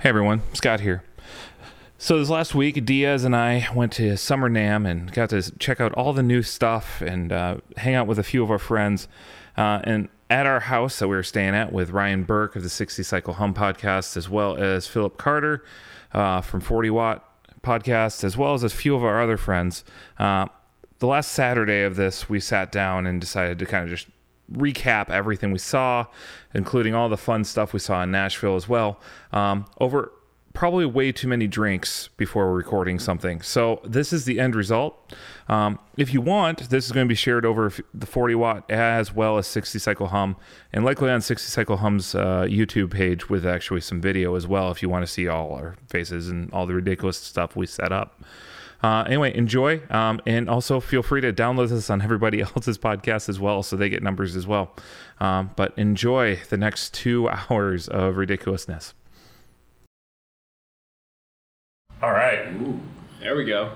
Hey everyone, Scott here. So this last week, Diaz and I went to Summer Nam and got to check out all the new stuff and uh, hang out with a few of our friends. Uh, and at our house that we were staying at with Ryan Burke of the 60 Cycle Hum podcast, as well as Philip Carter uh, from 40 Watt podcast, as well as a few of our other friends. Uh, the last Saturday of this, we sat down and decided to kind of just recap everything we saw, including all the fun stuff we saw in Nashville as well. Um, over probably way too many drinks before recording something. So this is the end result. Um, if you want, this is going to be shared over f- the 40 watt as well as 60 cycle hum, and likely on 60 cycle hum's uh, YouTube page with actually some video as well. If you want to see all our faces and all the ridiculous stuff we set up. Uh, anyway, enjoy. Um, and also feel free to download this on everybody else's podcast as well, so they get numbers as well. Um, but enjoy the next two hours of ridiculousness. All right, There we go.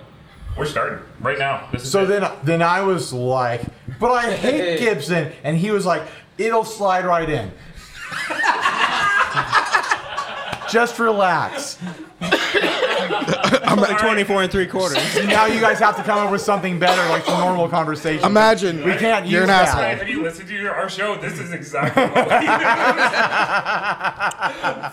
we're starting right now. This is So then, then I was like, "But I hate Gibson," and he was like, "It'll slide right in. Just relax." I'm like 24 and three quarters. Now you guys have to come up with something better, like for normal conversation. Imagine we can't. use you're an that. asshole. If you listen to your- our show, this is exactly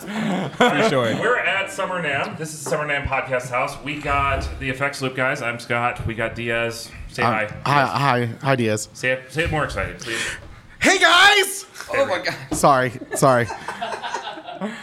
what we Pretty sure. We're at Summer Nam. This is Summer Nam Podcast House. We got the Effects Loop guys. I'm Scott. We got Diaz. Say Uh, Hi, hi. hi, hi, Diaz. Say it, say it more excited, please. Hey guys! Oh my god. Sorry, sorry.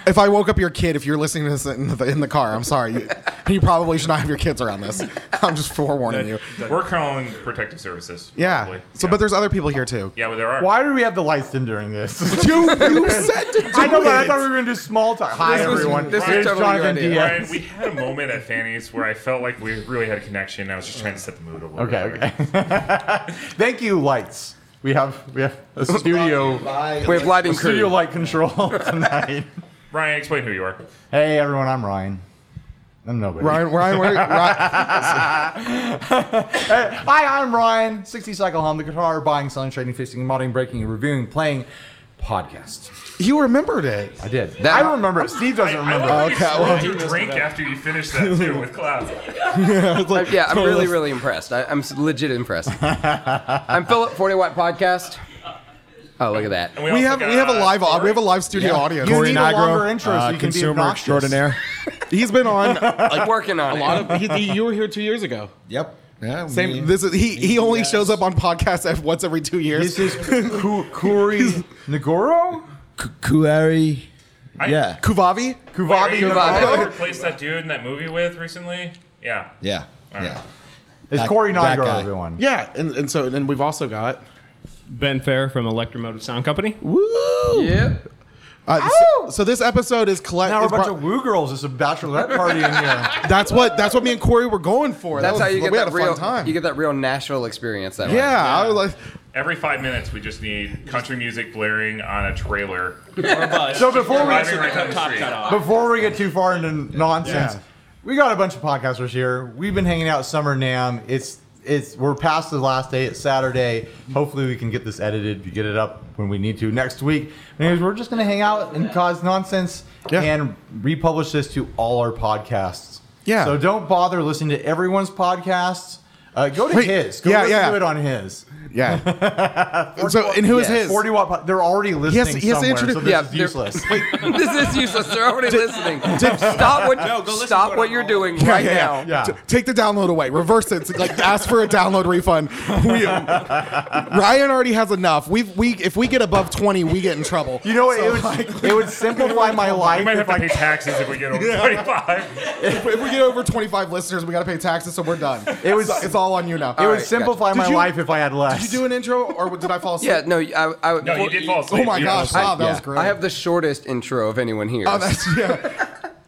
If I woke up your kid, if you're listening to this in the, in the car, I'm sorry. You, you probably should not have your kids around this. I'm just forewarning you. We're calling Protective Services. Yeah. probably. So, but there's other people here too. yeah, well, there are. Why do we have the lights dim during this? You, you said to do I know that. I it. thought we were gonna do small talk. Hi This was- everyone. this was Here's totally your Jonathan idea. Diaz. Ryan, we had a moment at Fanny's where I felt like we really had a connection. I was just trying to set the mood a little Okay, bit. okay. Thank you, lights. We have we have a studio We have lighting studio crew. light control tonight. Ryan, explain who you are. Hey everyone, I'm Ryan. I'm nobody. Ryan, Ryan, where, Ryan, Hi, I'm Ryan. 60 Cycle Home, the guitar, buying, selling, trading, fishing, modding, breaking, and reviewing, playing podcast. you remembered it. I did. That- I remember. it. Steve doesn't I remember. love how you Okay, well- spilled your drink after you finished that too with class. Uh, yeah, I'm really, really impressed. I, I'm s- legit impressed. I'm Philip, 40 Watt Podcast. Oh, look at that. And We also have we got, uh, have a live au- we Corey. have a live studio audience. You need a longer intro uh, so you can be obnoxious. He's been on. Like working on it. he, he- you were here two years ago. yep. Yeah. Same. This is he. He only shows up on podcasts ev- once every two years. This is Ku- Kuri Nagoro? Kuari. I- Yeah. Kuvavi. Kuvabi Remember Nagoro? who I replaced that dude in that movie with recently? Yeah. Yeah. Yeah. It's Corey that Nagoro, guy. everyone. Yeah, and, and so and we've also got Ben Fair from Electromotive Sound Company. Woo. Yeah. Uh, so, so this episode is collect. Now we're a is bunch brought- of woo girls. It's a bachelorette party in here. that's what that's what me and Corey were going for. That's that how was, you get we had that a real. fun time. You get that real Nashville experience. That way. yeah, I was like, Every five minutes, we just need country music blaring on a trailer. So before we Driving right down the street. before we get too far into nonsense, we got a bunch of podcasters here. We've been hanging out at Summer Nam. It's it's we're past the last day. It's Saturday. Hopefully, we can get this edited. We get it up when we need to next week. Anyways, we're just gonna hang out and cause nonsense Yeah. and republish this to all our podcasts. Yeah. So don't bother listening to everyone's podcasts. Uh, go to Wait, his. Go yeah, listen yeah. to it on his. yeah. And so and who is Yes. his? Forty watt. pod- They're already listening has to somewhere, introduce- so this Yeah, is they're- useless. this is useless. They're already listening. Stop what stop what you're doing right yeah, now. yeah. T- take the download away. Reverse it. Like ask for a download refund. We- Ryan already has enough. We we if we get above twenty, we get in trouble. You know what? it, would, it would simplify my life. We might have to if I pay taxes if we get over 25. if, if we get over twenty five listeners, we got to pay taxes, so we're done. It was- So it's all on you now. It All would right, simplify gotcha. my Did you- life if I had less. Did you do an intro or did I fall asleep? Yeah, no, I, I No, you did fall asleep. Oh my You gosh! did fall Wow, asleep. that was great. I have the shortest intro of anyone here. Oh, that's, yeah,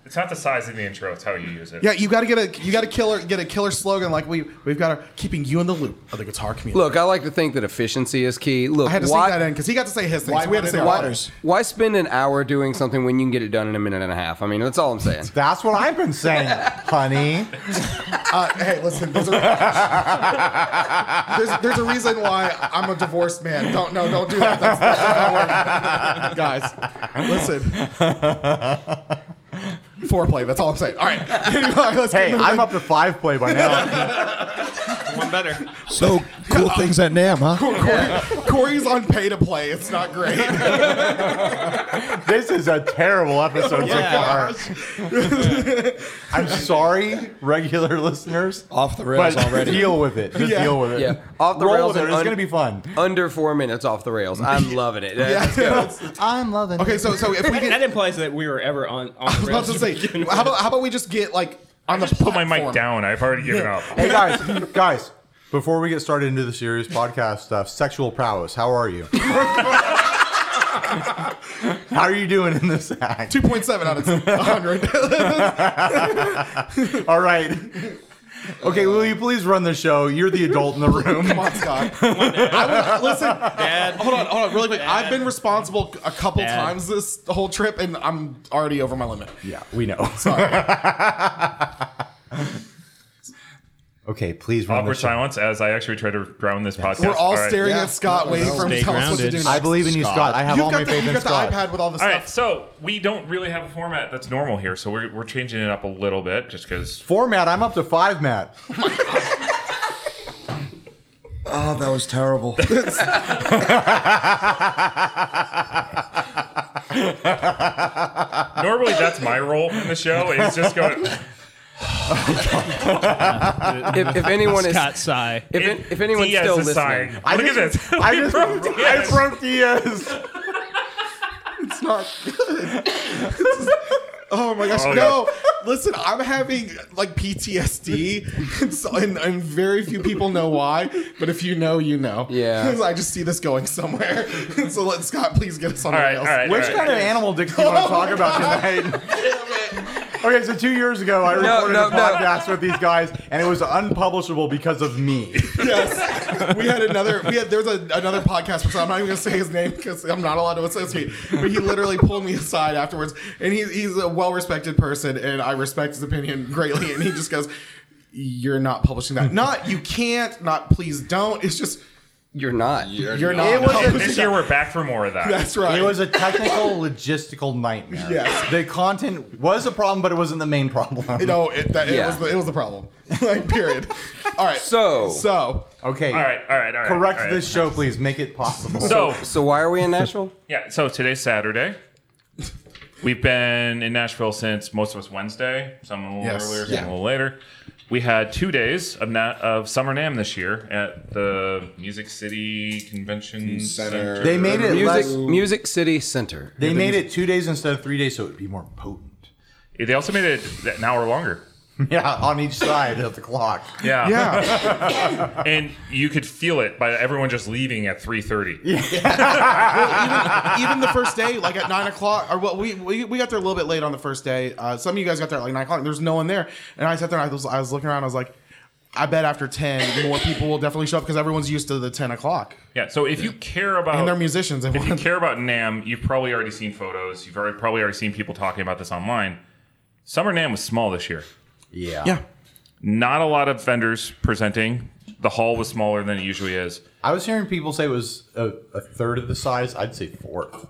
It's not the size of the intro, it's how you use it. yeah. You got to get a you got to killer get a killer slogan like we we've got to keeping you in the loop of the guitar community. Look, I like to think that efficiency is key. Look, I had to why, sneak that in because he got to say his thing. So we had to say why- ours. why spend an hour doing something when you can get it done in a minute and a half? I mean, that's all I'm saying. That's what I've been saying, honey. Uh, hey, listen. There's a, there's, there's a reason why I'm a divorced man. Don't no, don't do that. That's, that's not how it works. Guys, listen. Foreplay. That's all I'm saying. All right. Anyway, let's Hey, get into I'm up to five play by now. One better. So cool things at Nam, huh? the- Corey's on pay to play. It's not great. this is a terrible episode so far. I'm sorry, regular listeners. Off the But rails already. deal with it. Just Yeah. deal with it. Yeah. Off the Roll rails with and it. It's un- gonna be fun. Under four minutes off the rails. I'm loving it. Let's go. I'm loving. Okay, so so if we That get, implies that we were ever on. on I was about to say, how about how about we just get like on the Put my mic platform. down. I've already given up. Hey guys, guys. Before we get started into the serious podcast stuff, sexual prowess. How are you? how are you doing in this act? 2.7 out of 100. All right. Okay, will you please run the show? You're the adult in the room. Come on, Scott. I would, listen, hold on, hold on, really quick. I've been responsible a couple times this whole trip, and I'm already over my limit. Yeah, we know. okay, please run the Awkward show. silence as I actually try to ground this podcast. We're all right. staring Yeah. at Scott, waiting for him to Stay tell us what to grounded. do. I believe in you, Scott. I have You've all my got, the, faith you in got the Scott. iPad with all the All stuff. right, so we don't really have a format that's normal here, so we're, we're changing it up a little bit just because. Format, I'm up to five, Matt. Oh, that was terrible. Normally, that's my role in the show. It's just going. If, if anyone is Scott sigh. if, an- if anyone's Diaz still is sighing. listening, Look at this. I We just, broke I Diaz. broke Diaz. It's not oh my gosh, Oh, no. Listen, I'm having like PTSD, and, so, and, and very few people know why. But if you know, you know. Yeah. I just see this going somewhere. so let Scott please get us on All the right, all rails. right. Which all right. kind of animal dicks do you want to talk about tonight? okay, so two years ago, I recorded no, a no. podcast with these guys, and it was unpublishable because of me. Yes, we had another. We had there's a, another podcast. person. I'm not even gonna say his name because I'm not allowed to associate. But he literally pulled me aside afterwards, and he's he's a well respected person, and I respect his opinion greatly. And he just goes, "You're not publishing that. Not you can't. Not please don't. It's just you're not. you're not. It was a- publishing This that." year, we're back for more of that. That's right. It was a technical, logistical nightmare. Yes. The content was a problem, but it wasn't the main problem. you know it, that, it Yeah. was the, it was the problem. like period. All right. So- so Okay. All right, all right, all right. Correct all right. this show, please. Make it possible. So So why are we in Nashville? yeah, so today's Saturday. We've been in Nashville since most of us Wednesday. Some a little Yes. earlier, some Yeah. a little later. We had two days of na of Summer Nam this year at the Music City Convention Center. they made it Music less. Music City Center. They made it two days instead of three days, so it would be more potent. They also made it an hour longer. Yeah, on each side of the clock. Yeah, yeah, and you could feel it by everyone just leaving at three thirty. even the first day, like at nine o'clock, or what we, we we got there a little bit late on the first day. Uh, some of you guys got there at like nine o'clock. and There's no one there, and I sat there and I was, I was looking around. I was like, I bet after ten, more people will definitely show up because everyone's used to the ten o'clock, Yeah. So if you care about and they're musicians. And if you want care about Nam, you've probably already seen photos. You've already, probably already seen people talking about this online. Summer Nam was small this year. Yeah. yeah, Not a lot of vendors presenting. The hall was smaller than it usually is. I was hearing people say it was a, a third of the size. I'd say fourth.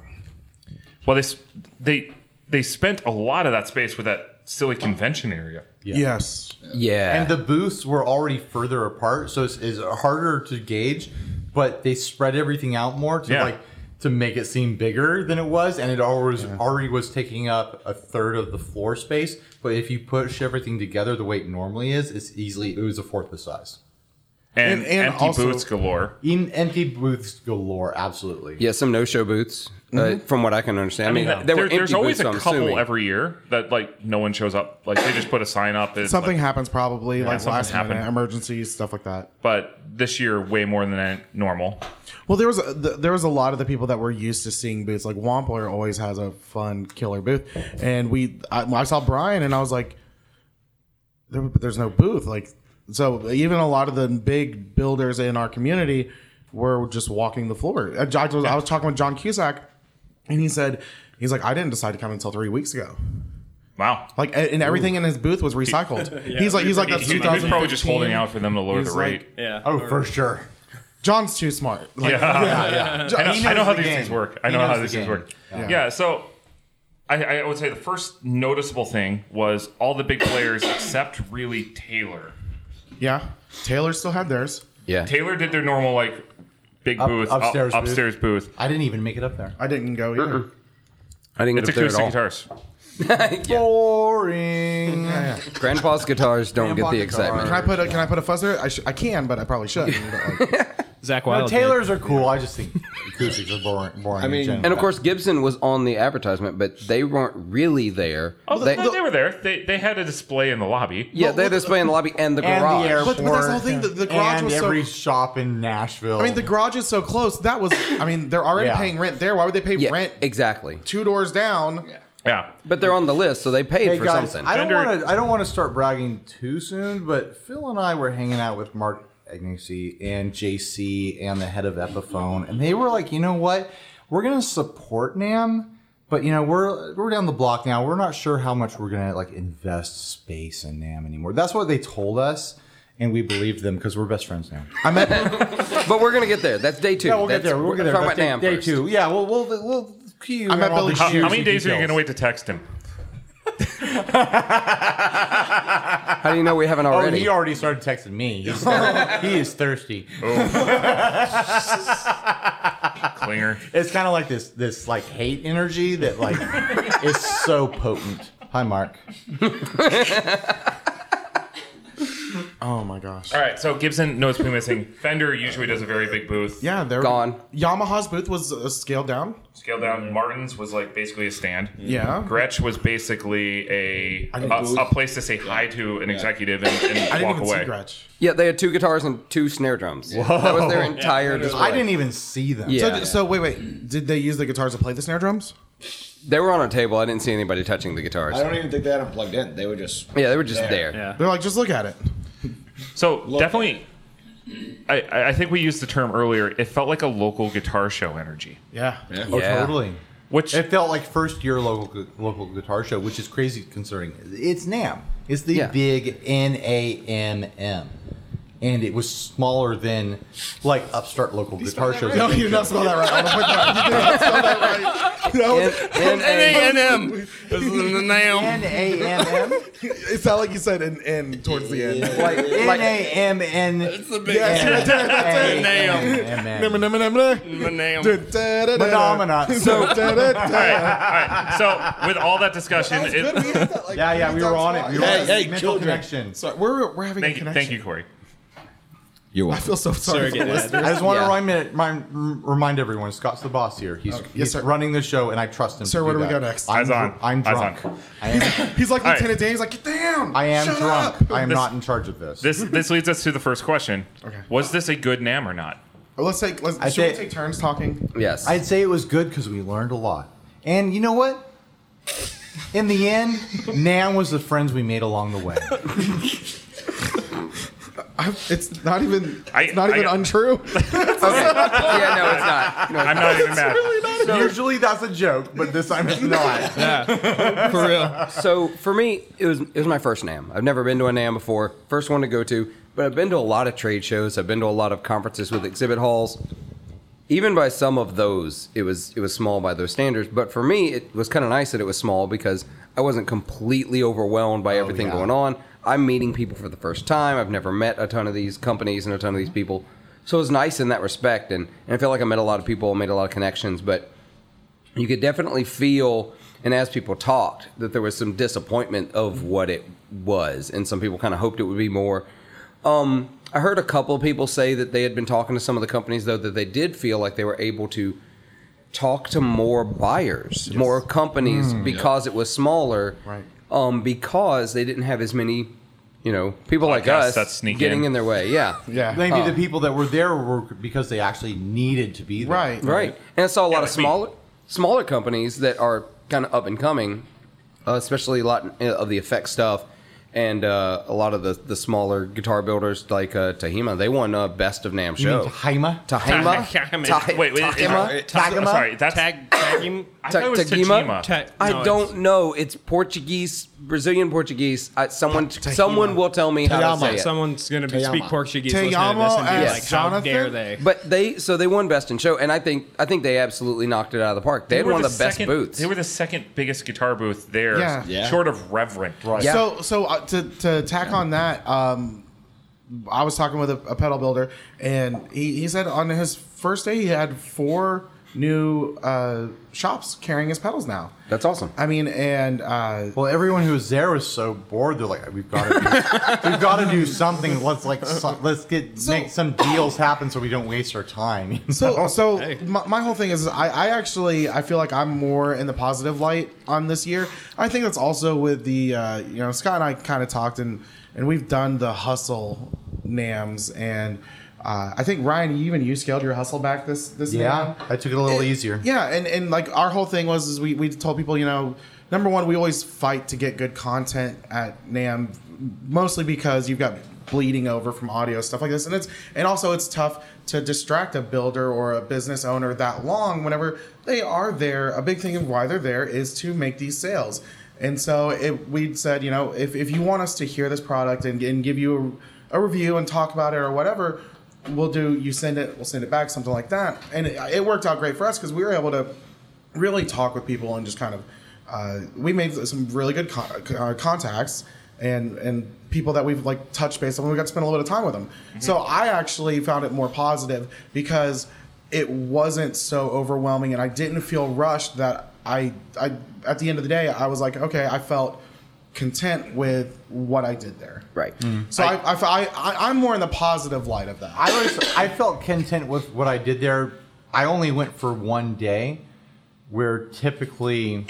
Well, they s- they they spent a lot of that space with that silly convention area. yes, Yeah. And the booths were already further apart, so it's, it's harder to gauge. But they spread everything out more to Yeah. like to make it seem bigger than it was, and it always already was taking up a third of the floor space. But if you push everything together the way it normally is, it's easily it was a fourth the size. And, And- and empty also- booths galore. In empty booths galore, absolutely. yeah, some no-show booths, Mm-hmm. uh, from what I can understand. I mean, Yeah. there There- were empty there's always booths, a so I'm couple assuming. every year that like no one shows up. Like they just put a sign up. That, something like, happens probably like something last minute happened. emergencies stuff like that. but this year way more than normal. Well, there was a, th- there was a lot of the people that were used to seeing booths. Like Wampler always has a fun killer booth, and we I, I saw Brian and I was like, there, there's no booth. Like so, even a lot of the big builders in our community were just walking the floor. I, I was, I was talking with John Cusack, and he said he's like, I didn't decide to come until three weeks ago. Wow. Like a- and everything in his booth was recycled. he's like he's like that's He, he was probably just 2015." holding out for them to lower He's the like- rate. Yeah. Oh, for sure. John's too smart. Like, Yeah. I know, I know how the these game. things work. I He know knows how the these things game. work. Yeah. so I, I would say the first noticeable thing was all the big players except really Taylor. Yeah, Taylor still had theirs. Yeah. Taylor did their normal like big Up- booth up- upstairs booth. upstairs booth. I didn't even make it up there. I didn't go either. I didn't It's acoustic get up there at all. guitars. Uh-uh. Boring. Grandpa's guitars don't Grandpa get the guitar. excitement. Can I put a Can I put a fuzzer? I sh- I can, but I probably should. Zach No, Wilde. did. Taylors are cool. I just think acoustics are boring. boring I mean- mean, And of course, Gibson was on the advertisement, but they weren't really there. Oh, they, they, they were there. They, they had a display in the lobby. yeah, they had a display in the lobby and the and garage. the airport. But- but that's the whole thing, the- the garage and was so- every shop in Nashville. I mean, the garage is so close. That was. I mean, they're already Yeah. paying rent there. Why would they pay yeah, rent exactly. two doors down? Yeah. But they're on the list, so they paid hey for guys, something. I don't Gender- want to. I don't want to start bragging too soon, but Phil and I were hanging out with Mark Egnacy and JC and the head of Epiphone, and they were like, you know what, we're gonna support Nam. But you know we're we're down the block now. We're not sure how much we're gonna like invest space in Nam anymore. That's what they told us, and we believed them because we're best friends now. I meant. but we're gonna get there. That's day two. Yeah, we'll That's, get there. We'll get there. Talking That's about NAM day, day first. two. Yeah, we'll we'll we'll cue you I'm in at all Billy the How, how juicy many days are you going details. to wait to text him? How do you know we haven't Oh, already? he already started texting me. He's he is thirsty. Clinger. It's kind of like this this like hate energy that like is so potent. Hi, Mark. Oh my gosh. All right, so Gibson notes been missing. Fender usually does a very big booth. Yeah, they're Gone. Yamaha's booth was uh, scaled down. Scaled down. Martin's was like basically a stand. Yeah. Gretsch was basically a a, didn't booth. a place to say hi to an executive and, and I didn't walk even away. see Gretsch. yeah, they had two guitars and two snare drums. That was their entire display. I didn't even see them. Yeah. So, d- so wait, wait. Did they use the guitars to play the snare drums? They were on a table. I didn't see anybody touching the guitars. I don't even think they had them plugged in. They were just. yeah, they were just there. They're like, just look at it. So definitely, I- I, I think we used the term earlier. It felt like a local guitar show energy, Yeah. Oh, Yeah. totally. which It felt like first year local local guitar show, which is crazy concerning. It's Nam. It's the Yeah. big N A M M, and it was smaller than like upstart local guitar shows. No, you did not spell that right. I'm gonna put that. You did not spell that right. That was- And- and- A&M. This is the name. N A M M. it sounded like you said an N towards the end. Like N A M N. It's the big Nam. The name. Phenomenon. all right, all right. So with all that discussion, it- Yeah, yeah, we were on it. We were Hey, on hey, it. Mental children. connection. Sorry, we're, we're having thank a you, connection. thank you, Corey. You're I feel so sorry. Surrogate dad. I just want Yeah. to remind, remind, remind everyone Scott's the boss here. He's, he's sir. running the show, and I trust him. Sir, to where do we that. go next? I'm, Eyes on. dr- I'm Eyes drunk. on. I am, He's like All right. Lieutenant Dan. He's like, get down. I am Shut drunk. up." I am This- not in charge of this. This this leads us to the first question. Okay. Was this a good Nam or not? Well, let's take. Let's, I should we say- take turns talking? yes. I'd say it was good because we learned a lot. And you know what? In the end, Nan was the friends we made along the way. I, it's not even. I- it's not I even got- untrue. okay. yeah, no, it's not. No, I'm not even mad. Usually that's a joke, but this time it's not. For real. so for me, it was it was my first NAM. I've never been to a NAM before. First one to go to, but I've been to a lot of trade shows. I've been to a lot of conferences with exhibit halls. Even by some of those, it was it was small by those standards. But for me, it was kind of nice that it was small because I wasn't completely overwhelmed Oh, by everything yeah. going on. I'm meeting people for the first time. I've never met a ton of these companies and a ton of these people, so it was nice in that respect. And, and I felt like I met a lot of people, made a lot of connections, but you could definitely feel and as people talked that there was some disappointment of what it was and some people kind of hoped it would be more um, i heard a couple of people say that they had been talking to some of the companies though that they did feel like they were able to talk to more buyers more companies Mm, because it was smaller Right. um, because they didn't have as many you know people like Podcasts us that sneak getting in. in their way yeah Yeah. Maybe Oh. the people that were there were because they actually needed to be there. Right. Right. And I saw a lot of like me. smaller smaller companies that are kind of up and coming, uh, especially a lot of the effect stuff and uh, a lot of the, the smaller guitar builders like uh, Tahima. They won uh, best of NAM You mean show. Haima? Tahima? Tahima. Ta- Wait, wait, Tahima? Sorry, that's Tag. Tagim. I Ta- thought it was Tagima? Tagima. Ta- I no, don't it's- know. It's Portuguese, Brazilian Portuguese. I, someone, Tahima. someone will tell me how to Tahima. say it. Someone's gonna be, speak Teyama. Portuguese. listening to this Teyama and be as like, how Jonathan? dare they? But they, so they won best in show, and I think, I think they absolutely knocked it out of the park. They, had were one of the best second- booths. They were the second biggest guitar booth there, Yeah. Yeah. short of Reverend. Right. Yeah. So so uh, to to tack on that, um, I was talking with a, a pedal builder, and he, he said on his first day he had four new uh, shops carrying his pedals now. That's awesome. I mean, and uh, Well, everyone who was there was so bored. They're like, "We've got to, do, we've got to do something. Let's like, so, let's get So- make some deals happen so we don't waste our time." so so my, my whole thing is I, I actually I feel like I'm more in the positive light on this year. I think that's also with the uh, you know Scott and I kind of talked and and we've done the hustle nams and. Uh, I think Ryan, you even you scaled your hustle back this this yeah, NAM. I took it a little easier. Yeah, and and like our whole thing was is we we told people you know number one we always fight to get good content at Nam, mostly because you've got bleeding over from audio stuff like this, and it's and also it's tough to distract a builder or a business owner that long whenever they are there. A big thing of why they're there is to make these sales. And so it, we said, you know, if, if you want us to hear this product and, and give you a, a review and talk about it or whatever, we'll do you send it we'll send it back something like that and it, it worked out great for us because we were able to really talk with people and just kind of uh, we made some really good con- uh, contacts and and people that we've like touched base on we got to spend a little bit of time with them so i actually found it more positive because it wasn't so overwhelming and i didn't feel rushed that i i at the end of the day i was like okay i felt content with what i did there right. so I, I, I, I, am more in the positive light of that I was I felt content with what I did there. I only went for one day, where typically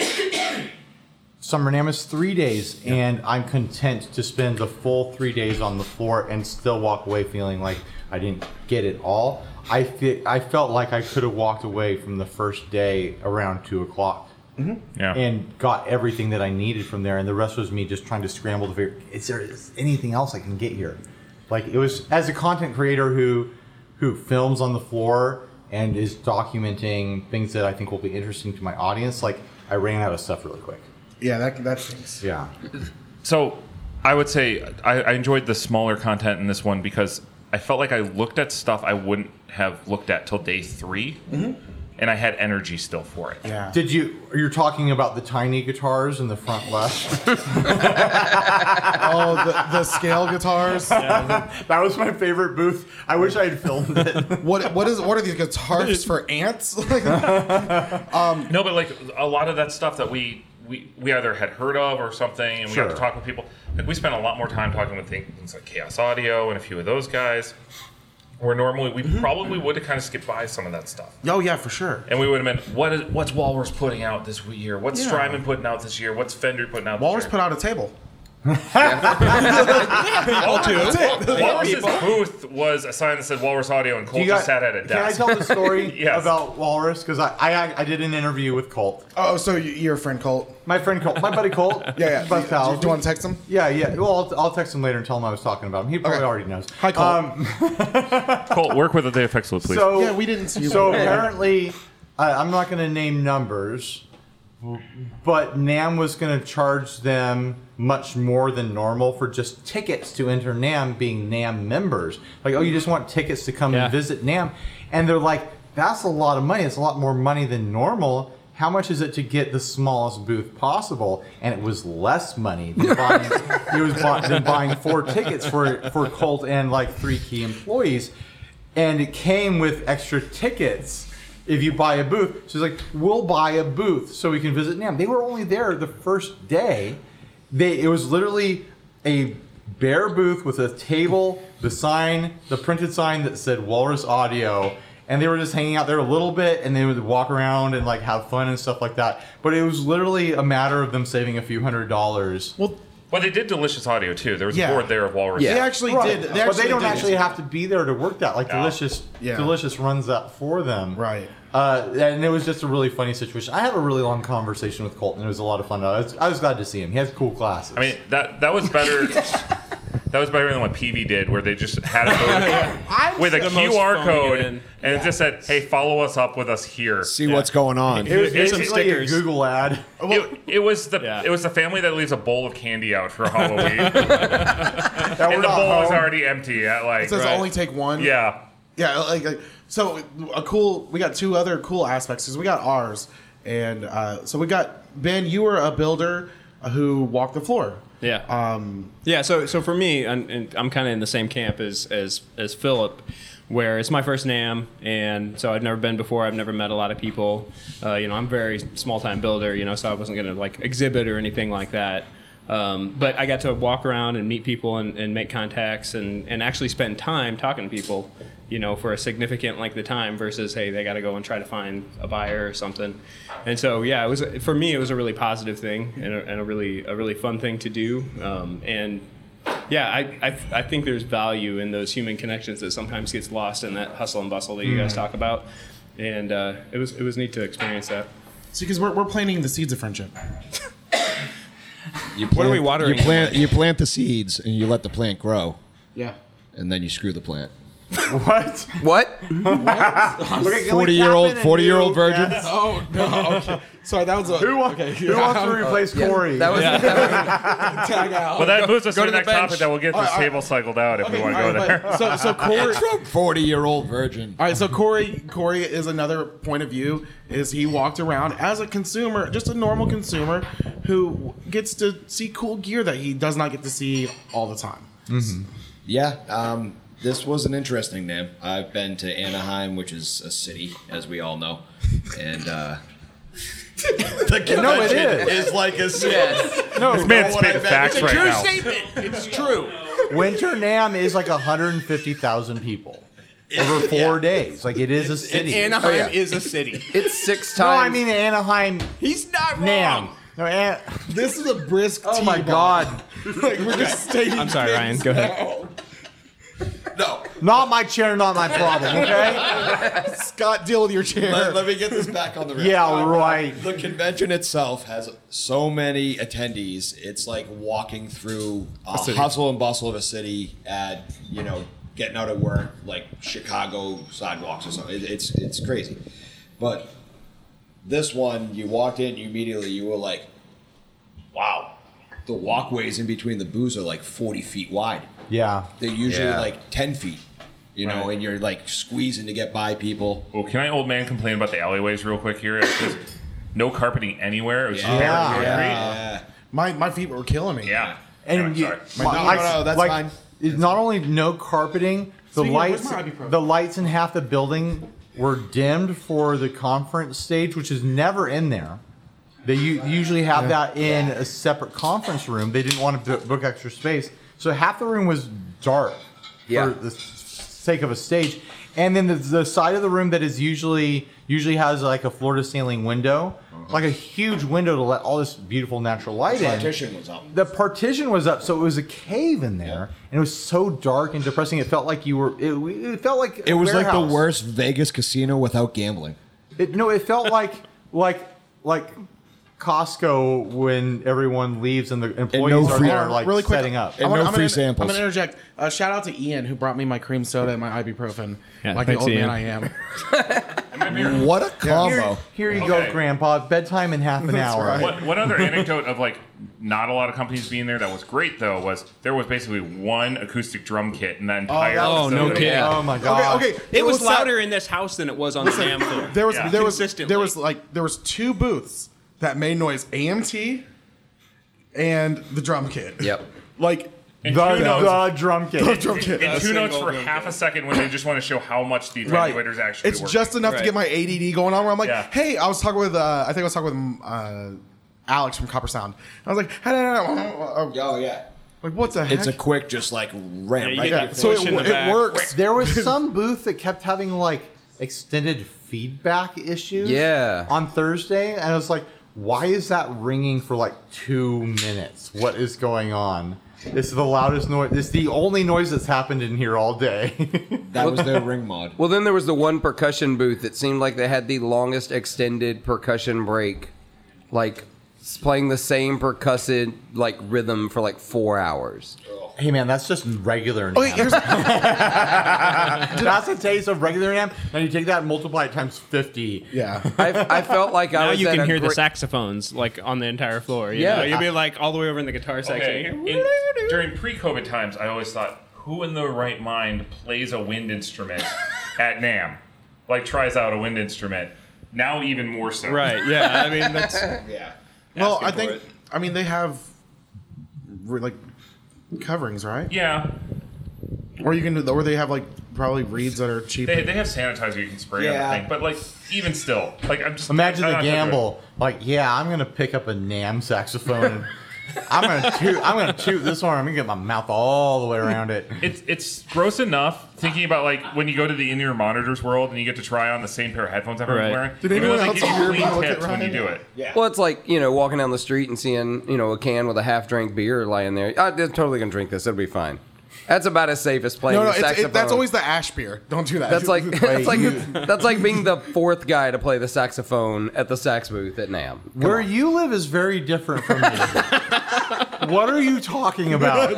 Summer Nam is three days, and I'm content to spend the full three days on the floor and still walk away feeling like I didn't get it all. I fe- I felt like I could have walked away from the first day around two o'clock Mm-hmm. Yeah. and got everything that I needed from there. And the rest was me just trying to scramble to figure: is there is anything else I can get here? Like it was as a content creator who who films on the floor and is documenting things that I think will be interesting to my audience. Like I ran out of stuff really quick. yeah that, that stinks Yeah, So I would say I, I enjoyed the smaller content in this one because I felt like I looked at stuff I wouldn't have looked at till day 3 and I had energy still for it. Mm-hmm. yeah Did you? You're talking about the tiny guitars in the front left. oh the, the scale guitars that was my favorite booth. I wish I had filmed it. what what is what are these guitars for ants like Um, No, but like a lot of that stuff that we we, we either had heard of or something, and we got Sure. to talk with people. Like we spent a lot more time talking with things like Chaos Audio and a few of those guys. Where normally we Mm-hmm. probably would have kind of skipped by some of that stuff. oh yeah for sure And we would have been, what is, what's Walrus putting out this year? What's Yeah. Strymon putting out this year? What's Fender putting out walrus this put year? out a table Walrus's booth was a sign that said Walrus Audio, and Cole You just got- sat at a Can I desk. tell the story Yes. about Walrus? Because I, I I did an interview with Colt. oh so y- your friend colt My friend Colt, my buddy Colt. yeah yeah Best do, pal. do you want to text him Yeah, yeah. Well, I'll, I'll text him later and tell him I was talking about him. He probably Okay. already knows. Um, Hi, Colt. Cole, work with the Dayfix, please. So yeah we didn't see you Oh, So apparently, uh, I'm not going to name numbers, but Nam was going to charge them much more than normal for just tickets to enter Nam being Nam members. Like, oh, you just want tickets to come Yeah. and visit Nam, and they're like, that's a lot of money. It's a lot more money than normal. How much is it to get the smallest booth possible? And it was less money than buying, it was bu- than buying four tickets for for Colt and like three key employees and it came with extra tickets if you buy a booth. She's like, "We'll buy a booth so we can visit Nam." They were only there the first day. They it was literally a bare booth with a table, the sign, the printed sign that said Walrus Audio, and they were just hanging out there a little bit, and they would walk around and like have fun and stuff like that. But it was literally a matter of them saving a few hundred dollars. well but they did delicious audio too. There was Yeah. a board there of Walrus. they Yeah. actually Right. did but they don't did. actually have to be there to work that. Like Yeah. delicious, Yeah. delicious runs that for them. Right. Uh, and it was just a really funny situation. I had a really long conversation with Colton. It was a lot of fun. I was, I was glad to see him. He has cool glasses. I mean that that was better. That was better than what PV did, where they just had it over with a the most QR phony code it in. and it just said, "Hey, follow us up with us here." See what's going on. It was Here's some basically a stickers. Google ad. It, it was the Yeah. it was the family that leaves a bowl of candy out for Halloween, and the That we're bowl not is home. already empty. At like, It says Right. only take one. yeah, Yeah, like, like so a cool. We got two other cool aspects because we got ours, and uh, so we got Ben. You were a builder who walked the floor. Yeah. Um, Yeah, so so for me, I'm, and I'm kind of in the same camp as as as Philip, where it's my first NAM, and so I'd never been before. I've never met a lot of people. Uh, you know, I'm a very small time builder. You know, so I wasn't gonna like exhibit or anything like that. Um, but I got to walk around and meet people and, and make contacts and, and actually spend time talking to people, you know, for a significant length of time versus, hey, they got to go and try to find a buyer or something. And so, yeah, it was for me, it was a really positive thing and a, and a really a really fun thing to do. Um, and yeah, I, I I think there's value in those human connections that sometimes gets lost in that hustle and bustle that you Mm. guys talk about. And uh, it was it was neat to experience that. see, because we're, we're planting the seeds of friendship. You What are we plant- watering? You plant, you plant the seeds and you let the plant grow, Yeah. and then you screw the plant. What? What? Forty year old, forty year old virgin. Oh no. Okay. Sorry, that was a Who, wa- who wants to replace Corey? That was, tag out. Well, that moves us to, the go to the next bench. topic that will get this table cycled out if we want to go all right, there. but- so so Corey. Forty year old virgin. All right, so Corey, Corey is another point of view. Is he walked around as a consumer, just a normal consumer, who gets to see cool gear that he does not get to see all the time. Mm-hmm. Yeah, um, this was an interesting name. I've been to Anaheim, which is a city, as we all know, and uh, the convention No, it is. like a city. No, This man's what I spitting bet. facts It's a right now. It's true. Winter Nam is like 150,000 people over four days. Like it is a city. Anaheim Oh, yeah. is a city. it's six no, I times. mean Anaheim He's not Nam. No, An- This is a brisk. oh my God! Like we're just stating. I'm sorry, Ryan. Go ahead. No, not my chair, not my problem. Okay. Scott, deal with your chair. let, let me get this back on the rails. Yeah, right. The convention itself has so many attendees. It's like walking through a hustle and bustle of a city at you know getting out of work, like Chicago sidewalks or something. It, it's it's crazy, but this one you walked in, you immediately you were like, wow, the walkways in between the booths are like forty feet wide. Yeah. They're usually Yeah. like ten feet, you know, and you're like squeezing to get by people. Well, can I old man complain about the alleyways real quick here? It's just no carpeting anywhere. It was Yeah. bare concrete. Yeah. My my feet were killing me. Yeah. And Yeah, you, sorry. my- No, I- no, no, that's like, fine. It's not only no carpeting, the Speaking of which, lights, my ibuprofen. the lights in half the building were dimmed for the conference stage, which is never in there. They u- usually have that in a separate conference room. They didn't want to bu- book extra space, so half the room was dark Yeah. for the s- sake of a stage. And then the, the side of the room that is usually usually has like a floor to ceiling window, like a huge window to let all this beautiful natural light in Partition was up. the partition was up, so it was a cave in there, and it was so dark and depressing. It felt like you were. It, it felt like It a was like warehouse. the worst Vegas casino without gambling. It, no, it felt like like like Costco when everyone leaves and the employees are free- there, like setting up. And wanna- no free gonna, samples. I'm gonna interject. Uh, shout out to Ian who brought me my cream soda and my ibuprofen. Yeah, like the thanks, old Ian. man I am. What a Here, combo! here you Okay. go, Grandpa. Bedtime in half an hour. What, one other anecdote of like not a lot of companies being there that was great though was there was basically one acoustic drum kit in that entire. that was- Oh, no facility. kidding. Oh my god. Okay, okay. It was sa- louder in this house than it was on the NAM floor. There was Yeah. there was Consistently. there was like there was two booths that made noise. AMT and the drum kit. Yep. Like And The, who knows- the drum kit. the drum kit. And two single notes for drum half a second when they just want to show how much the Right. attenuators actually It's work. just enough to Right. get my ADD going on where I'm like, Yeah. hey, I was talking with, uh, I think I was talking with uh, Alex from Copper Sound. I was like, hey, no, no, no, oh, oh. Oh yeah, like what the heck? it's a quick, just like ramp. you right get there. that so push it, in the it back. works. There was some booth that kept having like extended feedback issues. Yeah. On Thursday, and I was like, why is that ringing for like two minutes? What is going on? It's the loudest noise. It's the only noise that's happened in here all day. That was their ring mod. Well, then there was the one percussion booth that seemed like they had the longest extended percussion break, like s- playing the same percussive like rhythm for like four hours. Oh, hey man, that's just regular NAM. Okay, here's, that's the taste of regular NAM. And you take that and multiply it times 50. yeah. I, I felt like I Now was you at can a hear the great- saxophones like on the entire floor. You Yeah. yeah, know? you'll be like "Oh, all the way over in the guitar section. Okay. You in- during pre-COVID times, I always thought, who in their right mind plays a wind instrument at Nam? Like tries out a wind instrument. Now even more so. hear- right? Yeah, I mean that's Yeah. Well, Asking I for think it. I mean they have re- like coverings, right? Yeah. Or you can do, or they have like probably reeds that are cheap. They, they have sanitizer you can spray on the Yeah. thing, but like even still, like I'm just Imagine I'm the not touching it. gamble. Like, yeah, I'm gonna pick up a Nam saxophone. And I'm gonna toot. I'm gonna toot this one. I'm gonna get my mouth all the way around it. It's it's gross enough thinking about like when you go to the in ear monitors world and you get to try on the same pair of headphones everyone's Right. wearing. Did Even though anyone they give else you hear clean about it, tips when you Ryan? do it. Yeah. Well, it's like you know walking down the street and seeing you know a can with a half drank beer lying there. I, am totally gonna drink this. It'll be fine. That's about as safe as playing. no, no, the it's, it, saxophone. that's always the ash beer. Don't do that. That's like that's like that's like being the fourth guy to play the saxophone at the sax booth at Nam. Where you live is very different from me. what are you talking about? you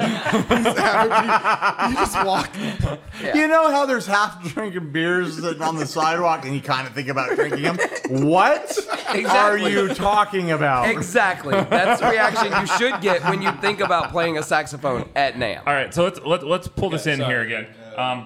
just walk. You know how there's half drinking beers sitting on the sidewalk, and you kind of think about drinking them. What are Exactly. you talking about? Exactly. That's the reaction you should get when you think about playing a saxophone at Nam. All right, so let's let, let's pull this in here again. Um,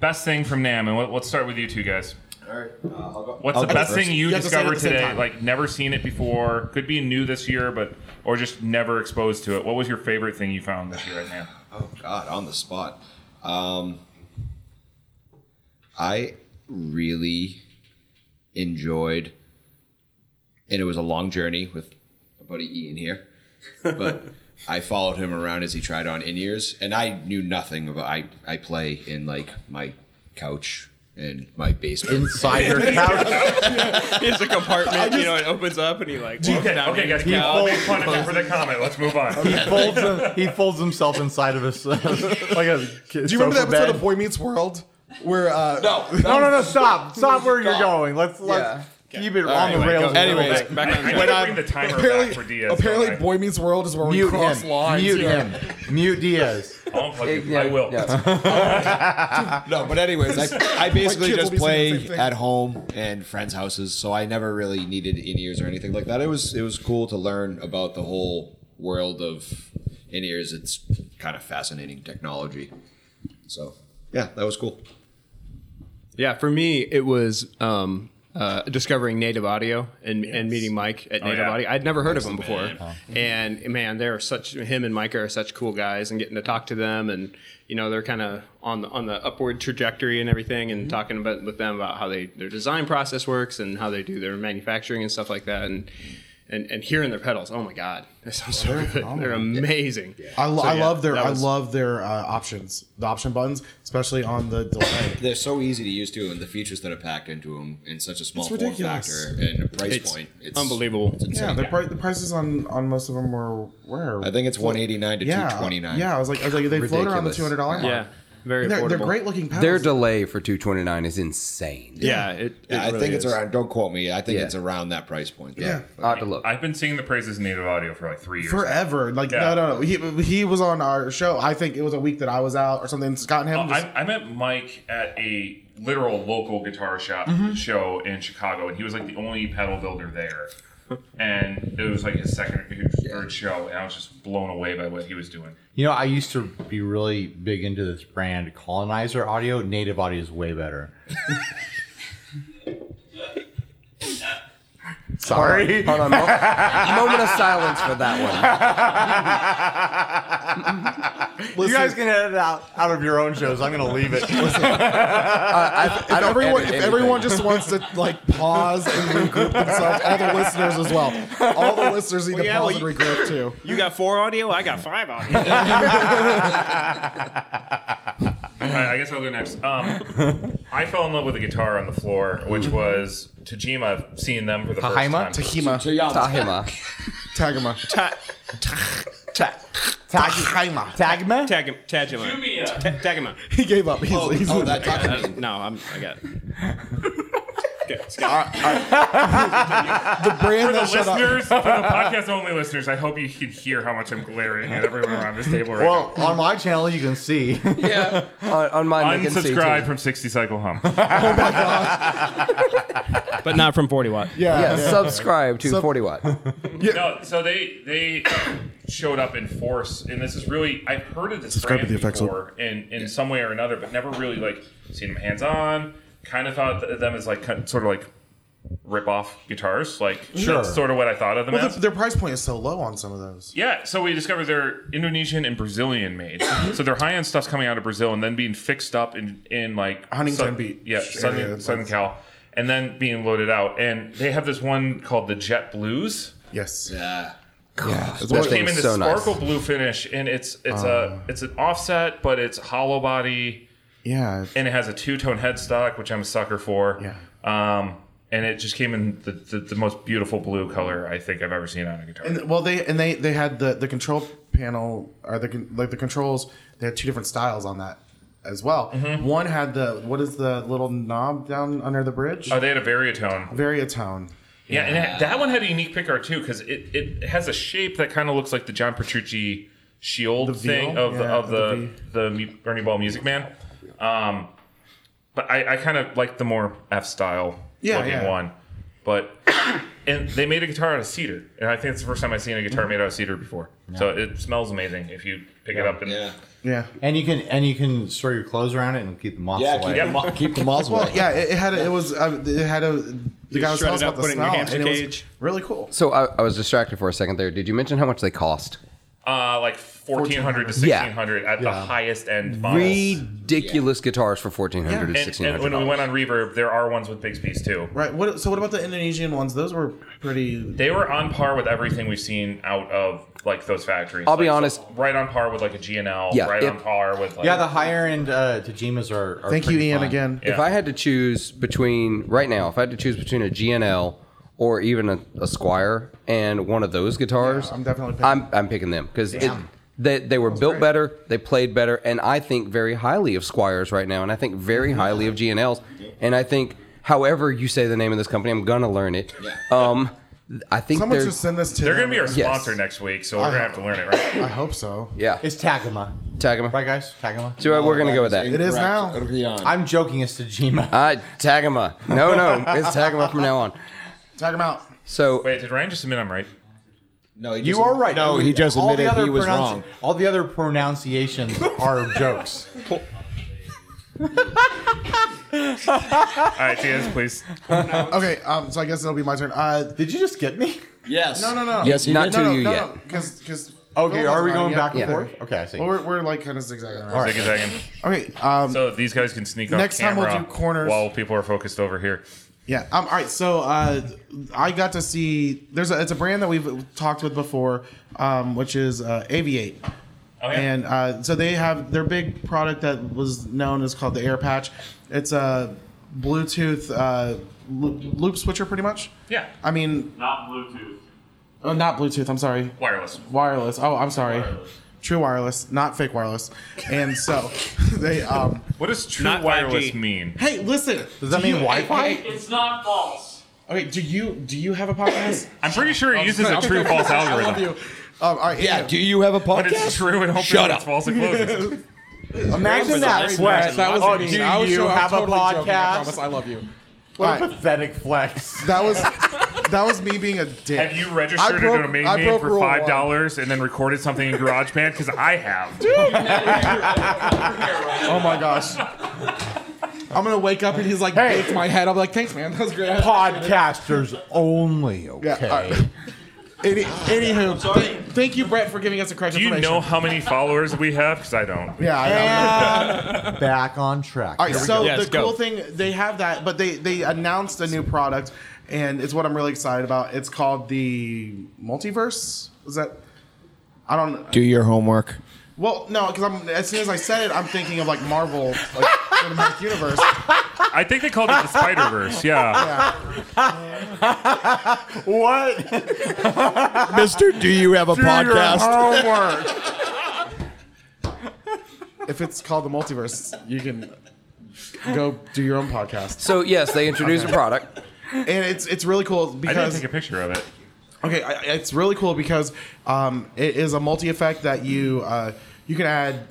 best thing from Nam, and let, let's start with you two guys. All right. Uh, I'll go. What's the go best first. thing you, You have to say it at discovered the same today? time. Like never seen it before, could be new this year, but or just never exposed to it. What was your favorite thing you found this year at Nam? Oh God, on the spot. Um, I really enjoyed, and it was a long journey with my buddy Ian here, but I followed him around as he tried on in ears, and I knew nothing about. I I play in like my couch and my basement. Inside your couch. it's a compartment. you know, it opens up and he like walks Okay, down okay, in guys, the keep couch. all make fun of him for the comment. Let's move on. He folds, him, he folds himself inside of his like a. Do Do you remember that episode of Boy Meets World where uh, No, No, no, no! Stop! Stop where you're going. Let's Yeah. let's keep it on the Anyway, rails. go- a little anyways, bit. back I, on I track. need to bring the timer back for Diaz. apparently don't I? Boy Meets World is where we mute cross him. lines. Mute yeah. him. Mute Diaz. I'll unplug you. Yeah, I will. yeah. No, but anyways, I, I basically kids will just be saying the same play thing. at home and friends' houses, so I never really needed in ears or anything like that. It was it was cool to learn about the whole world of in ears. It's kind of fascinating technology. So yeah, that was cool. Yeah, for me, it was um, uh, discovering Native Audio and, and meeting Mike Oh, at Native yeah. Audio. I'd never heard of him before, and man, they're such him and Mike are such cool guys, and getting to talk to them, and you know, they're kind of on the on the upward trajectory and everything, Mm-hmm. and talking about with them about how they their design process works and how they do their manufacturing and stuff like that, and. And, and hearing their pedals, oh my God, that sounds so good. They're amazing. Oh I, lo- So, I yeah, love their that I was- love their uh, options, the option buttons, especially on the delay. They're so easy to use too, and the features that are packed into them in such a small It's form ridiculous. factor and a price It's point. It's unbelievable. yeah, the, pri- the prices on on most of them were where I think it's one eighty nine to yeah, two twenty nine. Yeah, I was like, I was like they float around the Ridiculous. two hundred dollar mark. Yeah, very they're, affordable. they're great looking pedals. Their delay for 229 is insane. Yeah, it, it I really think it's is. around. Don't quote me. I think Yeah. it's around that price point. Though. Yeah. I'll have to look. I've been seeing the praises of native audio for like three years. forever. Like Yeah. no, no, no. He he was on our show. I think it was a week that I was out or something. Scott and him. Oh, just, I, I met Mike at a literal local guitar shop Mm-hmm. show in Chicago, and he was like the only pedal builder there. And it was like his second or his third show, and I was just blown away by what he was doing. You know, I used to be really big into this brand, Colonizer Audio. Native Audio is way better. Sorry. Hold on, mo- moment of silence for that You guys can edit it out out of your own shows. I'm going to leave it. one. I, I, I if don't everyone, edit if everyone anything. just wants to like pause and regroup themselves, all the listeners as well. All the listeners need to yeah, pause well, and regroup too. You got four audio. I got five audio. I, I guess I'll go next. Um, I fell in love with a guitar on the floor, which Mm-hmm. was Tajima. Seeing them for the first Tahaima? time. Tahima, Tahima. Tagima, Ta- ta- Tagima. Tagma? Tag him. Tag him. up. Ta- Tag him. up. He gave up. He's, Oh, he's oh, that Uh, no, I'm. I got. It. Okay. the brand For the that shut up. listeners, for the podcast only listeners, I hope you can hear how much I'm glaring at everyone around this table right Well, on my channel, you can see. yeah. on, on now. mine, they can see, too. Unsubscribe from 60 Cycle Hump. Oh but not from 40 watt. Yeah, Yeah, yeah. Oh, subscribe to 40 Watt. No, so they they showed up in force, and this is really I've heard of this Subscribe brand to the FXO. before in in some way or another, but never really like seen them hands on. Kind of thought of them as like kind- sort of like rip off guitars, like Sure. that's sort of what I thought of them Well, as. the, their price point is so low on some of those. Yeah, so we discovered they're Indonesian and Brazilian made. so their high end stuff's coming out of Brazil and then being fixed up in in like Huntington Sun- Beach yeah, area. Southern, Southern Cal, and then being loaded out. And they have this one called the Jet Blues. Yes. Yeah. Well, That it came in thing's this so nice. sparkle blue finish, and it's it's a it's an offset, but it's hollow body, Yeah. and it has a two tone headstock, which I'm a sucker for. Yeah. Um, and it just came in the, the, the most beautiful blue color I think I've ever seen on a guitar. And, well, they and they they had the the control panel or the con- like the controls. They had two different styles on that as well. One had the what is the little knob down under the bridge? oh, they had a Variatone. Variatone. Yeah, and that, that one had a unique pickguard too, because it, it has a shape that kind of looks like the John Petrucci shield The thing veal? of the Yeah, of the the the, mu- Ernie Ball Music Man. Um, but I, I kind of like the more F style Yeah, looking yeah. one. But and they made a guitar out of cedar, and I think it's the first time I've seen a guitar made out of cedar before. So it smells amazing if you pick it up and Yeah. Yeah. And you can and you can store your clothes around it and keep the moths Yeah. away. Keep, the mo- keep the miles Well, away. yeah, it, it had a, it was uh, it had a the guy was shred telling us it about up, the put it in your smell, hamster and it was cage. really cool. So I, I was distracted for a second there. Did you mention how much they cost? uh, like fourteen hundred to Yeah. sixteen hundred at the highest end models. Ridiculous guitars for 1400 to and, 1600 and when we went on Reverb, there are ones with Bigspeeds too. Right. What? So what about the Indonesian ones? Those were pretty. They were on par with everything we've seen out of like those factories. I'll be Like, honest. so- right on par with like a GNL. Yeah, right it- on par with like Yeah, the higher end uh, Tajimas are. are Thank you, pretty Ian. fun. Again. Yeah. If I had to choose between right now, if I had to choose between a GNL or even a, a Squire and one of those guitars, Yeah, I'm definitely picking- I'm, I'm picking them because they they were built better, they played better, and I think very highly of Squires right now, and I think very Mm-hmm. highly of GNLs, and I think however you say the name of this company, I'm gonna learn it. Um, I think Someone there's should send this to. they're them. gonna be our Yes. sponsor next week, so we're gonna have to learn it, right? I hope so. yeah. It's Tagama. Tag them. Right, guys? Tagama? So we're gonna go with that. It is now. It'll be on. I'm joking, it's Tajima. Uh, tag 'em up. No, no, it's tag 'em up from now on. Tag them out. So Wait, did Ryan just admit I'm right? no, he You just- are right. No, he just All the admitted other he was pronounci- wrong. All the other pronunciations are jokes. All right, Diaz, please. Okay. Um. So I guess it'll be my turn. Uh. Did you just get me? Yes. No. No. No. Yes, not to no, you no, yet. Because because. Okay, are we going back and Yeah. forth? Okay, I see. Well, we're, we're like kind of zigzagging. Around. Take a second. Okay. Um. So these guys can sneak off Next time we'll camera do corners. while people are focused over here. Yeah. Um, all right. So uh, I got to see. There's a, it's a brand that we've talked with before, um, which is uh, Aviate. Oh, yeah. And uh, so they have their big product that was known as called the Air Patch. It's a Bluetooth uh, lo- loop switcher, pretty much. Yeah. I mean, Not Bluetooth. oh, not Bluetooth. I'm sorry. Wireless. Wireless. Oh, I'm sorry. True wireless, not fake wireless. And so they. Um, What does true Not 5G. wireless mean? hey, listen. Does that do mean you- Wi-Fi? It's not false. Okay. Do you do you have a podcast? I'm pretty sure it uses a true false I love you. algorithm. Um, all right. Yeah. Do you have a But it's podcast? true and opens Shut and up. it's false and closes. Imagine that. Flex. That was Oh, mean. do I was you joking. I'm have a totally joking. podcast? I promise. I love you. What a Alright. pathetic flex. That was that was me being a dick. Have you I registered a broke- domain I name broke for rule five one. dollars and then recorded something in GarageBand? Because I have. Oh my gosh. I'm gonna wake up and he's like Hey. baked my head. I'm like, thanks, man. That was great. Podcasters only, Yeah, okay? alright. Any, anywho, th- thank you, Brett, for giving us a correct Do you information. know how many followers we have? Because I don't. yeah, I know. And back on track. All right, so Yes, the go. cool thing they have that, but they they announced a new product, and it's what I'm really excited about. It's called the Multiverse. Is that? I don't. Do your homework. Well, no, because I'm as soon as I said it, I'm thinking of like Marvel, like cinematic universe. I think they called it the Spider Verse. Yeah. What? Mister, do you have a podcast? homework. If it's called the multiverse, you can go do your own podcast. So yes, they introduced a product. and it's it's really cool I didn't because take a picture of it. Okay, I- I- it's really cool because um, it is a multi effect that you uh, you can add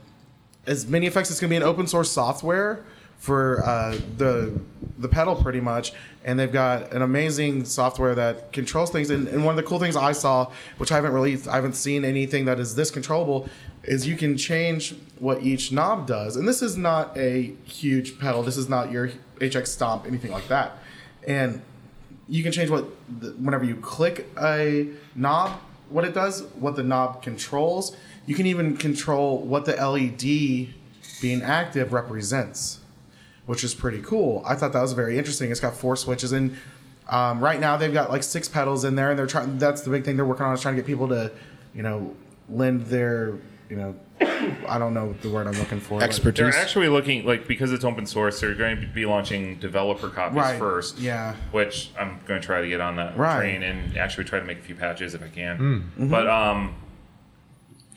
as many effects. It's going to be an open source software for uh, the the pedal, pretty much. And they've got an amazing software that controls things. And, and one of the cool things I saw, which I haven't released, I haven't seen anything that is this controllable, is you can change what each knob does. And this is not a huge pedal. This is not your HX Stomp, anything like that. And you can change what the, whenever you click a knob what it does what the knob controls you can even control what the led being active represents which is pretty cool i thought that was very interesting it's got four switches and um, right now they've got like six pedals in there and they're trying that's the big thing they're working on is trying to get people to you know lend their you know i don't know the word i'm looking for but- They're expertise. actually looking like because it's open source, they're going to be launching developer copies Right, first. yeah. Which I'm going to try to get on that Right. Mm-hmm. train and actually try to make a few patches if I can. But um,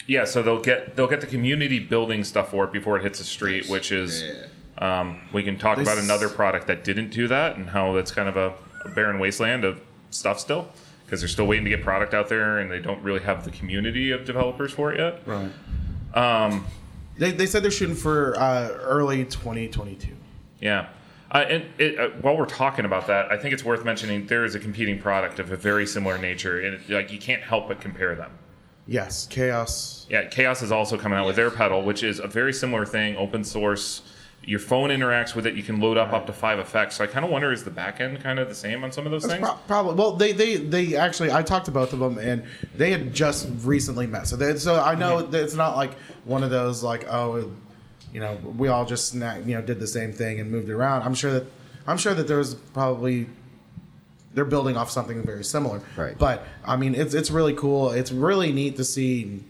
yeah. So they'll get they'll get the community building stuff for it before it hits the street, which is um, we can talk about This- another product that didn't do that and how that's kind of a, a barren wasteland of stuff still because they're still waiting to get product out there and they don't really have the community of developers for it yet. right Um, they, they said they're shooting for uh, early 2022 Yeah. Uh, and it, uh, while we're talking about that, I think it's worth mentioning there is a competing product of a very similar nature, and it, like you can't help but compare them. yes chaos Yeah, Chaos is also coming out with their pedal, which is a very similar thing, open source. Your phone interacts with it. You can load up up to five effects. So I kind of wonder is the back end kind of the same on some of those That's things? pro- probably well. They they they actually I talked to both of them and they had just recently met, so they so I know Mm-hmm. that it's not like one of those like oh, you know we all just sna- you know did the same thing and moved around. I'm sure that I'm sure that there was probably they're building off something very similar. Right. But I mean, it's it's really cool. It's really neat to see.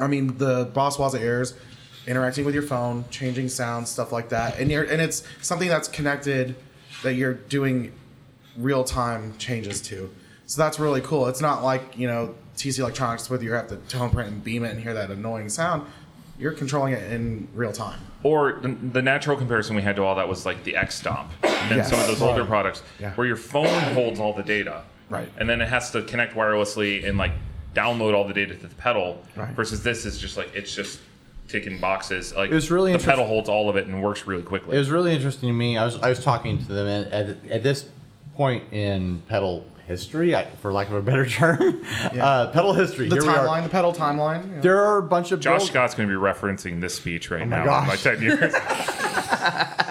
I mean, the boss walls of airs interacting with your phone, changing sounds, stuff like that, and you're and it's something that's connected that you're doing real time changes to. So that's really cool. It's not like you know TC Electronics where you have to tone print and beam it and hear that annoying sound. You're controlling it in real time. Or the, the natural comparison we had to all that was like the X Stomp and Yes. some of those older Right. products Yeah. where your phone holds all the data. Right. And then it has to connect wirelessly and like download all the data to the pedal Right. versus this is just like it's just ticking boxes. Like It was really the pedal interest- holds all of it and works really quickly. It was really interesting to me. I was I was talking to them at, at, at this point in pedal history, I, for lack of a better term, uh, pedal history. The here we are. timeline, the pedal timeline. yeah. There are a bunch of Josh build- Oh Scott's going to be referencing this speech right now. gosh. In like 10 years.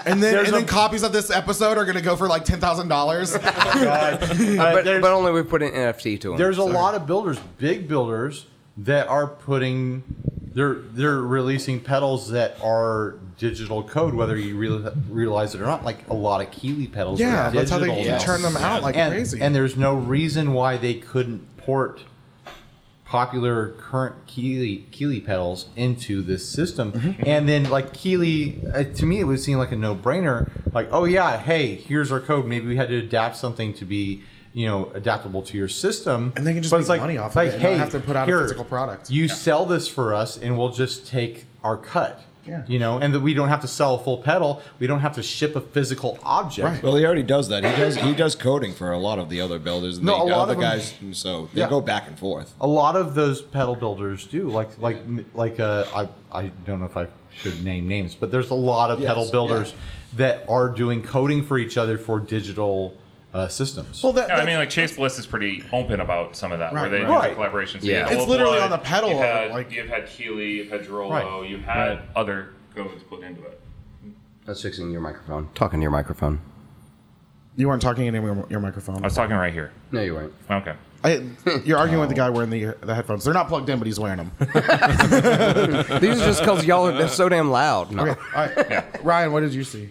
And then, There's and then a- copies of this episode are going to go for like ten thousand dollars. uh, But, there's- but only we put an NFT to him. There's a lot of builders, big builders, that are putting they're they're releasing pedals that are digital code, whether you real, realize it or not. Like a lot of Keeley pedals, are Yeah, that's how they digital now. turn them out like and, crazy. And there's no reason why they couldn't port popular current Keeley Keeley pedals into this system. Mm-hmm. And then like Keeley, uh, to me, it would seem like a no-brainer. Like, oh yeah, hey, here's our code. Maybe we had to adapt something to be you know adaptable to your system. And they can just But it's make like, money off of like, it and Hey, not have to put out a here, physical product." You sell this for us, and we'll just take our cut. Yeah. You know, and that we don't have to sell a full pedal. We don't have to ship a physical object. Right. Well, he already does that. He does he does coding for a lot of the other builders. And No, they, a lot other of them- guys. So they Yeah. go back and forth. a lot of those pedal builders do like like like uh, I I don't know if I should name names, but there's a lot of Yes, pedal builders that are doing coding for each other for digital uh, systems. well, that, Yeah, I that- mean, like Chase Bliss is pretty open about some of that, where Right, they right. do the collaborations. Yeah. together. It's Old literally Blood, on the pedal, You've had, like- you've had Keeley, you've had Girolo, Right. you've had other codes put into it. That's fixing your microphone. Talking to your microphone. you weren't talking into your- your microphone. I was talking right here. No, you weren't. Okay. I, you're arguing with the guy wearing the, the headphones. They're not plugged in, but he's wearing them. These are just because y'all are they're so damn loud. No. All right. Ryan, what did you see?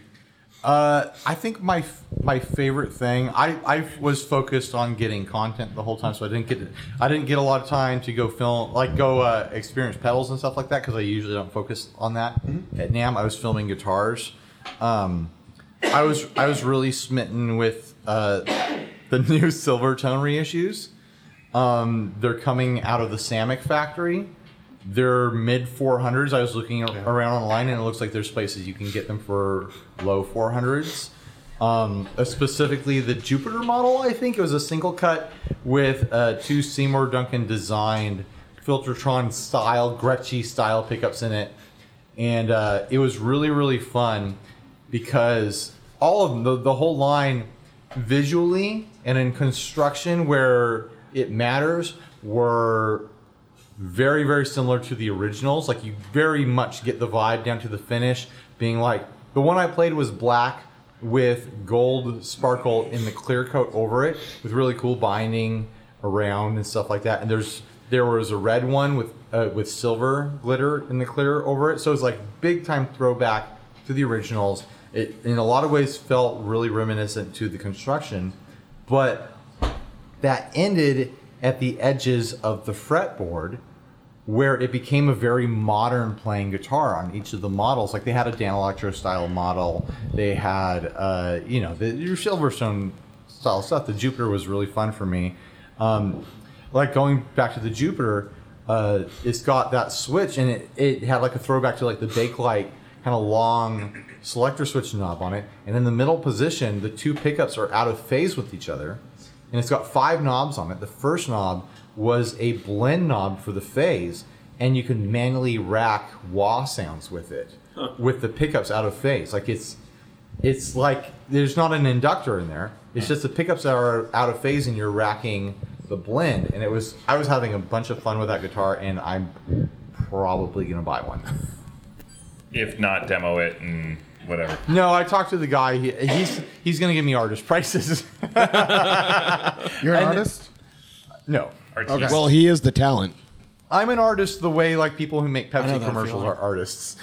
Uh, I think my f- my favorite thing I, I was focused on getting content the whole time, so I didn't get I didn't get a lot of time to go film like go uh, experience pedals and stuff like that because I usually don't focus on that Mm-hmm. at Nam. I was filming guitars. Um, I was I was really smitten with uh, the new Silvertone reissues. Um, they're coming out of the Samick factory. They're mid 400s. I was looking ar- around online, and it looks like there's places you can get them for low 400s. um, uh, specifically the Jupiter model. I think it was a single cut with uh, two Seymour Duncan designed Filtertron style, Gretschy style pickups in it, and uh, it was really really fun because all of them, the, the whole line visually and in construction where it matters were very very similar to the originals like you very much get the vibe down to the finish being like the one i played was black with gold sparkle in the clear coat over it with really cool binding around and stuff like that and there's there was a red one with uh, with silver glitter in the clear over it so it's like big time throwback to the originals it in a lot of ways felt really reminiscent to the construction but that ended at the edges of the fretboard where it became a very modern playing guitar on each of the models like they had a dan electro style model they had uh, you know the your silverstone style stuff the jupiter was really fun for me um, like going back to the jupiter uh, it's got that switch and it, it had like a throwback to like the bakelite kind of long selector switch knob on it and in the middle position the two pickups are out of phase with each other and it's got five knobs on it. The first knob was a blend knob for the phase, and you can manually rack wah sounds with it, with the pickups out of phase. Like it's, it's like there's not an inductor in there. It's just the pickups are out of phase, and you're racking the blend. And it was I was having a bunch of fun with that guitar, and I'm probably gonna buy one. If not, demo it and whatever. No, I talked to the guy. He, he's he's gonna give me artist prices. You're an artist. no. Artiste. Well, he is the talent. I'm an artist the way like people who make Pepsi commercials are artists.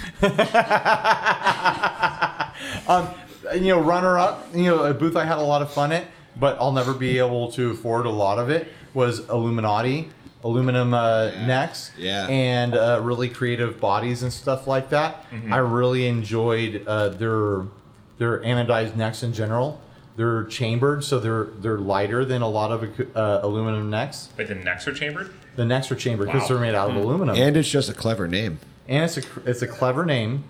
um, you know, runner up. You know, a booth I had a lot of fun at, but I'll never be able to afford a lot of it. Was Illuminati, aluminum uh, necks, Yeah. and uh, really creative bodies and stuff like that. Mm-hmm. I really enjoyed uh, their their anodized necks in general. They're chambered, so they're they're lighter than a lot of uh, aluminum necks. Wait, the necks are chambered? The necks are chambered because Wow. they're made out Mm. of aluminum And it's just a clever name. and it's a it's a clever name.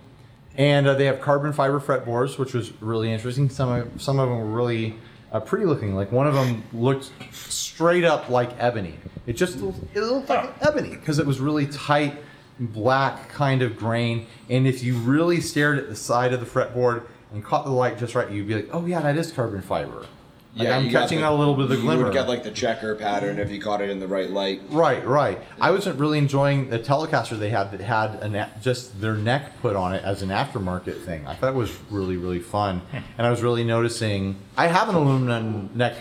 And uh, they have carbon fiber fretboards, which was really interesting. Some of some of them were really uh, pretty looking. Like one of them looked straight up like ebony. It just it looked like ebony because it was really tight, black kind of grain. And if you really stared at the side of the fretboard and caught the light just right, you'd be like, "Oh yeah, that is carbon fiber." Like, I'm you got catching the- that a little bit of the glimmer. You would get like the checker pattern if you caught it in the right light. Right, right. I wasn't really enjoying the Telecaster they had that had an a- just their neck put on it as an aftermarket thing. I thought it was really, really fun, and I was really noticing. I have an aluminum neck,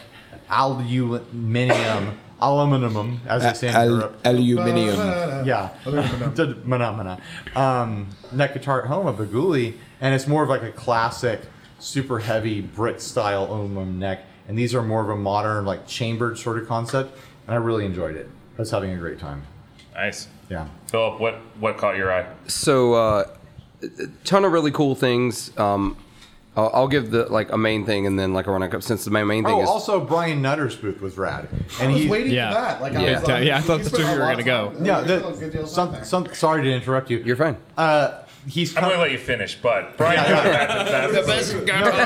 aluminum, aluminum, as they say in Europe. Aluminium. Yeah, phenomena. Um, neck guitar at home, a Baguli, and it's more of like a classic, super heavy Brit style aluminum neck, and these are more of a modern, like chambered sort of concept, and I really enjoyed it. I was having a great time. Nice. Yeah. Philip, what, what caught your eye? so uh, a ton of really cool things. Um, I'll, I'll give the like a main thing and then like a run up since my main thing Oh, is also Brian Nutter's booth was rad, I and was he. waiting Yeah. for that. Like, I Yeah. was like, Yeah, I thought he's that's put where you a were lot gonna of- go. there's yeah, still good the, deals out some, there. some, sorry to interrupt you. you're fine. uh, he's I'm going to come- let you finish, but Brian, that's,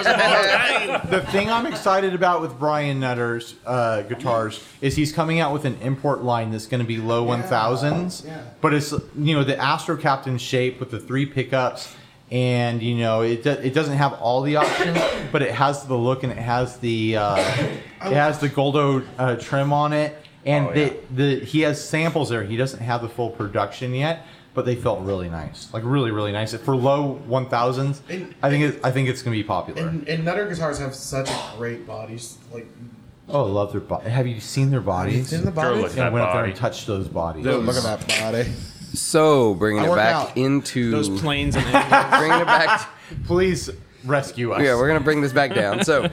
that's, the thing I'm excited about with Brian Nutter's uh, guitars is he's coming out with an import line that's going to be low 1000s, Yeah. but it's you know the Astro Captain shape with the three pickups, and you know it do, it doesn't have all the options, but it has the look and it has the uh, it has the Goldo uh, trim on it, and Oh, the, yeah. the he has samples there. He doesn't have the full production yet. But they felt really nice, like really, really nice. For low 1000s, And- I think it, I think it's gonna be popular. And, and Nutter guitars have such a great bodies. Like, Oh, I love their body. Have you seen their bodies? in the Girl, bodies. look. And I That went up there body. and touched those bodies. Those- Those, Look Look at at that body. So bringing I it work back out. into Those planes and bringing it back. please rescue us. Yeah, we're gonna bring this back down. So,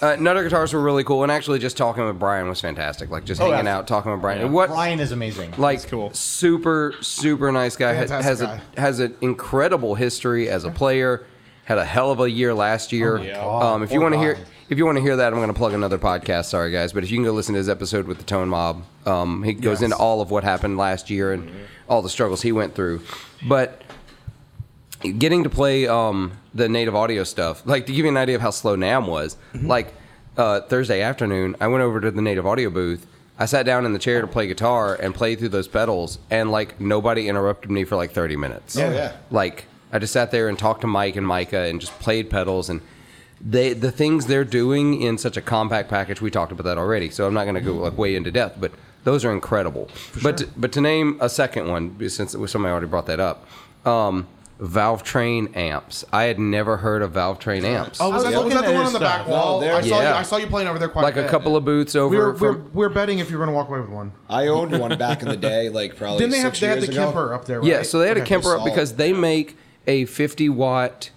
uh, Nutter guitars were really cool, and actually, just talking with Brian was fantastic. Like just hanging Oh, yeah. out, talking with Brian. What Brian is amazing. like cool. super super nice guy Ha- Fantastic has guy. a has an incredible history as a player. Had a hell of a year last Oh, year. um, if you want to hear if you want to hear that, I'm going to plug another podcast. Sorry guys, but if you can go listen to his episode with the Tone Mob, um, he goes Mm-hmm. into all of what happened last year and all the struggles he went through. But getting to play um, the native audio stuff, like to give you an idea of how slow NAM was, like uh, Thursday afternoon, I went over to the native audio booth. I sat down in the chair to play guitar and played through those pedals, and like nobody interrupted me for like 30 minutes. Oh, yeah. Like I just sat there and talked to Mike and Micah and just played pedals and they the things they're doing in such a compact package. We talked about that already, so I'm not going to go like way into depth, but those are incredible. But to, but to name a second one, since somebody already brought that up, um, Valve Train amps. I had never heard of Valve Train amps. Oh, I was was, that, was looking that the at one on his the back stuff. wall? No, there- I, saw you, Yeah. I saw you playing over there quite like a, a bit. couple of booths over We were, we from were, we were betting if you were going to walk away with one. I owned one back in the day, like probably. Didn't they have six they had years the ago. Kemper up there? Right? Yeah, so they had a Okay. Kemper up solid. because they make a 50 watt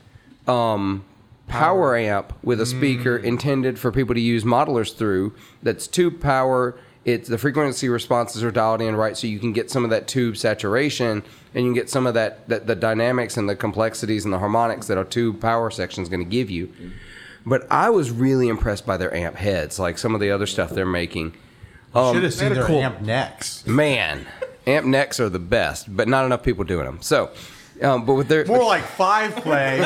um, power amp Mm. with a speaker intended for people to use modelers through. That's tube power. It's the frequency responses are dialed in right, so you can get some of that tube saturation, and you can get some of that, that the dynamics and the complexities and the harmonics that a tube power section is going to give you. Mm. But I was really impressed by their amp heads, like some of the other stuff they're making. Um, um, Should have seen had a their cool- amp next. Man, amp necks are the best, but not enough people doing them. So, um, but with their, More like five play.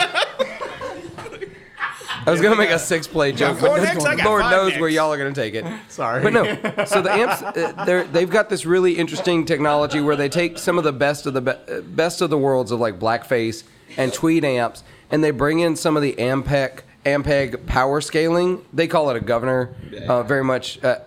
I was gonna make a six play joke, but four necks, I got Lord five knows necks. where y'all are gonna take it. Sorry. but no. So the amps, uh, they're, they've got this really interesting technology where they take some of the best of the be- uh, best of the worlds of like blackface and tweed amps, and they bring in some of the Ampeg Ampeg power scaling. They call it a governor, uh, very much. Uh,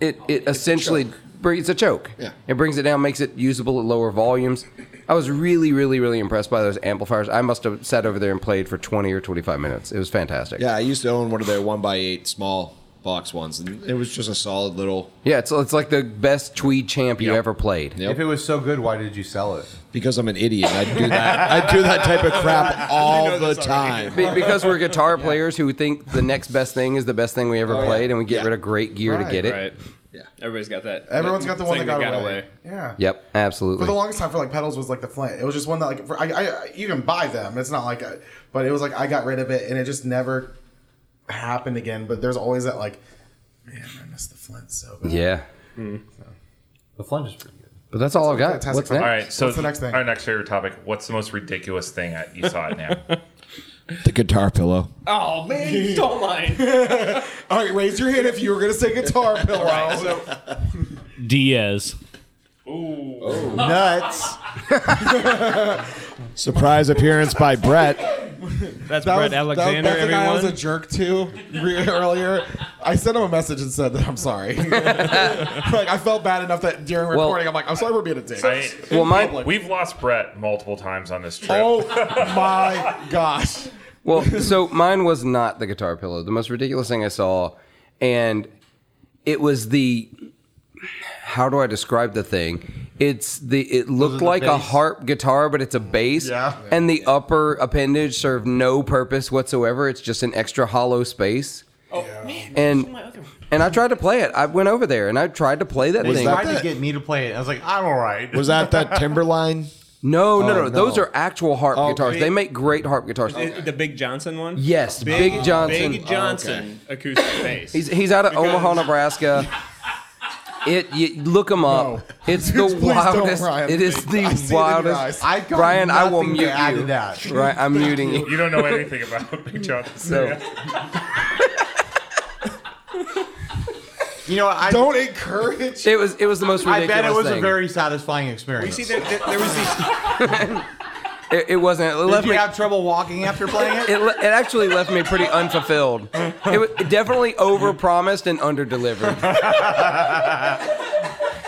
it it essentially brings a choke. Yeah. It brings it down, makes it usable at lower volumes. I was really, really, really impressed by those amplifiers. I must have sat over there and played for 20 or 25 minutes. It was fantastic. Yeah, I used to own one of their one by eight small box ones, and it was just a solid little Yeah, it's, it's like the best tweed champ you ever played. Yep. If it was so good, why did you sell it? because I'm an idiot. I do that. I do that type of crap all the time. Be- because we're guitar players who think the next best thing is the best thing we ever Oh, yeah. played, and we get Yeah. rid of great gear to Right, get it. Right. Yeah. Everybody's got that. Everyone's got the one that thing got, away. Yeah. Yep, For absolutely. the longest time, for like pedals was like the flint. It was just one that like for, I, I, I- you can buy them. It's not like, I, but it was like I got rid of it, and it just never happened again. But there's always that like, man, I miss the flint so bad. yeah, Hmm. The flunge is pretty good. but that's all I've got. Fantastic What's fun. next? All right, so What's the next thing? our next favorite topic. What's the most ridiculous thing that you saw at NAM? The guitar pillow. Oh man, don't lie. All right, raise your hand if you were gonna say guitar pillow. Diaz. Oh, Nuts. Surprise appearance by Brett. That's That Brett was, that, Alexander. that's the guy I was a everyone. jerk to re- earlier. I sent him a message and said that I'm sorry. like I felt bad enough that during Well- recording, I'm like, I'm sorry for being a dick. I, Well, my we've lost Brett multiple times on this trip. oh my gosh. Well, so mine was not the guitar pillow. The most ridiculous thing I saw, and it was the how do I describe the thing? It's the it looked the like a bass? harp guitar, but it's a bass. Yeah. And the upper appendage served no purpose whatsoever. It's just an extra hollow space. Oh man. And and I tried to play it. I went over there and I tried to play that Was thing. that- Tried to get me to play it. I was like, I'm all right. Was that that Timberline? No, no, no, Oh, no. Oh, Those are actual harp guitars. big- They make great harp guitars. The- the Big Johnson one. Yes, Big, Johnson. Oh, Big Johnson acoustic bass. He's, he's out of Omaha, Nebraska. It you, look him up. It's the Please don't, wildest. Ryan. It is the I see it in your eyes. wildest. I got Brian, I will nothing to mute add you. to that. Right, I'm muting you. You don't know anything about Big Johnson. So, You know, I Don't encourage. it was it was the most I ridiculous bet it was thing. a very satisfying experience. See, there, there, there was these. It, it wasn't. It Did left you me. have trouble walking after playing it? It, le- it actually left me pretty unfulfilled. It was it definitely overpromised and underdelivered.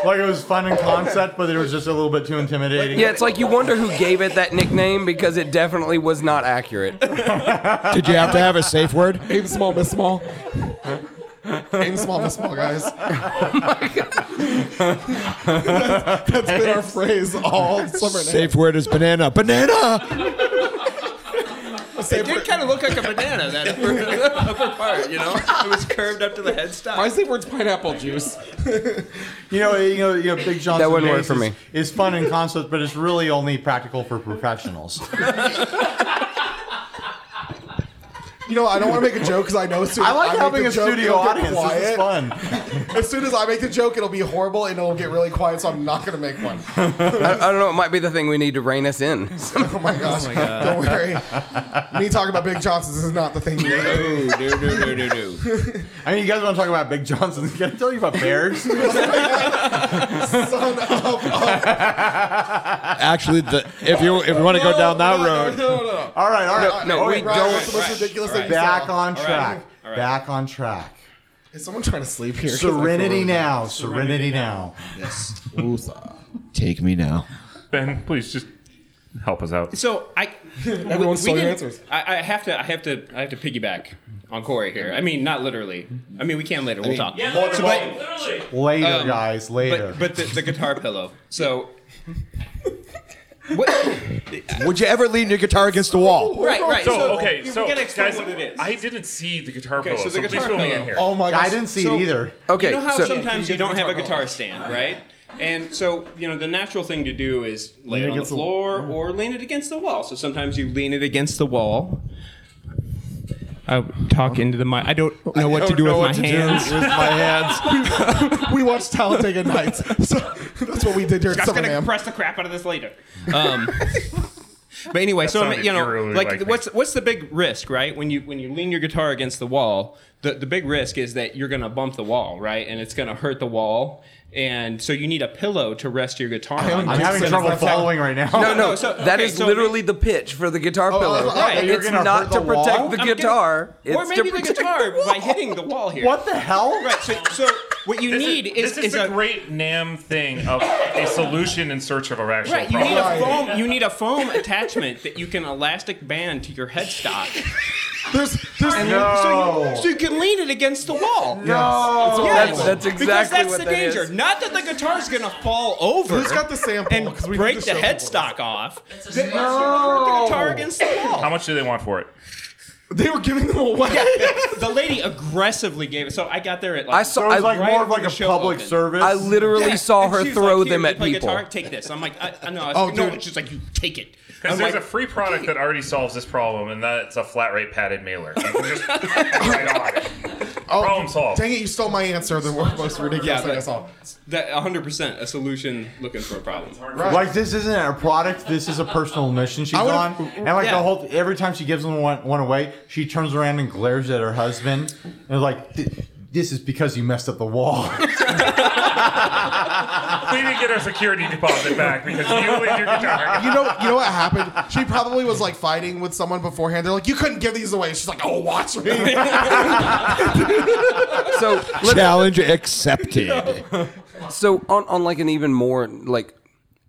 Like it was fun in concept, but it was just a little bit too intimidating. Yeah, it's like you wonder who gave it that nickname because it definitely was not accurate. Did you have to have a safe word? Aim small, miss small. Aim small, miss small, guys. that's, that's been our phrase all summer. now. Safe word is banana. Banana. Safe It word- kind of looked like a banana, that upper, upper part, you know? It was curved up to the My headstock. safe word's pineapple juice. You know, you know, you know, Big Johnson. That wouldn't work bass for is- me. Is fun in concept, but it's really only practical for professionals. You know, I don't want to make a joke because I know as soon as I like make having the a joke, studio it'll get audience. This is quiet. fun. As soon as I make the joke, it'll be horrible and it'll get really quiet. So I'm not gonna make one. I, I don't know. It might be the thing we need to rein us in. Oh my gosh! Don't worry. Me talking about Big Johnson's is not the thing. You do. No, no, no, no, no, no. I mean, you guys want to talk about Big Johnson? Can I tell you about bears? Son of a- Actually, the, if you if you want to go down that road, No, no, no. All right, all right. no, Oh, we wait, Right, Don't- what's the most ridiculous thing you Back saw? on track. Back on track. Is someone trying to sleep here? Serenity now. Serenity now. take me now. Ben, please just help us out. So I, Everyone we stole your didn't- answers. I, I have to, I have to, I have to piggyback on Corey here. I mean, not literally. I mean, we can later. We'll talk. So, but- Later, guys. Later. but, but the, the guitar pillow. So Would you ever lean your guitar against the wall? right, right. So, So, okay, we so gotta explain guys, what it is. I didn't see the guitar Okay, pillow, so so, the please guitar fill me in pillow. here. Oh my gosh! I didn't see So- it either. Okay, you know how so sometimes you don't have a guitar stand, right? And so, you know, the natural thing to do is lay it on the against the- floor or lean it against the wall. So sometimes you lean it against the wall. I talk into the mic. I don't know what to do with my hands. with my hands. We watched Talladega Nights. So that's what we did here at I'm Summer gonna Nam. press the crap out of this later. Um, but anyway, so I mean, sounded you know, eerily like, like me. what's what's the big risk, right? When you when you lean your guitar against the wall, the the big risk is that you're gonna bump the wall, right? And it's gonna hurt the wall, and so you need a pillow to rest your guitar. on. I'm having trouble following right now. No, no, so- that okay, is so literally the pitch for the guitar pillow. right. Oh, You're It's gonna not hurt to the wall? protect the I'm getting- guitar. or It's to maybe the protect guitar wall. by hitting the wall here. What the hell? Right. So, so what you This is- need is, this is, a the great Nam thing of a solution in search of a rational Right, you problem. need a foam. You need a foam attachment that you can elastic band to your headstock. There's, there's So, you, so you can lean it against the wall. no. That's, that's Because exactly that's what the that is. danger. Not that the guitar's gonna fall over. Who's got the sample? and 'Cause we break need to the show people. headstock off. Then hurt the guitar against the How wall. much do they want for it? They were giving them away. the lady aggressively gave it. So I got there at like. I saw. So it's I, like right more of when like the a show public opened. service. I literally Yeah. saw And her she was throw like, "Here, them you at play people. Guitar, take this. I'm like, I, I know. I was Oh, like, no. dude. She's like, you take it. Because I'm there's like, a free product that already solves this problem, and that's a flat rate padded mailer. You can just right on it. Oh. Problem solved. Dang it! You stole my answer. The most ridiculous Yeah, thing I but- saw. that 100 percent a solution looking for a problem. Like this isn't a product. This is a personal mission she's I would've- on. And like Yeah. the whole every time she gives them one, one away, she turns around and glares at her husband and like, "Th- "This is because you messed up the wall." We didn't get our security deposit back because you and your guitar. You know, you know what happened? She probably was like fighting with someone beforehand. They're like, "You couldn't give these away." She's like, "Oh, watch me." So let's Challenge accepted. So on, on like an even more like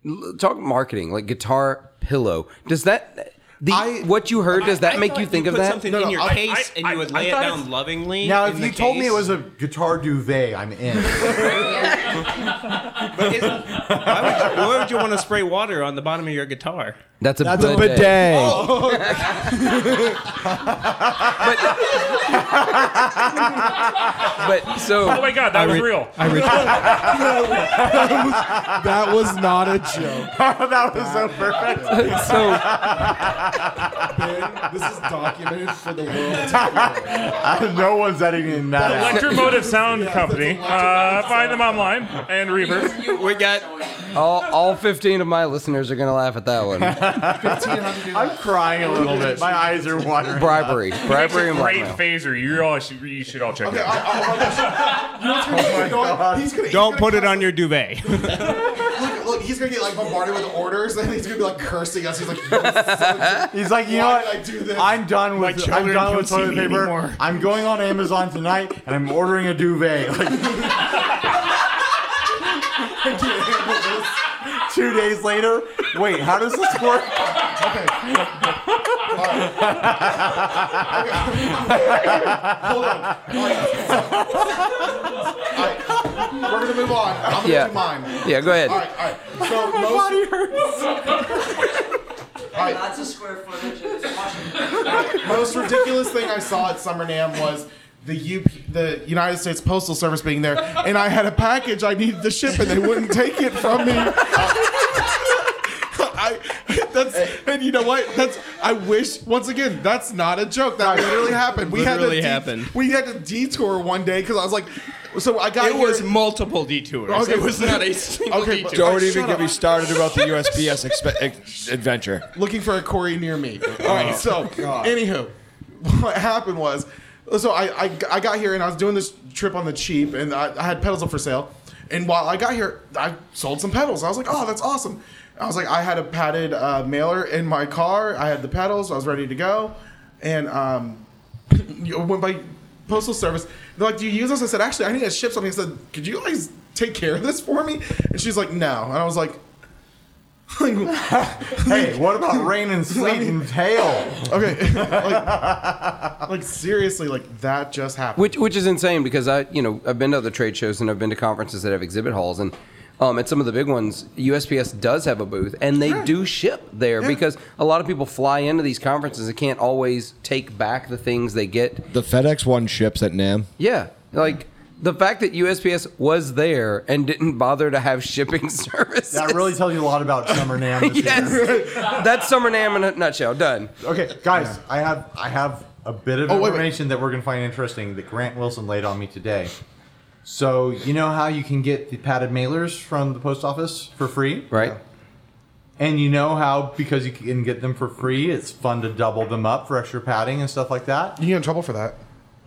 l- talk marketing like guitar pillow. Does that the I- what you heard? Does that I make thought you think of put that? something No, in no, your I- case, I- and you would I- I lay it thought down if- lovingly. now, in if the you told me case. it was a guitar duvet, I'm in. Is- why, would you, why would you want to spray water on the bottom of your guitar? Oh. That's a That's a bidet. bidet. But so Oh my god, that was re- real. that was not a joke. that was so perfect. so Ben, this is documented for the world. no one's editing that out. Electromotive Sound Company. Uh, find them online and Reverb. We got all, all fifteen of my listeners are gonna laugh at that one. I'm crying a little bit. My eyes are watering. Bribery, That's bribery, a and great blackmail. phaser. You all should, you should all check it out. He's gonna, he's don't gonna put get- it on your duvet. Look, look, he's gonna get like bombarded with orders, and he's gonna be like cursing us. He's like, "You son of a-" He's like, you know Why what? did I do this? I'm done with I'm children done don't with see toilet me paper. anymore. I'm going on Amazon tonight and I'm ordering a duvet. Like, I can't handle this. Two days later, wait, how does this work? "Hold on, All right. All right. we're gonna move on. I'm gonna Yeah. do mine." Yeah, go ahead. All right, all right. So most, Lots of square footage. and it's washing. most ridiculous thing I saw at Summer Nam was the UP, the United States Postal Service being there, and I had a package I needed to ship, and they wouldn't take it from me. I, That's and you know what? That's I wish once again. That's not a joke. That literally happened. We Literally had to happened. We had to detour one day because I was like, so I got It was here- multiple detours. Okay, it was but- not a single okay, but- detour. Don't even shut get up. me started about the USPS expe- ex- adventure. looking for a Corey near me. All right, so anywho, what happened was, so I, I I got here and I was doing this trip on the cheap, and I, I had pedals up for sale, and while I got here, I sold some pedals. I was like, oh, that's awesome. I was like, I had a padded uh, mailer in my car. I had the pedals. I was ready to go, and um, you went by postal service. They're like, "Do you use this?" I said, "Actually, I need to ship something." I said, "Could you guys take care of this for me?" And she's like, "No," and I was like. hey, what about rain and sleet and hail? Okay, like, like, seriously, like that just happened. Which which is insane because I you know I've been to other trade shows and I've been to conferences that have exhibit halls and um, at some of the big ones USPS does have a booth and they do ship there because a lot of people fly into these conferences and can't always take back the things they get. The FedEx one ships at Nam. Yeah, like the fact that USPS was there and didn't bother to have shipping service. That really tells you a lot about Summer Nam. This year. yes, that's Summer Nam in a nutshell. Done. Okay, guys, I have I have a bit of Oh, wait, wait. information that we're gonna find interesting that Grant Wilson laid on me today. So you know how you can get the padded mailers from the post office for free, right? And you know how because you can get them for free, it's fun to double them up for extra padding and stuff like that. You get in trouble for that.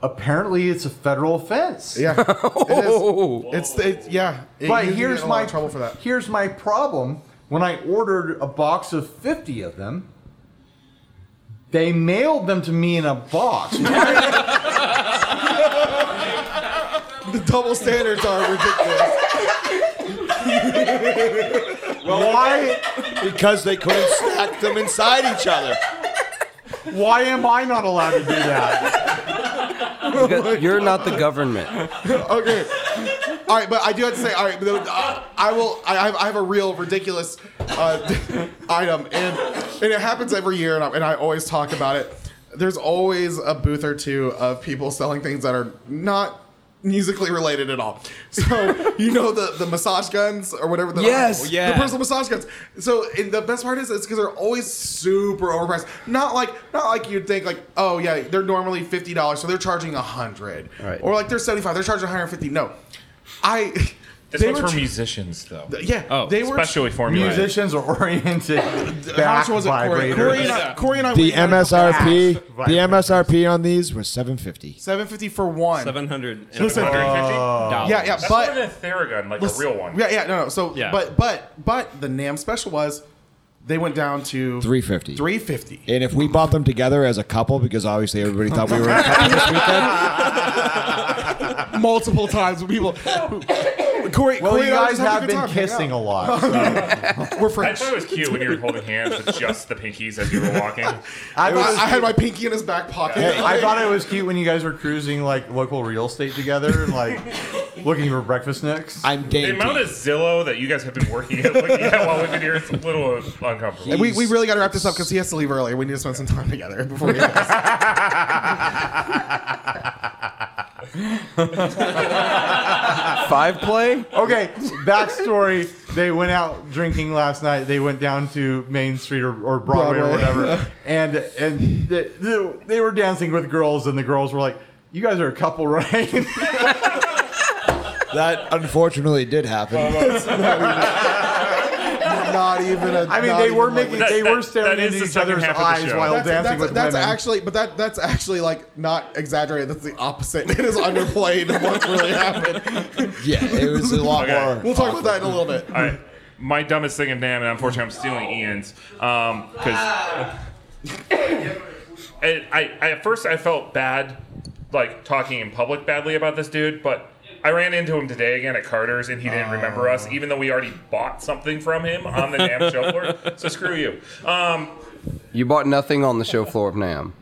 Apparently, it's a federal offense. Yeah. Oh, it's it's yeah. It- but you- you here's get in a lot my of trouble for that. here's my problem. When I ordered a box of fifty of them, they mailed them to me in a box. The double standards are ridiculous. why Because they couldn't stack them inside each other. why am I not allowed to do that? Because you're not the government. okay. All right, but I do have to say, all right, though, uh, I will. I I have, I have a real ridiculous uh, item, and and it happens every year, and I, and I always talk about it. There's always a booth or two of people selling things that are not musically related at all. So you know the the massage guns or whatever. The, Yes. the personal massage guns. So and the best part is it's because they're always super overpriced. Not like not like you'd think like oh yeah they're normally fifty dollars so they're charging a hundred Right. or like they're seventy five they're charging one hundred fifty. No, I. This one's were for ch- musicians, though. Yeah, Oh, they were. Especially formulated. Musicians are oriented How back much was it, Corey? vibrators. uh, Corey and I, Corey and I The went down to MSRP, Right. the MSRP on these was 750. seven fifty for one. Seven hundred Listen, dollars. yeah, yeah, Uh, That's but better than Theragun, like Listen- a real one. Yeah, yeah, no, no. So, Yeah. but but but the Nam special was they went down to 350. three fifty. And if we bought them together as a couple, because obviously everybody thought we were a couple this weekend, multiple times with people. Corey, Well, Corey you and I guys just having have a good been time hanging kissing out. a lot. so- We're I friends. thought it was cute when you were holding hands with just the pinkies as you were walking. I, I, thought it was I had cute- my pinky in his back pocket. I thought it was cute when you guys were cruising like local real estate together and like looking for breakfast nooks. I'm The amount dainty. of Zillow that you guys have been working at, looking at while we've been here is a little uncomfortable. we, we really got to wrap this up because he has to leave early. We need to spend some time together before we end this. Five play. Okay, backstory. They went out drinking last night. They went down to Main Street or, or Broadway, or Broadway. whatever, and and they, they- they were dancing with girls, and the girls were like, "You guys are a couple, right?" That unfortunately did happen. not even a. I mean, not they even were like- making, That- they were that- that staring is into the each second other's half of the eyes show. while That's, dancing that's, with that's women. actually, but that that's actually like not exaggerated. That's the opposite. It is underplayed of what's really happened. Yeah, it was a lot Okay. more. We'll talk about that in a little bit. All right. My dumbest thing of Nam, and unfortunately, I'm stealing Ian's. Um, because I, I, at first I felt bad, like talking in public badly about this dude, but I ran into him today again at Carter's, and he didn't remember us, Oh. even though we already bought something from him on the Nam show floor. So screw you. Um, You bought nothing on the show floor of Nam.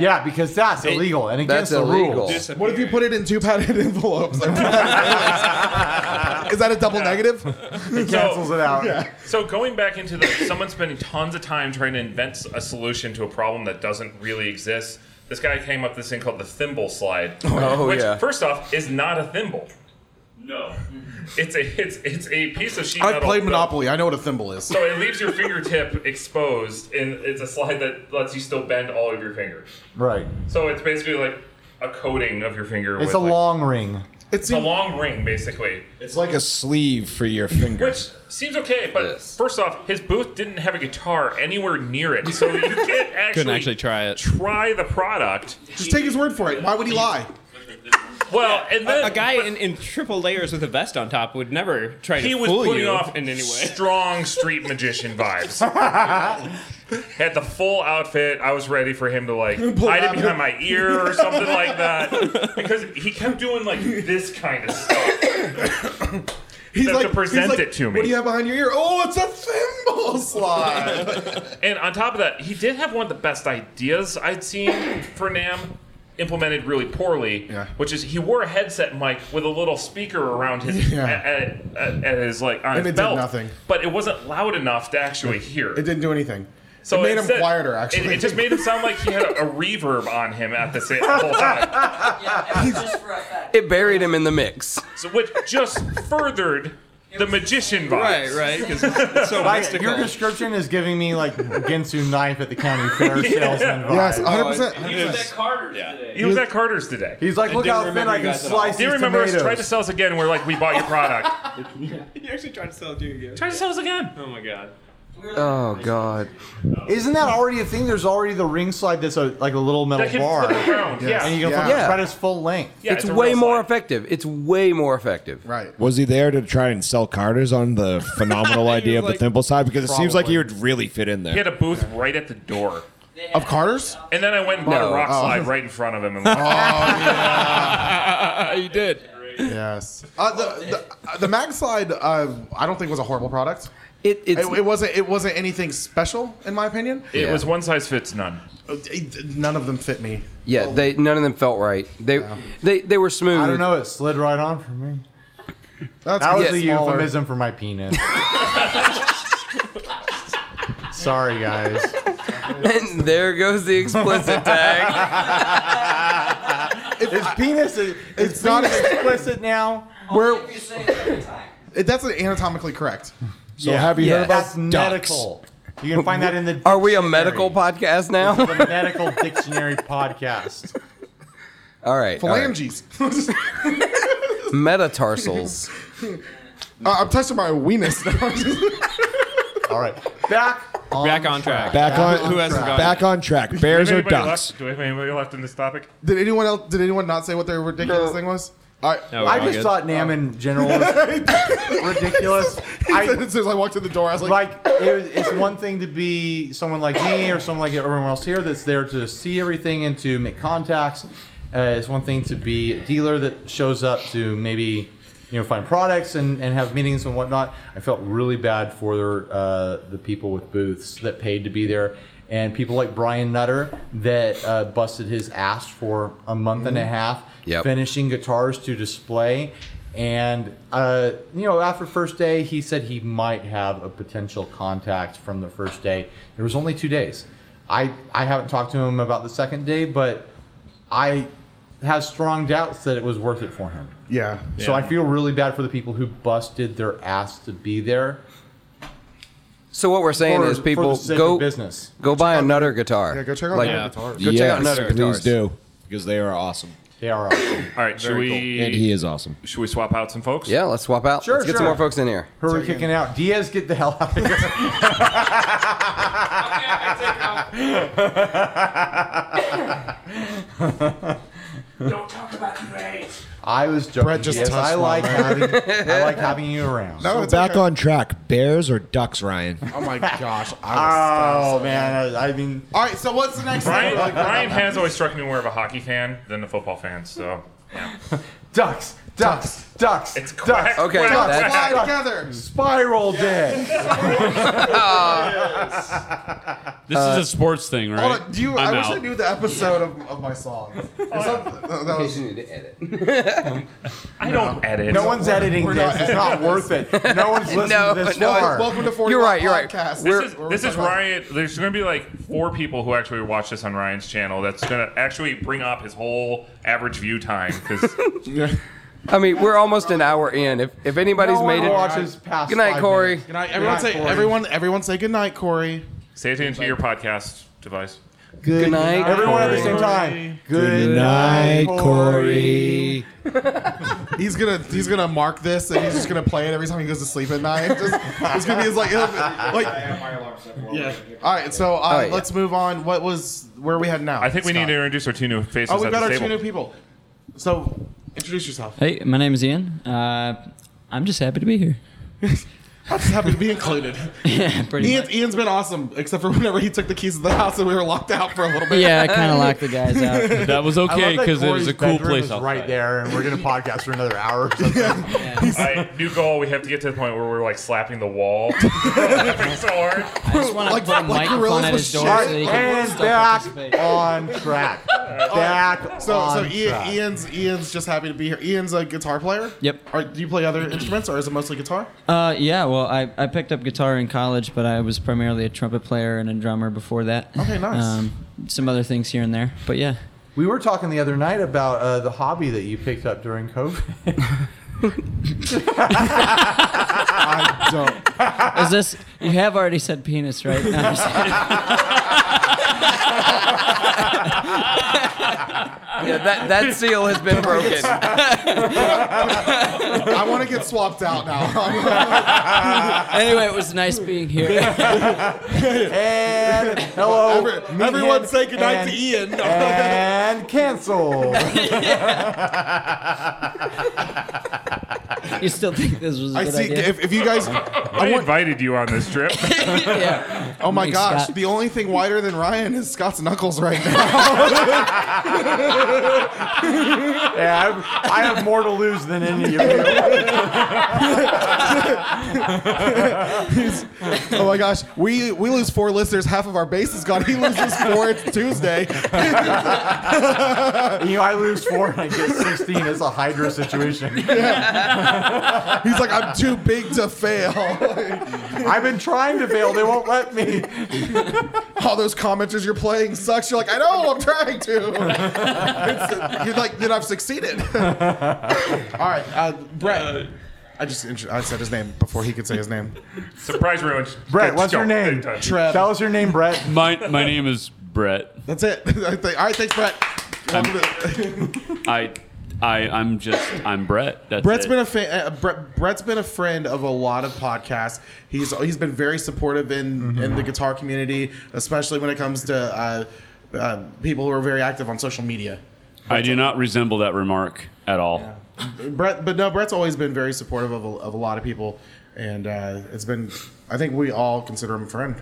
Yeah, because that's illegal and That's against the illegal. rules. What if you put it in two padded envelopes? Like, is that a double negative? It cancels it out. So going back into the someone spending tons of time trying to invent a solution to a problem that doesn't really exist. This guy came up with this thing called the thimble slide, Oh, which yeah. first off is not a thimble. No. It's a it's it's a piece of sheet I've metal. played built- Monopoly. I know what a thimble is. So it leaves your fingertip exposed, and it's a slide that lets you still bend all of your fingers. Right. So it's basically like a coating of your finger. It's with a like- long ring. It's a long ring, basically. It's like a sleeve for your fingers. Seems okay, but first off, his booth didn't have a guitar anywhere near it, so you can't actually Couldn't actually try it. try the product. Just take his word for it. Why would he lie? Well, and then a, a guy in, in triple layers with a vest on top would never try He to was fool putting you off in any way. strong street magician vibes. Had the full outfit. I was ready for him to like Pull hide it out. behind my ear or something like that, because he kept doing like this kind of stuff. He's Except like, to present he's like, it to me. What do you have behind your ear? Oh, it's a thimble slide. And on top of that, he did have one of the best ideas I'd seen for Nam implemented really poorly, Yeah. which is he wore a headset mic with a little speaker around his Yeah. at, at, at his like on And his it did belt, nothing. but it wasn't loud enough to actually hear. it didn't do anything. So it made instead- him quieter. Actually, It, it just made him sound like he had a, a reverb on him at the same the whole time. Yeah, it's just for effect. It buried him in the mix. So, which just furthered the magician vibe. Right, right. Because it's so I, mystical. your description is giving me like Gensu knife at the county fair salesman vibe. yes, 100. Oh, percent Carter's today. He was at Carter's today. He's like, look didn't how thin remember I you can guys at slice Do you these remember us tomatoes. trying to sell us again? We're like, we bought your product. You actually tried to sell it to you again. Try to sell us again. Oh my god. Oh God. Isn't that already a thing? There's already the ring slide that's a, like a little metal That can bar, flip around. Yeah. and you can Yeah. fucking Yeah. spread its full length. Yeah, it's, a way real more slide. effective. It's way more effective. Right. Was he there to try and sell Carter's on the phenomenal idea of the thimble side? Because it seems like he would really fit in there. He had a booth right at the door. Of Carter's. And then I went and bought No. a rock Oh. slide right in front of him. And you did. Yes. Uh, the, the, uh, the mag slide, uh, I don't think was a horrible product. It, it's, It, it wasn't. It wasn't anything special, in my opinion. it was one size fits none. Uh, it- none of them fit me. yeah. They none of them felt right. They they they were smooth. I don't know. It slid right on for me. That's That was Yeah, a smaller. euphemism for my penis. Sorry, guys. And there goes the explicit tag. His penis is it's, not explicit now. Where If you say it every time. it, that's anatomically correct. so have you Yeah. heard about That's medical. You can find that in the. Are we a dictionary. medical podcast now? The medical dictionary podcast. All right. all right. Phalanges. Metatarsals. Uh, I'm touching my weenus. All right, back on Back on track. back on Who hasn't gone? back on track? Bears or Anybody ducks? left? Do we have anybody left in this topic? did anyone else? Did anyone not say what their ridiculous thing was? I. No, we're I all just good. thought Nam in general was ridiculous. I, I, as soon as I walked through the door, I was like, like it was, it's one thing to be someone like me or someone like everyone else here that's there to see everything and to make contacts. Uh, it's one thing to be a dealer that shows up to maybe you know find products and, and have meetings and whatnot. I felt really bad for their, uh, the people with booths that paid to be there. And people like Brian Nutter that uh, busted his ass for a month and a half, Yep. finishing guitars to display. And uh, you know, after first day, he said he might have a potential contact from the first day. There was only two days. I I haven't talked to him about the second day, but I have strong doubts that it was worth it for him. yeah. So I feel really bad for the people who busted their ass to be there. So what we're saying for- is, for people the sake of go business. go buy another guitar. Yeah, go check out Like, Nutter Guitars. Go check out Nutter please Guitars. do because they are awesome, They are awesome. All right, should and we he is awesome. should we swap out some folks? Yeah, let's swap out. Sure, let's get some sure. more folks in here. Who are we kicking out? Diaz, get the hell out of here. Don't talk about the grades. I was joking. Brett just Diaz. touched I my like having I like having you around. No, So it's back okay. on track. Bears or ducks, Ryan? Um, Oh my gosh. I was Oh man, I, I mean, All right. So what's the next? Brian, thing? Brian has always struck me more of a hockey fan than a football fan, so ducks, ducks, ducks. it's quack, Okay, quack, that's- quack. Fly together. Spiral Dead. This is a sports thing, right? Uh, Hold on, Uh, do you? i I'm wish out. I knew the episode of, of my song. Or something. That was- I don't edit. No one's editing we're this. not It's not worth it. No one's listening No, this no, it's far. welcome to 40 You're right, Watt you're right. Podcast. We're- This is, this is talking Ryan. There's going to be like four people who actually watch this on Ryan's channel. That's going to actually bring up his whole average view time because I mean, we're almost an hour in. If if anybody's No one made it, watches past good night, five Corey. minutes. Good night, everyone. say Corey. everyone. Everyone say good night, Corey. Say it into your podcast device. Good, night, Everyone at the same Corey. time. Good night, Corey. He's gonna he's gonna mark this and he's just gonna play it every time he goes to sleep at night. Just, it's gonna be his like he'll- like. Yeah. All right, so uh, Oh, yeah. let's move on. What was where are we had now? I think we Scott? need to introduce our two new faces. Oh, at we've got the our table. two new people. So introduce yourself. Hey, my name is Ian. Uh, I'm just happy to be here. I'm just happy to be included. yeah, pretty Ian's, Ian's been awesome, except for whenever he took the keys of the house and we were locked out for a little bit. Yeah, I kinda locked the guys out. That was okay, 'cause it was a cool place Is right there, and we're gonna podcast for another hour. Or something. I, new goal. We have to get to the point where we're like slapping the wall. I just want to put a microphone gorillas at with his door shit. so that he can and stuff it in his back face. on track. back So, on so Ian, track. Ian's Ian's just happy to be here. Ian's a guitar player. Yep. Are, do you play other instruments, or is it mostly guitar? Uh, yeah, well, I, I picked up guitar in college, but I was primarily a trumpet player and a drummer before that. Okay, nice. Um, some other things here and there, but yeah. We were talking the other night about uh, the hobby that you picked up during COVID. I don't. Is this? You have already said penis, right? No, I'm just kidding. Yeah, that that seal has been broken. I want to get swapped out now. anyway, it was nice being here. and hello, Every- everyone say goodnight and- to Ian. and cancel. you still think this was a I good see. idea? If, if you guys, I invited you on this trip. yeah. oh my Thanks, gosh, Scott. the only thing whiter than Ryan is Scott's knuckles right now. Yeah, I, I have more to lose than any of you. oh my gosh, we we lose four listeners. Half of our base is gone. He loses four. It's Tuesday. You know, I lose four and I get sixteen. It's a Hydra situation. He's like, I'm too big to fail. I've been trying to fail; they won't let me. all those commenters you're playing sucks. You're like, I know, I'm trying to. It's- you're like, then I've succeeded. All right, uh, Brett. I just intro- I said his name before he could say his name. Surprise ruined. Brett, Good what's your job. name? Good time. Trev. Tell us your name, Brett. My my name is Brett. That's it. I think- All right, thanks, Brett. Welcome to- I I I'm just I'm Brett. That's Brett's it. been a fa- uh, Brett, Brett's been a friend of a lot of podcasts. He's he's been very supportive in Mm-hmm. in the guitar community, especially when it comes to uh, uh, people who are very active on social media. I do not resemble that remark at all. Brett, but no, Brett's always been very supportive of a, of a lot of people, and uh, it's been. I think we all consider him a friend.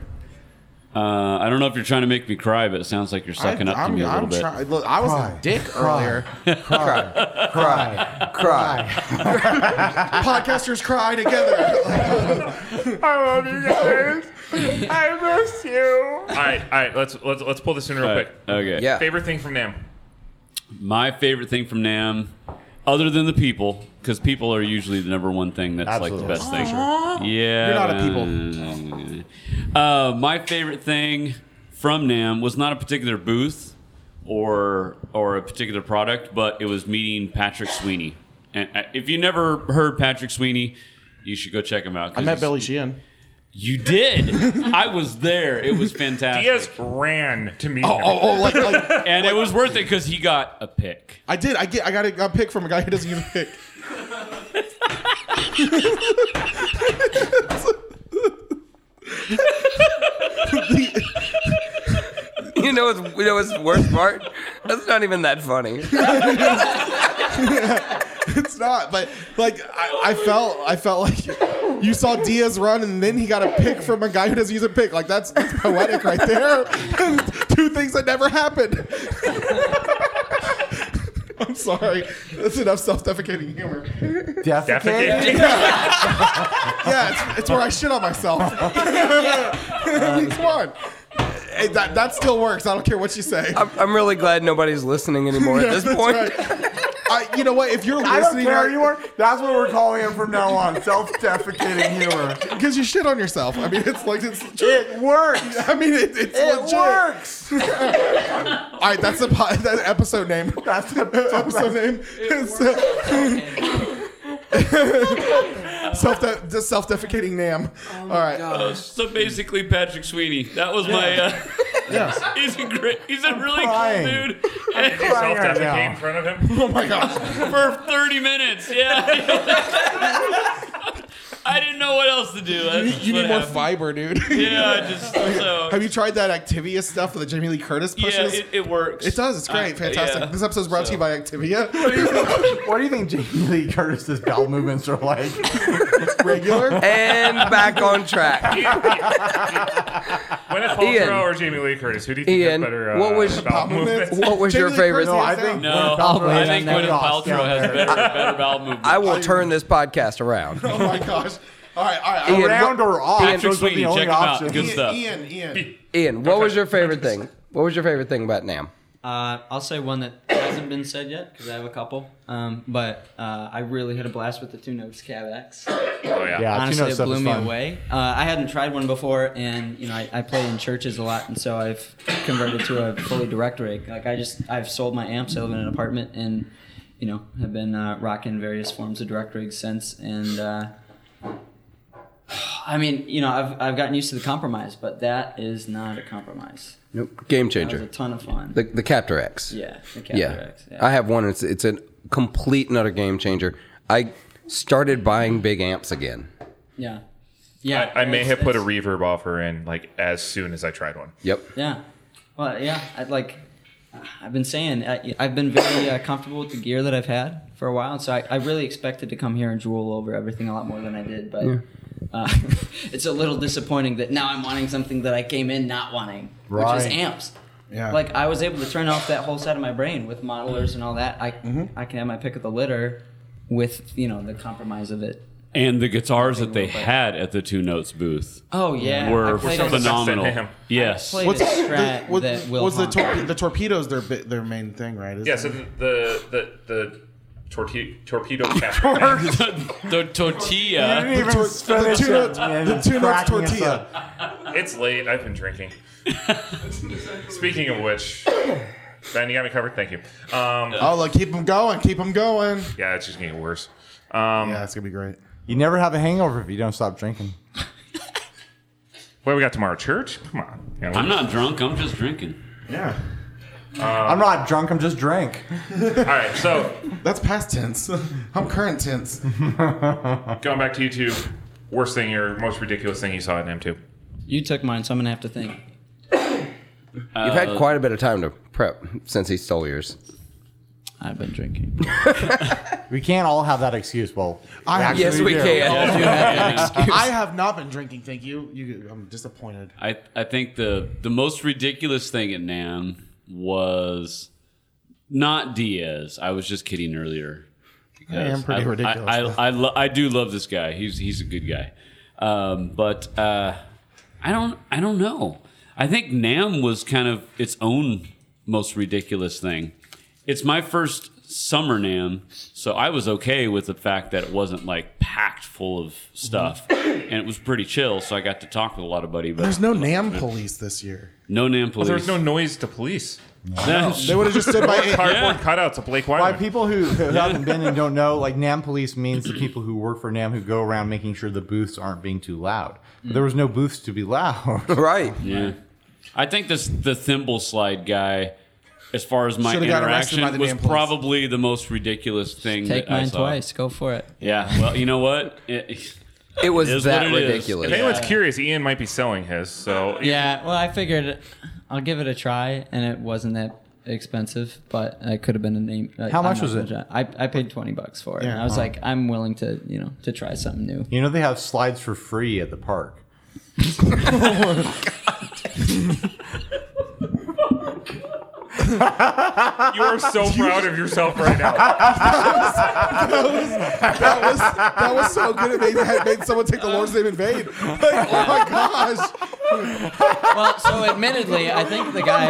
Uh, I don't know if you're trying to make me cry, but it sounds like you're sucking I, up to me a little bit. try- look, I was Cry. a dick earlier. Cry, cry, cry. Podcasters cry together. I love you guys. I miss you. All right, all right. Let's let's let's pull this in real All quick. right, Okay. Yeah. Favorite thing from Nam? My favorite thing from Nam, other than the people, because people are usually the number one thing that's like the best thing. Yeah. You're not a people. Uh, my favorite thing from Nam was not a particular booth or or a particular product, but it was meeting Patrick Sweeney. And uh, if you never heard Patrick Sweeney, you should go check him out. 'cause I met he's- Billy Sheehan. You did. I was there. It was fantastic. Diaz ran to meet him. Oh, like, like And it was worth it because he got a pick. I did. I get. I got a, got a pick from a guy who doesn't use a pick. You know what's you know what's the worst part? That's not even that funny. It's not. But like, I, I felt. I felt like you saw Diaz run, and then he got a pick from a guy who doesn't use a pick. Like that's, that's poetic right there. Two things that never happened. I'm sorry. That's enough self-defecating humor. Defecate. Defecate. Yeah, it's, it's where I shit on myself. Come on. Hey, that, that still works. I don't care what you say. I'm, I'm really glad nobody's listening anymore at this point. I, you know what? If you're I don't listening, care right- anymore. That's what we're calling it from now on. Self-defecating humor. Because you shit on yourself. I mean, it's like it's. It works. I mean, it, it's It legit. works. All right, that's the po- that episode name. That's the episode name. self de- self defecating nam. All right. Uh, so basically, Patrick Sweeney. That was my. Uh, Yes. He's a great. He's a really crying. cool dude. crying right Self-defecate now. in front of him. Oh my gosh. For 30 minutes. Yeah. I didn't know what else to do. You That's need, you what need more happened. fiber, dude. Yeah, I just- so- Have you tried that Activia stuff with the Jamie Lee Curtis Yeah, pushes? it- it works. It does. It's Uh, great. I- Fantastic. yeah. This episode's brought to you by Activia. What do you think Jamie Lee Curtis's bowel movements are like? Regular and back on track. When it's Paltrow Ian. or Jamie Lee Curtis, who do you think Ian, has better? Uh, what was bowel movements? what was your favorite? No, I think Gwyneth Paltrow has better, better bowel movement. I will turn this podcast around. Oh my gosh. All right. All right. Ian, what- Ian, Ian, those were the only options. Ian, Ian, Ian. Ian, what was your favorite thing? What was your favorite thing about Nam? Uh, I'll say one that hasn't been said yet because I have a couple. Um, but uh, I really had a blast with the two notes Cab X. Oh yeah. Yeah, two honestly, notes it stuff blew is me fun. away. Uh, I hadn't tried one before, and you know, I, I play in churches a lot, and so I've converted to a fully direct rig. Like I just, I've sold my amps, I live in an apartment, and you know, have been uh, rocking various forms of direct rig since, and. Uh, I mean, you know, I've, I've gotten used to the compromise, but that is not a compromise. Nope. Game changer. That was a ton of fun. The the Captor X. Yeah, the Captor X, yeah. I have one. It's it's a complete and utter game changer. I started buying big amps again. Yeah. Yeah. I, I may it's- have put a it's- reverb offer in like as soon as I tried one. Yep. Yeah. Well, yeah. I'd like. I've been saying I, I've been very uh, comfortable with the gear that I've had for a while, and so I, I really expected to come here and drool over everything a lot more than I did. But Yeah. uh, it's a little disappointing that now I'm wanting something that I came in not wanting, which is Right. amps. Yeah. Like I was able to turn off that whole side of my brain with modelers and all that. I I can have my pick of the litter with you know the compromise of it. And the guitars that they had at the Two Notes booth. Oh, yeah. were I played it. Someone sent phenomenal. him. Yes. I played What's a the- strat what- that will what's the, haunt tor- the torpedoes? Their bi- their main thing, right? Isn't Yeah, so it? the the the, the torti- torpedo cap. the tortilla. You didn't even tor- finish two it, notes- man. the two notes Cracking us tortilla. up. it's late. I've been drinking. Speaking of which, Ben, you got me covered. Thank you. Um, Oh, look, keep them going, keep them going. yeah, it's just getting worse. Um, yeah, it's gonna be great. You never have a hangover if you don't stop drinking. What do we got tomorrow? Church? Come on. Yeah, we- I'm not drunk. I'm just drinking. Yeah. I'm not drunk. I'm just drank. All right, so That's past tense. I'm current tense. going back to YouTube, worst thing or most ridiculous thing you saw in M2? You took mine, so I'm gonna have to think. You've Uh, had quite a bit of time to prep since he stole yours. I've been drinking. We can't all have that excuse. Well, I have- actually Yes, we do. Yes, can. you have that excuse. I have not been drinking. Thank you. You, I'm disappointed. I, I think the the most ridiculous thing at Nam was not Diaz. I was just kidding earlier. I am because pretty ridiculous, I I, I, lo- I do love this guy. He's he's a good guy. Um, but uh, I don't I don't know. I think Nam was kind of its own most ridiculous thing. It's my first summer Nam, so I was okay with the fact that it wasn't like packed full of stuff, Mm-hmm. and it was pretty chill. So I got to talk with a lot of buddy. But There's no Nam police this year. no Oh, Nam Well, police. Oh, there was no noise to police. No. They would've just stood by- Or cardboard Yeah. cutouts of Blake By Wyman. people who, who haven't been and don't know, like NAM police means the people who work for NAM who go around making sure the booths aren't being too loud. But there was no booths to be loud. Right. Yeah. I think this the thimble slide guy, as far as my Should've got arrested interaction, by the was damn police. probably the most ridiculous thing. Take that I mine saw. twice. Go for it. Yeah. Well, you know what? It, It was is that what it is. ridiculous. If anyone's curious, Ian might be selling his. So Yeah. Well, I figured I'll give it a try, and it wasn't that expensive, but it could have been a name. like, How I'm much not was gonna it? try- I, I paid twenty bucks for it. Yeah. and I was Oh. like, I'm willing to you know to try something new. You know they have slides for free at the park. you are so proud of yourself right now. that, was, that, was, that was so good. It made, had made someone take the Lord's name in vain. Like, oh my gosh. well, so admittedly, I think the guy.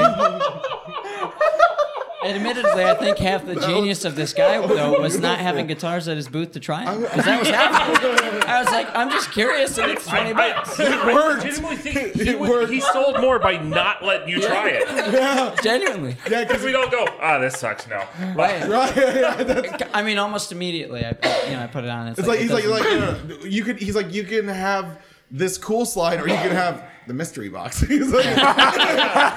Admittedly, I think half the genius of this guy though was not having guitars at his booth to try 'em, 'cause that was happening. I was like, I'm just curious, and it's twenty bucks. I legitimately think he, was- he sold more by not letting you try it. Yeah. Genuinely. Yeah, because we don't go, ah, this sucks now. Right. right. I mean, almost immediately, I you know I put it on. It's, It's like, it he's like, like doesn't- you, know, you could. He's like you can have this cool slide, or you can have the mystery box. he's like,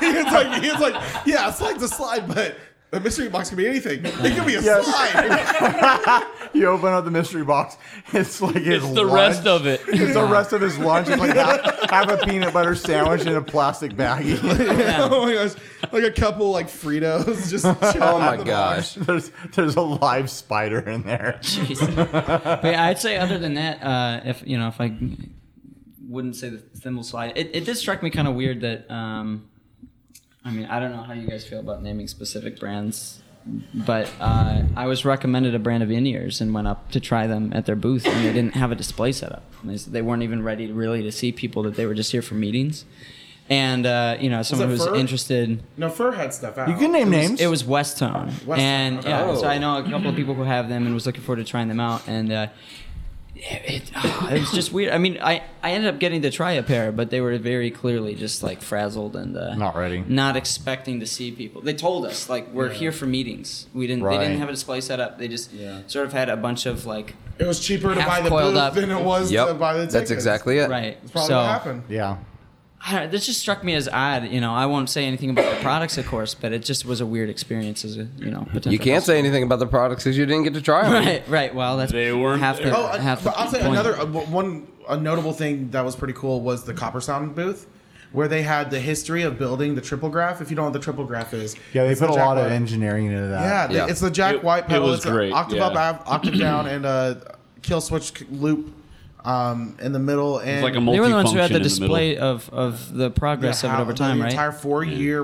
he's like, he's like, yeah, slide's a slide, but a mystery box can be anything. It could be a Yes. slide. you open up the mystery box. It's like his It's the lunch. rest of it. It's the rest of his lunch. It's like have, have a peanut butter sandwich in a plastic baggie. oh my gosh, like a couple like Fritos. Just Oh my gosh. There's there's a live spider in there. But yeah, I'd say other than that, uh, if you know, if I wouldn't say the thimble slide, it, it did strike me kind of weird that. Um, I mean, I don't know how you guys feel about naming specific brands, but uh, I was recommended a brand of in-ears and went up to try them at their booth, and they didn't have a display set up. They s- They weren't even ready really to see people; that they were just here for meetings. And uh, you know, someone it who's fur? interested. No, Fur had stuff out. It was- It was West Tone. West and Tone, okay. yeah, so Oh. I know a couple of people who have them and was looking forward to trying them out. And uh, it, it, it was just weird. I mean, I, I ended up getting to try a pair, but they were very clearly just like frazzled and uh, Not ready. not expecting to see people. They told us like we're Yeah. here for meetings. We didn't. They Right. didn't have a display set up. They just sort of had a bunch of like. It was cheaper to half buy the coiled booth up. than it was Yep, to buy the tickets. that's exactly it. Right. That's probably so, what happened. Yeah. I don't, this just struck me as odd. You know, I won't say anything about the products, of course, but it just was a weird experience as a you know potential. You can't say anything about the products because you didn't get to try them. Right, right. Well, that's they were half the Oh, uh, half the but I'll say point. another uh, w- one. A notable thing that was pretty cool was the Copper Sound booth, where they had the history of building the triple graph. If you don't know what the triple graph is, Yeah, they it's put the a Jack lot of White- engineering into that. Yeah, the- it's the Jack It- White pedal. it was it's a great, Octave yeah. up, octave down, and a kill switch c- loop um, in the middle. And They were the ones who had the display of, of the progress Yeah, of it how- over time, the right? Entire four year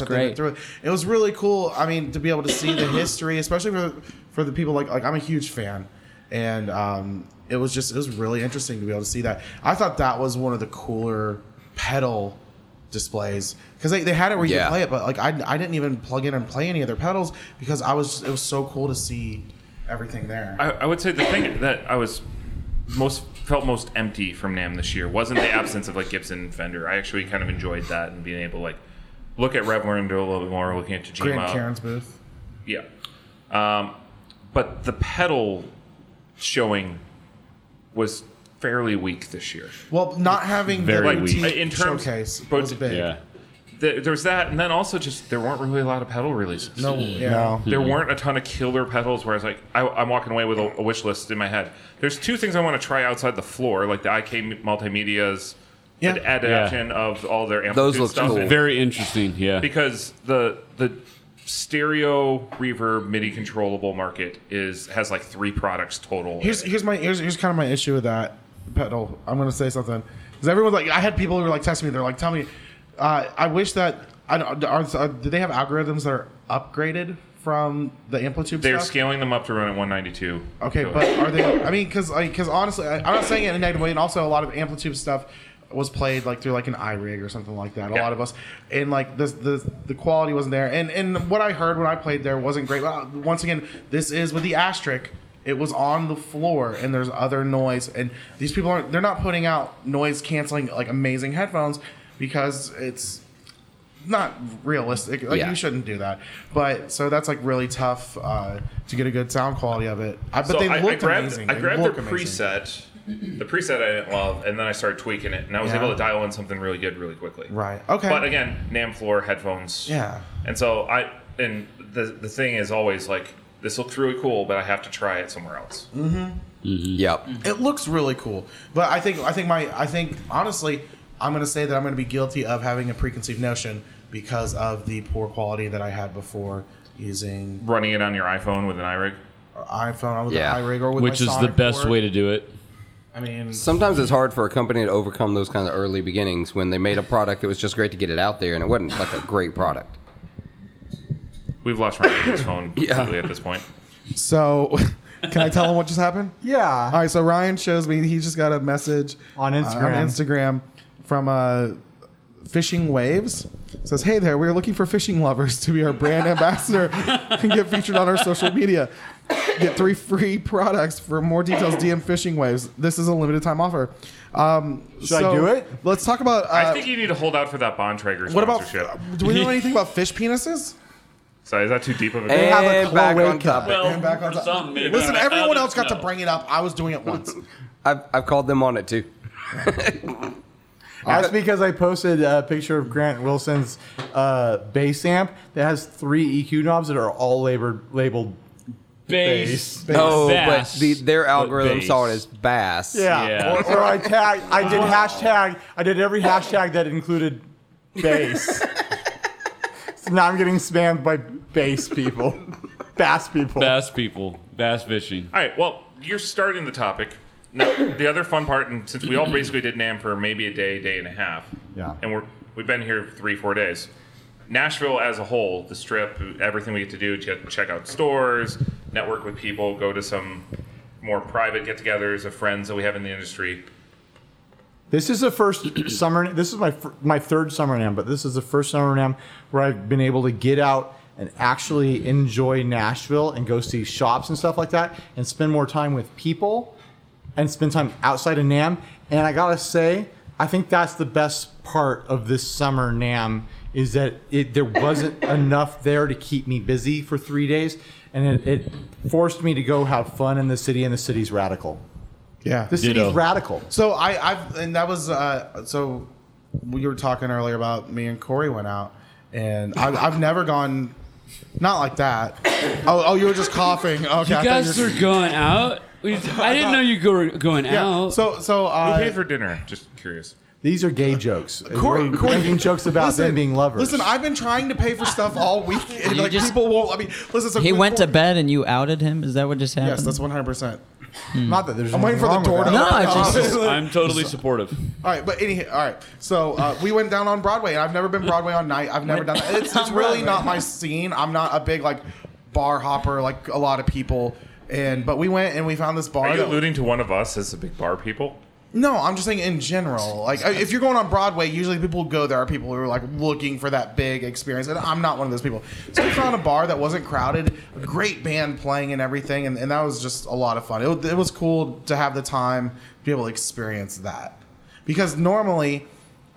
was that they went great. through. It was really cool. I mean, to be able to see the history, especially for for the people like like I'm a huge fan, and um, it was just it was really interesting to be able to see that. I thought that was one of the cooler pedal displays because they, they had it where you Yeah. could play it, but like I, I didn't even plug in and play any other pedals because I was it was so cool to see everything there. I, I would say the thing that I was most felt most empty from Nam this year wasn't the absence of like Gibson and Fender. I actually kind of enjoyed that and being able to like look at Rev Learn a little bit more, looking at Tajima. Grant Karen's booth. Yeah. Um, but the pedal showing was fairly weak this year. Well, not having Like, the boutique In terms, showcase but- was big. There, there was that, and then also just there weren't really a lot of pedal releases. No, Mm-hmm. yeah. No. there weren't a ton of killer pedals. Where I was like, I, I'm walking away with a, a wish list in my head. There's two things I want to try outside the floor, like the IK Multimedia's Yeah. adaptation of all their amplitude Those look stuff. cool. Very interesting. Yeah. because the the stereo reverb MIDI controllable market is has like three products total. Here's here's my here's, here's kind of my issue with that pedal. I'm gonna say something because everyone's like, I had people who were like texting me. They're like, tell me, uh, I wish that I don't. Are, are, do they have algorithms that are upgraded from the amplitude? They're stuff? scaling them up to run at 192. Okay, So- but are they? I mean, because because honestly, I, I'm not saying it in a negative way. And also, a lot of amplitude stuff was played like through like an iRig or something like that. A lot of us and like the the the quality wasn't there. And and what I heard when I played there wasn't great. Well, once again, this is with the asterisk. It was on the floor, and there's other noise. And these people aren't. They're not putting out noise canceling like amazing headphones because it's not realistic. Like Yeah. you shouldn't do that. But so that's like really tough uh, to get a good sound quality of it. I, but So they I, I looked grabbed, amazing. I They grabbed look their amazing. preset, the preset I didn't love, and then I started tweaking it, and I was Yeah. able to dial in something really good really quickly. Right. Okay. But again, Nam floor headphones. Yeah. And so I and the the thing is always like this looks really cool, but I have to try it somewhere else. Mm-hmm. Yep. It looks really cool. But I think I think my I think honestly, I'm gonna say that I'm gonna be guilty of having a preconceived notion because of the poor quality that I had before using Running it on your iPhone with an iRig. iPhone with Yeah. an iRig or with Which my is the Sonic best board. way to do it. I mean, Sometimes it's hard for a company to overcome those kind of early beginnings when they made a product that was just great to get it out there and it wasn't like a great product. We've lost Ryan's phone completely at this point. So, can I tell him what just happened? Yeah. All right. So Ryan shows me he just got a message On uh, on Instagram. Instagram from a Fishing Waves says, Hey there, we're looking for fishing lovers to be our brand ambassador and get featured on our social media. Get three free products. For more details, DM Fishing Waves. This is a limited time offer. Um, Should I do it? Let's talk about. Uh, I think you need to hold out for that Bontrager What about- uh, sponsorship. do we know anything about fish penises? Sorry, is that too deep of a They have a And back on Cloaca. topic. Well, And back on for top. some, maybe. Listen, But everyone others, else got no. to bring it up. I was doing it once. I've, I've called them on it too. That's because I posted a picture of Grant Wilson's uh, bass amp that has three EQ knobs that are all labored, labeled Bass. bass. Oh, Bass. but the, their algorithm bass. saw it as bass. Yeah. Or, or I tag. I did hashtag. I did every hashtag that included bass. so now I'm getting spammed by bass people, bass people. Bass people, bass fishing. All right. Well, you're starting the topic. Now, the other fun part, and since we all basically did Nam for maybe a day, day and a half, Yeah. and we're we've been here three, four days. Nashville as a whole, the strip, everything we get to do, check, check out stores, network with people, go to some more private get-togethers of friends that we have in the industry. This is the first summer. This is my fir- my third summer NAM, but this is the first summer NAM where I've been able to get out and actually enjoy Nashville and go see shops and stuff like that, and spend more time with people, and spend time outside of NAM. And I gotta say, I think that's the best part of this summer NAM is that it, there wasn't enough there to keep me busy for three days, and it, it forced me to go have fun in the city, and the city's radical. Yeah, the city's radical. So I, I've, and that was, uh, so we were talking earlier about me and Corey went out, and I, I've never gone, not like that. Oh, oh, you were just coughing. Okay, I you thought guys were- are going out. We- I didn't know you were going Yeah, out. So, so uh, Who paid for dinner? Just curious. These are gay jokes. Corey- We're Corey- making jokes about them being lovers. Listen, I've been trying to pay for stuff all week, and You like just- people won't. I mean, listen, so he with went to Corey- bed and you outed him. Is that what just happened? Yes, that's one hundred percent. Hmm. Not that there's. I'm waiting for the door to No, open. I just. I'm totally supportive. All right, but anyhow, all right. So uh, we went down on Broadway, and I've never been Broadway on night. I've never done that. It's, it's really not my scene. I'm not a big like bar hopper like a lot of people. And but we went and we found this bar. Are you that- alluding to one of us as the big bar people? no, I'm just saying in general. Like I- if you're going on Broadway, usually people go there are people who are like looking for that big experience, and I'm not one of those people. So we found a bar that wasn't crowded, a great band playing and everything, and, and that was just a lot of fun. It, wa- it was cool to have the time to be able to experience that, because normally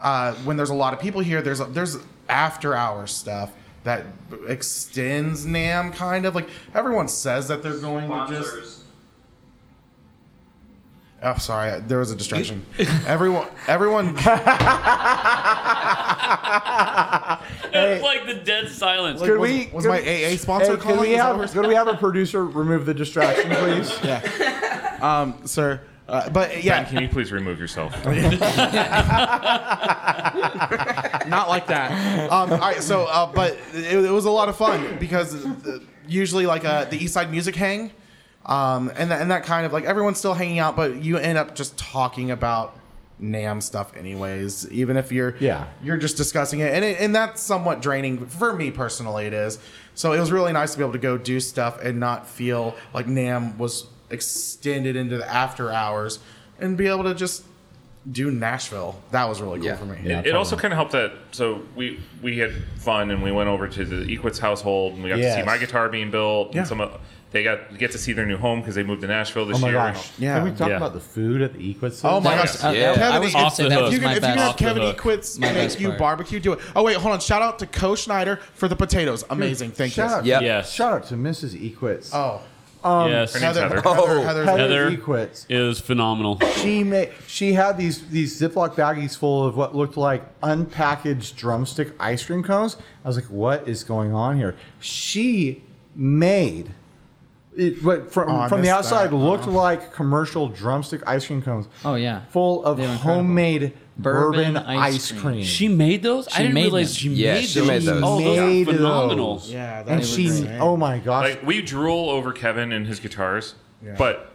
uh, when there's a lot of people here, there's there's after hours stuff that extends Nam kind of like everyone says that they're going to just. Oh, sorry. There was a distraction. everyone, everyone. It's like the dead silence. Could we? was could- my AA Hey, sponsor could calling? we Is that have? Could we have a producer remove the distraction, please? yeah. Um, sir. Uh, but yeah, Ben, can you please remove yourself? not like that. Um, all right, so uh, but it, it was a lot of fun because uh, usually like uh, the East Side Music Hang, um, and that, and that kind of like everyone's still hanging out, but you end up just talking about Nam stuff anyways, even if you're Yeah. you're just discussing it, and it, and that's somewhat draining for me personally. It is. So it was really nice to be able to go do stuff and not feel like Nam was extended into the after hours, and be able to just do Nashville. That was really cool for me. it, it also kind of helped that. So we we had fun and we went over to the Equitz household and we got to see Yes. my guitar being built. Yeah. And some of, they got get to see their new home because they moved to Nashville this Oh my year. gosh! Yeah. Can we talk Yeah. about the food at the Equus? Oh my Center? gosh! Kevin, was if- off the if, hook. you can, My if you best- can have off the Kevin hook. Equits My make best you part. barbecue, do it. Oh wait, hold on. Shout out to Co Schneider for the potatoes. Amazing, thank shout you. Out, Shout out to Mrs. Equitz. Oh. Um, yes, Heather- Oh. Heather- E Heather E Heather Equitz. is phenomenal. She made. She had these these Ziploc baggies full of what looked like unpackaged drumstick ice cream cones. I was like, "What is going on here?" She made it, what from Oh, I from the missed outside that. looked Oh. like commercial drumstick ice cream cones. Oh yeah. full of homemade bourbon, ice, cream. She made those. I She didn't made realize them. she Yeah, made she those. made those. Oh, those Made are phenomenal. those. Yeah, that And was she- great. oh my gosh. Like we drool over Kevin and his guitars, Yeah. but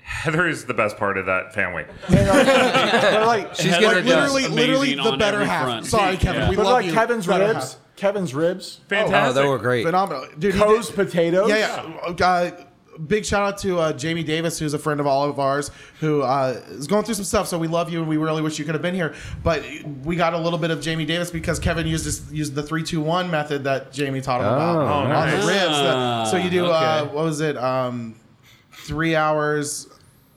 Heather is the best part of that family. but like She's like, gonna do literally, amazing literally on the every better half. front. Sorry, Kevin. Yeah. We but love like you. Kevin's Better ribs. Kevin's ribs. Oh, Fantastic. Oh, they were great. Phenomenal. Dude, he Co's did- potatoes. half. Yeah, yeah. Uh, big shout out to uh, Jamie Davis, who's a friend of all of ours, who uh, is going through some stuff. So we love you, and we really wish you could have been here. But we got a little bit of Jamie Davis because Kevin used this, used the three two one method that Jamie taught him about Oh, on nice. the ribs. Ah, so you do uh, okay. what was it? Um, three hours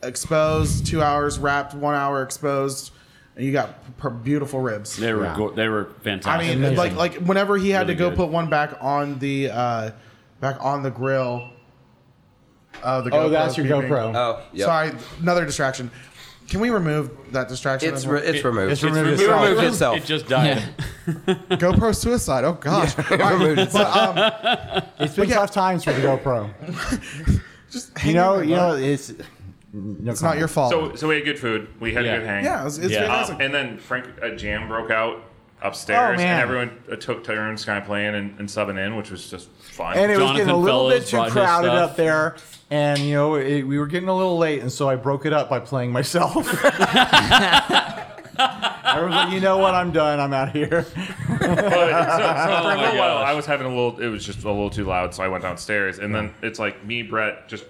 exposed, two hours wrapped, one hour exposed, and you got p- beautiful ribs. They were Yeah. go- they were I fantastic. mean, like like whenever he had Really to go good. put one back on the uh, back on the grill. Oh, the Oh, that's your beeping. GoPro. Oh, yep. sorry, another distraction. Can we remove that distraction? It's re- it's It- removed. it's It's removed removed itself. removed itself. It just died. GoPro suicide. Oh gosh. Yeah, it All right, removed but, um, It's been tough times for the GoPro. Just you hang know, in there, you know, bud. it's no It's not your fault. So, so we had good food. We had Yeah. a good hang. Yeah, it was- it's Um, fantastic. and then Frank, a jam broke out Oh, upstairs, man. and everyone uh, took turns kind of playing and, and subbing in, which was just fun. and it was getting a little bit too crowded up there. And you know, it, we were getting a little late, and so I broke it up by playing myself. I was like, you know what? I'm done. I'm out of here. so, Oh so for a little while, I was having a little. It was just a little too loud, so I went downstairs. And then it's like me, Brett, just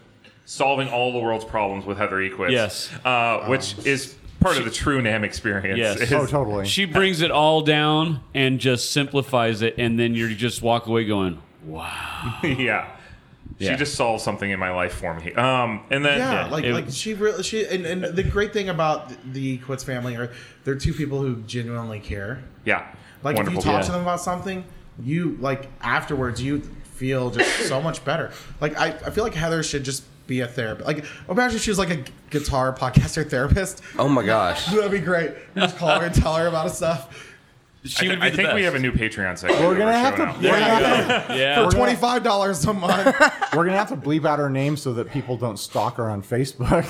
solving all the world's problems with Heather Equitz. Yes. uh, which Um, is part of the true Nam experience. Yes. is- Oh, She brings it all down and just simplifies it, and then you just walk away going, "Wow." yeah. Yeah. She just solved something in my life for me. Um, and then yeah, like like she really she and, and the great thing about the Quitz family are they're two people who genuinely care. yeah, Like wonderful if you talk people. to them about something, you like afterwards you feel just so much better. Like I, I feel like Heather should just be a therapist. Like imagine she was like a gu- guitar podcaster therapist. Oh my gosh. That'd be great. Just call her and tell her about stuff. I, thi- I think we have a new Patreon section. We're gonna that have to. showing We're out. gonna have to Yeah. For twenty five dollars a month. we're gonna have to bleep out her name so that people don't stalk her on Facebook.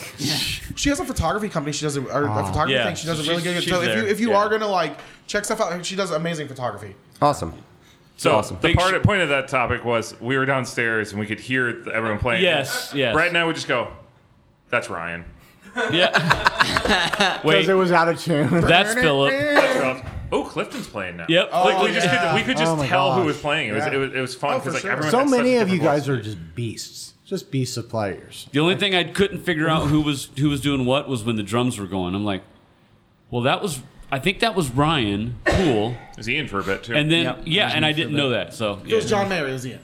She has a photography company. She does a, or Ah. a photography Yeah, thing. She does a she's- really good. she's So if you there. if you Yeah. are gonna like check stuff out, she does amazing photography. Awesome. So Awesome. the Big part, point of that topic was we were downstairs and we could hear th- everyone playing. Yes, yes. Brett and I would just go, "That's Ryan." Yeah. Because Wait. it was out of tune. That's Philip. That's Philip. Oh, Clifton's playing now. Yep. Like, Oh, we just yeah. could, we could just Oh my tell gosh. who was playing. It was Yeah. it was, it was fun Oh, for because like sure. everyone. so had such many a of you different guys are just beasts, just beasts of players. The only thing I couldn't figure out who was who was doing what was when the drums were going. I'm like, well, that was I think that was Ryan. Cool. Was he in for a bit too? And then Yep. yeah, and He was I in for a didn't bit. know that. So It was John Mayer. It was Ian.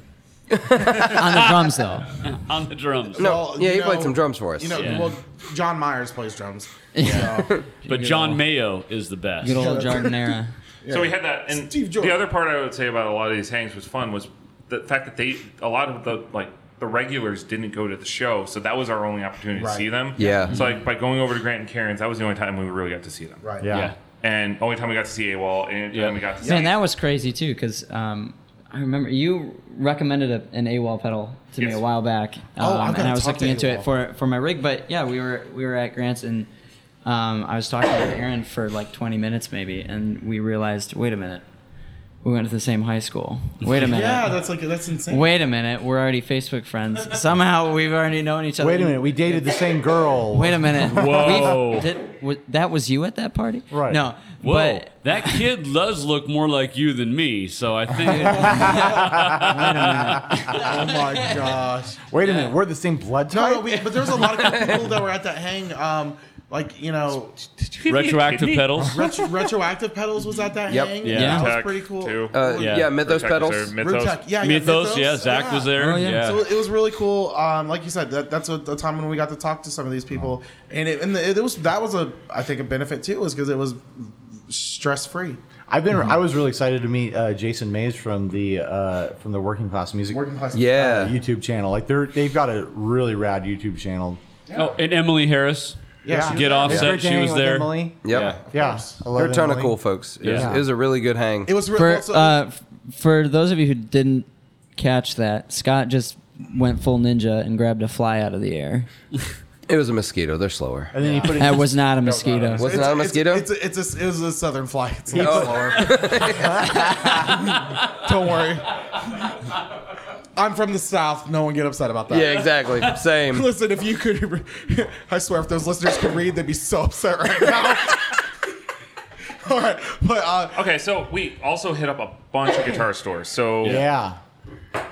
on the drums, though. on the drums. Well, you know- You know, Yeah. well, John Myers plays drums. but John Mayo is the best. Good old Jardinera. So we had that, and the other part I would say about a lot of these hangs was fun was the fact that they a lot of the like the regulars didn't go to the show, so that was our only opportunity Right. to see them. Yeah. So like by going over to Grant and Karen's, that was the only time we really got to see them. Right. Yeah. Yeah. And only time we got to see AWOL, and only time we got to see. Man, that was crazy too, because um, I remember you recommended a, an AWOL pedal to me Yes. a while back, um, Oh, I've and gotta I was talk to looking into AWOL. it for for my rig. But yeah, we were we were at Grant's, and um, I was talking with Aaron for like 20 minutes maybe, and we realized, wait a minute, we went to the same high school. Wait a minute. Yeah, that's like that's insane. Wait a minute, we're already Facebook friends. Somehow we've already known each other. Wait a minute, we dated the same girl. Wait a minute. Whoa. We've- did- wa- that was you at that party? Right. No. Whoa, But that kid does look more like you than me, so I think. Oh my gosh. Wait a minute, we're the same blood No, type. no, we, but there was a lot of good people that were at that hang. Um, like you know, Retroactive pedals? Retro, retroactive pedals was at that Yep. hang. Yeah. Yeah, that Tech, was pretty cool. too. Uh, Yeah. yeah, Mythos Rutech pedals. was there. Mythos. Rutech, yeah, yeah, Mythos, yeah, Zach was there, Oh, yeah. yeah. So it was really cool. Um, like you said, that, that's a, the time when we got to talk to some of these people, and it, and it was that was a I think a benefit too, was because it was stress free. I've been. Mm-hmm. I was really excited to meet uh, Jason Mays from the uh, from the Working Class Music Working Class- yeah YouTube channel. Like they're they've got a really rad YouTube channel. Oh, and Emily Harris. Yeah. Get Yeah. offset. Yeah. She was With there. Emily. Yep. Yeah, I love They're a ton of Emily. cool folks. It, Yeah. was, it was a really good hang. It was for uh, f- for those of you who didn't catch that, Scott just went full ninja and grabbed a fly out of the air. It was a mosquito. They're slower. And then he put it. That was not a mosquito. Was it not a mosquito? Oh, It's a, it's a, it was a southern fly. It's a He lot put- slower. Don't worry. I'm from the south. No one get upset about that. Yeah, exactly. Same. Listen, if you could, re- I swear, if those listeners could read, they'd be so upset right now. All right, but uh, okay, so we also hit up a bunch of guitar stores. So Yeah.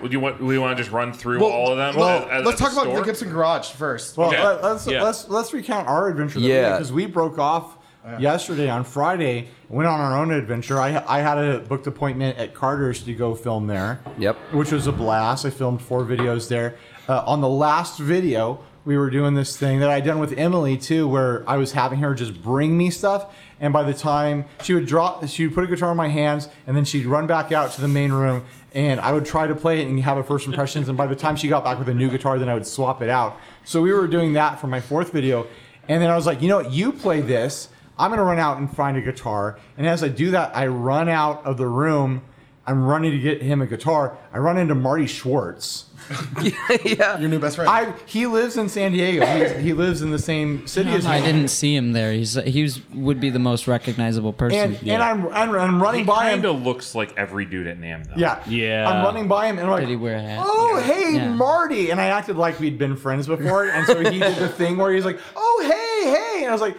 Would you want? We want to just run through all of them. well, as- as- as let's a talk about store? the Gibson Garage first. Well, let, us let's let's recount our adventure. Yeah. because we broke off yesterday on Friday, went on our own adventure. I I had a booked appointment at Carter's to go film there. Yep. which was a blast. I filmed four videos there. Uh, on the last video, we were doing this thing that I done with Emily too, where I was having her just bring me stuff. And by the time she would draw, she would put a guitar in my hands, and then she'd run back out to the main room, and I would try to play it and have a first impressions. and by the time she got back with a new guitar, then I would swap it out. So we were doing that for my fourth video, and then I was like, you know what, you play this. I'm gonna run out and find a guitar. And as I do that, I run out of the room. I'm running to get him a guitar. I run into Marty Schwartz. yeah, your new best friend. I, he lives in San Diego. He's, he lives in the same city as me. I didn't see him there. He's he was, would be the most recognizable person. And, and I'm, I'm I'm running He by him. kinda looks like every dude at Nam though. Yeah. I'm running by him and I'm like, Did he wear a hat? oh hey Yeah. Marty, and I acted like we'd been friends before, and so he did the thing where he's like, oh hey hey, and I was like.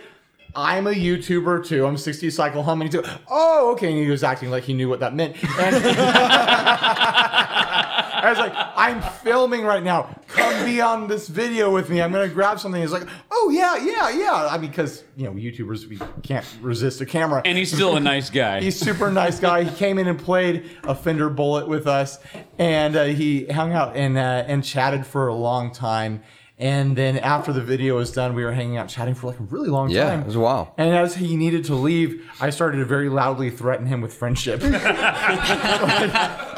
I'm a YouTuber too. I'm 60 cycle hum, and he's like, "Oh, okay." And he was acting like he knew what that meant. And I was like, "I'm filming right now. Come be on this video with me. I'm gonna grab something." He's like, "Oh yeah, yeah, yeah." I mean, because you know, YouTubers we can't resist a camera. And he's still a nice guy. He's super nice guy. He came in and played a Fender Bullet with us, and uh, he hung out and uh, and chatted for a long time. And then after the video was done, we were hanging out chatting for like a really long Yeah, time. it was a while. And as he needed to leave, I started to very loudly threaten him with friendship. I'm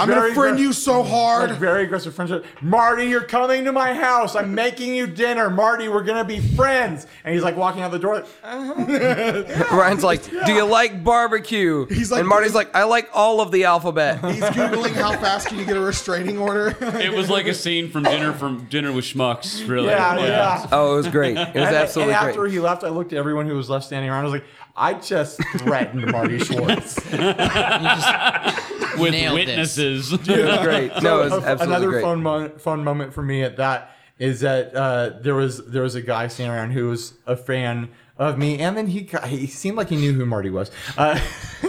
gonna friend you so hard. Like, very aggressive friendship. Marty, you're coming to my house. I'm making you dinner. Marty, we're gonna be friends. And he's like walking out the door. Like, uh-huh. Ryan's like, "Do you like barbecue?" He's like, and Marty's like, "I like all of the alphabet." He's googling how fast can you get a restraining order. It was like a scene from dinner from dinner with schmucks. Really. Yeah, yeah. Oh, it was great. It was and, absolutely and great. after he left, I looked at everyone who was left standing around. I was like, I just threatened Marty Schwartz. With Nailed this. witnesses. It was great. No, it was So, absolutely another great. fun moment, fun moment for me at that is that uh, there was there was a guy standing around who was a fan of me, and then he ca- he seemed like he knew who Marty was. Uh,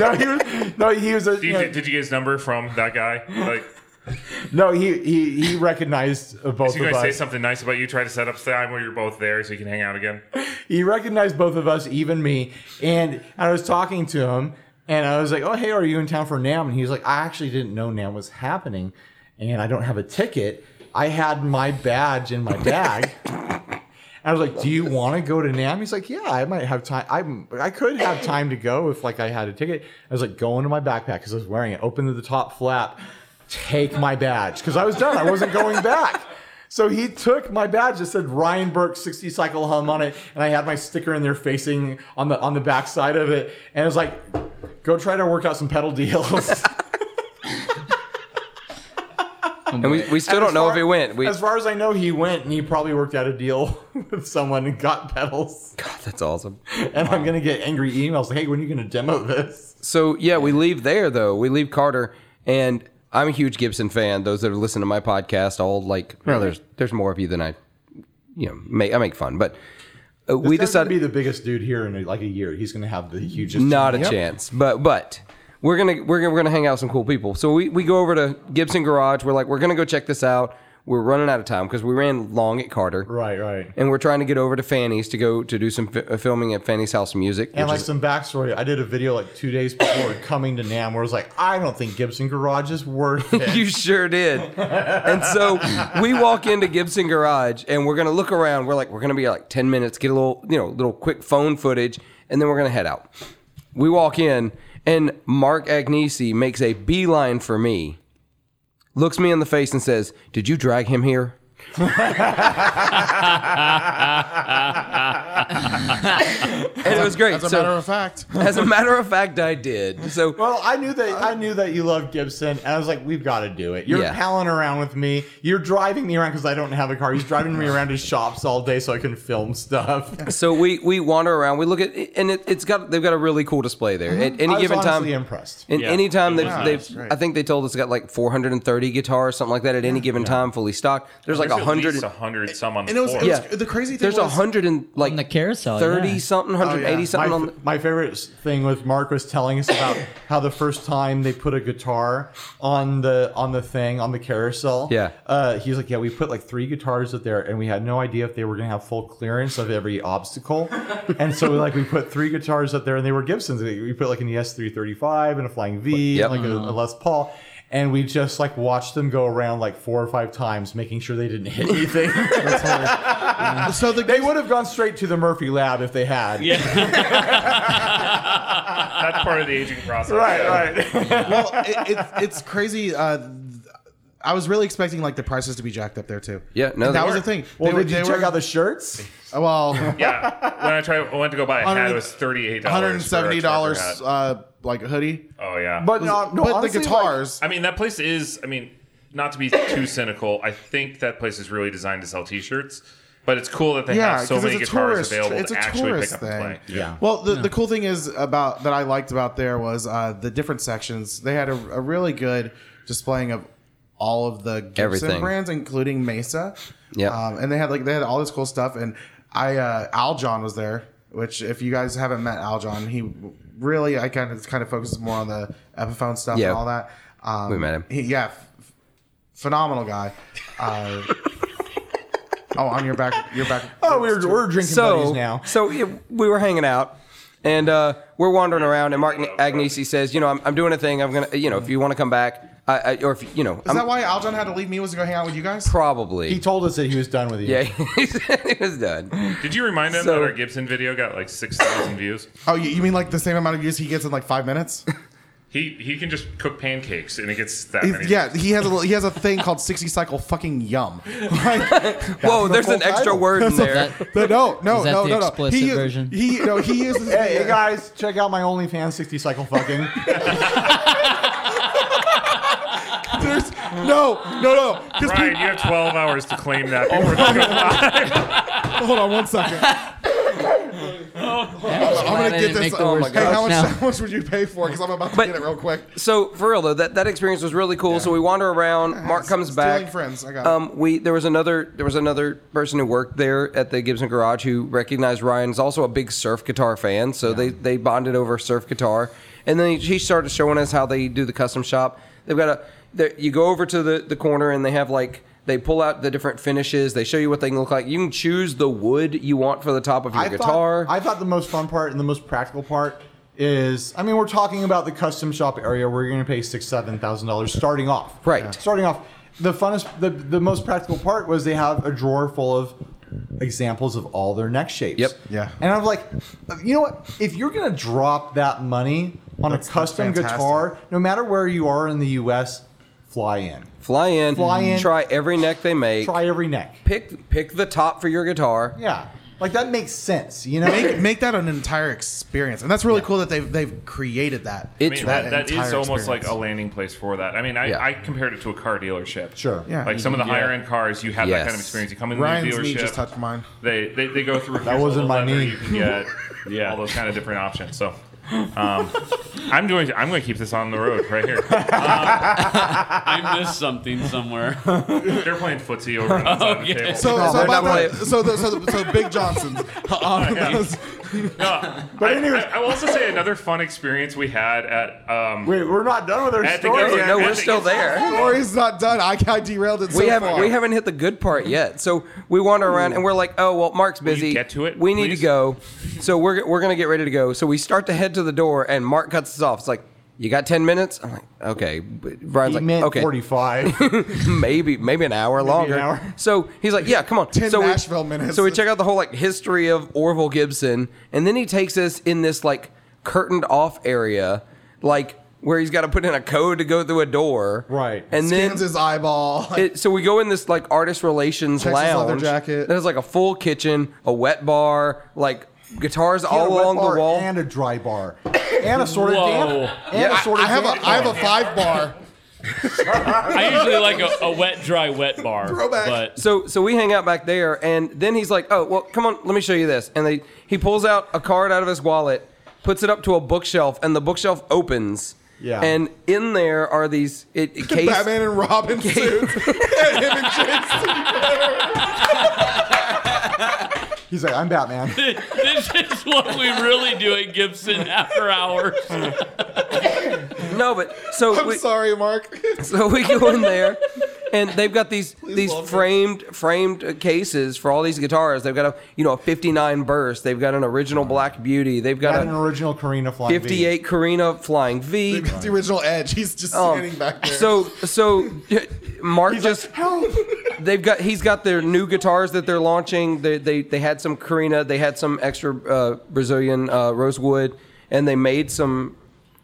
no, he was no he was a, Did you, did you get his number from that guy? Like, no he he he recognized uh, both is he of going to us. say something nice about you? Try to set up time where you're both there so you can hang out again. he recognized both of us, even me. And I was talking to him, and I was like, "Oh, hey, are you in town for Nam?" And he was like, "I actually didn't know Nam was happening, and I don't have a ticket. I had my badge in my bag." I was like, "Do you want to go to Nam?" He's like, "Yeah, I might have time. I I could have time to go if like I had a ticket." I was like, "Go into my backpack because I was wearing it. Open the top flap, take my badge because I was done. I wasn't going back." So he took my badge that said Ryan Burke 60 cycle hum on it, and I had my sticker in there facing on the on the back side of it, and it was like, "Go try to work out some pedal deals." and we, we still And don't as know far- if he went. We, as far as I know, he went and he probably worked out a deal with someone and got pedals. that's awesome. And I'm gonna get angry emails like, "Hey, when are you gonna demo this?" So yeah, we leave there though. We leave Carter, and I'm a huge Gibson fan. Those that have listened to my podcast, all like, well, there's there's more of you than I, you know, make I make fun, but uh, we This guy's decided gonna be the biggest dude here in like a year. He's gonna have the hugest. Not a Yep. chance. But but we're gonna we're gonna we're gonna hang out with some cool people. So we, we go over to Gibson Garage. We're like we're gonna go check this out. We're running out of time because we ran long at Carter, Right, right. and we're trying to get over to Fanny's to go to do some fi- uh, filming at Fanny's House of Music. And which like is- some backstory, I did a video like two days before coming to Nam where I was like, I don't think Gibson Garage is worth it. you sure did. And so we walk into Gibson Garage and we're gonna look around. We're like, we're gonna be like ten minutes, get a little, you know, little quick phone footage, and then we're gonna head out. We walk in and Mark Agnesi makes a beeline for me, looks me in the face and says, "Did you drag him here?" and it was great. As a So- matter of fact. as a matter of fact, I did. So well, I knew that I knew that you loved Gibson, and I was like, we've got to do it. You're Yeah. palling around with me. You're driving me around because I don't have a car. He's driving me around his shops all day so I can film stuff. so we we wander around. We look at and it, it's got they've got a really cool display there. At Mm-hmm. I any was given time, honestly impressed. And Yeah. any time It they've, was nice, they've right. I think they told us they got like 430 guitars, something like that, at any given time, fully stocked. There's like There's like a at hundred. least a hundred some on the and it was- floor. it was- Yeah. the crazy thing There's a was- hundred and like the carousel, thirty yeah. something, hundred eighty something. Oh, My, on f- my favorite s- thing was Mark was telling us about how the first time they put a guitar on the on the thing on the carousel. Yeah. uh, he's like, yeah, we put like three guitars up there, and we had no idea if they were gonna have full clearance of every obstacle. and so like we put three guitars up there, and they were Gibsons. We we put like an ES three thirty five and a Flying V, Yep. and like a, Mm-hmm. a Les Paul. And we just like watched them go around like four or five times, making sure they didn't hit anything. so the, they would have gone straight to the Murphy lab if they had. That's part of the aging process. Right, well, it, it's it's crazy. Uh, th- I was really expecting like the prices to be jacked up there too. Yeah, no, And they that was the weren't. thing. Well, They were- did you they check were- out the shirts? Well, yeah. When I tried, I went to go buy a hat, it was thirty eight dollars. One hundred and seventy dollars, uh, like a hoodie. Oh yeah, But, uh, no, But the honestly, guitars- I mean, that place is. I mean, not to be too cynical, I think that place is really designed to sell T-shirts. But it's cool that they Yeah, have so 'cause many it's a guitars tourist- available it's to a actually pick tourist up thing. and play. Yeah. Well, the, the cool thing is about that I liked about there was uh, the different sections. They had a, a really good displaying of all of the Gibson Everything. brands, including Mesa. Yeah. Um, and they had like they had all this cool stuff. And I uh, Al John was there, which if you guys haven't met Al John, he really I kind of kind of focuses more on the Epiphone stuff Yeah. and all that. Um, We met him. he- yeah, f- f- phenomenal guy. Uh, oh, on your back, your back. Oh, we're, we're drinking so, buddies now. So yeah, we were hanging out, and uh, we're wandering around, and Mark Agnesi says, "You know, I'm, I'm doing a thing. I'm gonna, you know, if you want to come back, I, I, or if you know, Is that why Aljon had to leave me was to go hang out with you guys? probably." He told us that he was done with you. yeah, he said he was done. Did you remind them So- that our Gibson video got like six thousand views? Oh, you, you mean like the same amount of views he gets in like five minutes? He he can just cook pancakes and it gets that He's- many. yeah, he has a he has a thing called sixty cycle fucking yum. Whoa, there's an extra word in there. But no, no, Is that no, the no, no. explicit he, version? He no, he uses. Hey, hey, guys, check out my OnlyFans 60 cycle fucking. There's no, no, no. e- 'Cause Brian, you have twelve hours to claim that Oh before they go live. people- hold on one second. I'm gonna get this. oh the words hey, how worse. much, No. how much would you pay for? Because I'm about to But- get it real quick. So for real though, that, that experience was really cool. So we wander around. Mark comes back. friends, I got it. um, we there was another there was another person who worked there at the Gibson Garage who recognized Ryan is also a big surf guitar fan. So they they bonded over surf guitar, and then he, he started showing us how they do the custom shop. They've got a there, you go over to the the corner and they have like. They pull out the different finishes. They show you what they can look like. You can choose the wood you want for the top of your I guitar. Thought, I thought the most fun part and the most practical part is, I mean, we're talking about the custom shop area where you're going to pay six, seven thousand dollars starting off. Right. Starting off, the funnest, the the most practical part was they have a drawer full of examples of all their neck shapes. Yep. Yeah. And I'm like, you know what? If you're going to drop that money on That's- a that's custom fantastic. guitar, no matter where you are in the U.S., fly in, fly in, Fly in. try every neck they make. try every neck. Pick pick the top for your guitar. Yeah. Like that makes sense, you know. Make, make that an entire experience, and that's really cool that they've they've created that. I It's mean, that that, that is entire almost like experience. a landing place for that. I mean, I, Yeah. I compared it to a car dealership. Sure. Yeah. Like some of the higher end cars, you have that kind Yes. of experience. You come in the Ryan's dealership. knee just touched mine. They, they they go through That wasn't refusal my leather, knee. You can get yeah all those kind of different options. So um, I'm doing I'm going to keep this on the road right here. Uh, I missed something somewhere. They're playing footsie over on the side of the Okay. table. So, No, so, they're not about that, playing. so, the, so, the, so Big Johnson's. Um, no, But I, anyways- I, I will also say another fun experience we had at um, Wait, we're not done with our At the story. Gibson- yet. No, I we're think still it's- there. Story's not done. I, I derailed it so we haven't far. we haven't hit the good part yet. So we wander around and we're like, oh well, Mark's you busy. get to it, We need please? to go. So we're we're gonna get ready to go. So we start to head to the door, and Mark cuts us off. It's like. You got ten minutes? I'm like, okay. But Brian's He like, meant okay, 45. maybe maybe an hour longer. an hour. So he's like, yeah, come on. 10 so Nashville we, minutes. So we check out the whole like history of Orville Gibson, and then he takes us in this like curtained off area, like where he's got to put in a code to go through a door. Right. And Scans then his eyeball. it, so we go in this like artist relations Texas leather lounge. jacket. There's like a full kitchen, a wet bar, like guitars He had all a wet along bar the wall. and a dry bar and a sorted Whoa. damp and Yeah, a sorted I have damp a I have a bar. five bar. I usually like a, a wet, dry, wet bar. Throwback. But so so we hang out back there, and then he's like, "Oh well, come on, let me show you this." And they he pulls out a card out of his wallet, puts it up to a bookshelf, and the bookshelf opens. Yeah. And in there are these it, it- case Batman and Robin suits. and him and He's like, I'm Batman. this is what we really do at Gibson after hours. no, but so I'm sorry, Mark. so we go in there and they've got these these framed framed uh, cases for all these guitars they've got a you know a 59 burst they've got an original black beauty they've got Got an a original Karina flying. 58 Karina flying V the original Edge. He's just Um, standing back there. so so uh, Mark just they've got he's got their new guitars that they're launching. They they, they had some Karina, they had some extra uh, Brazilian uh, rosewood, and they made some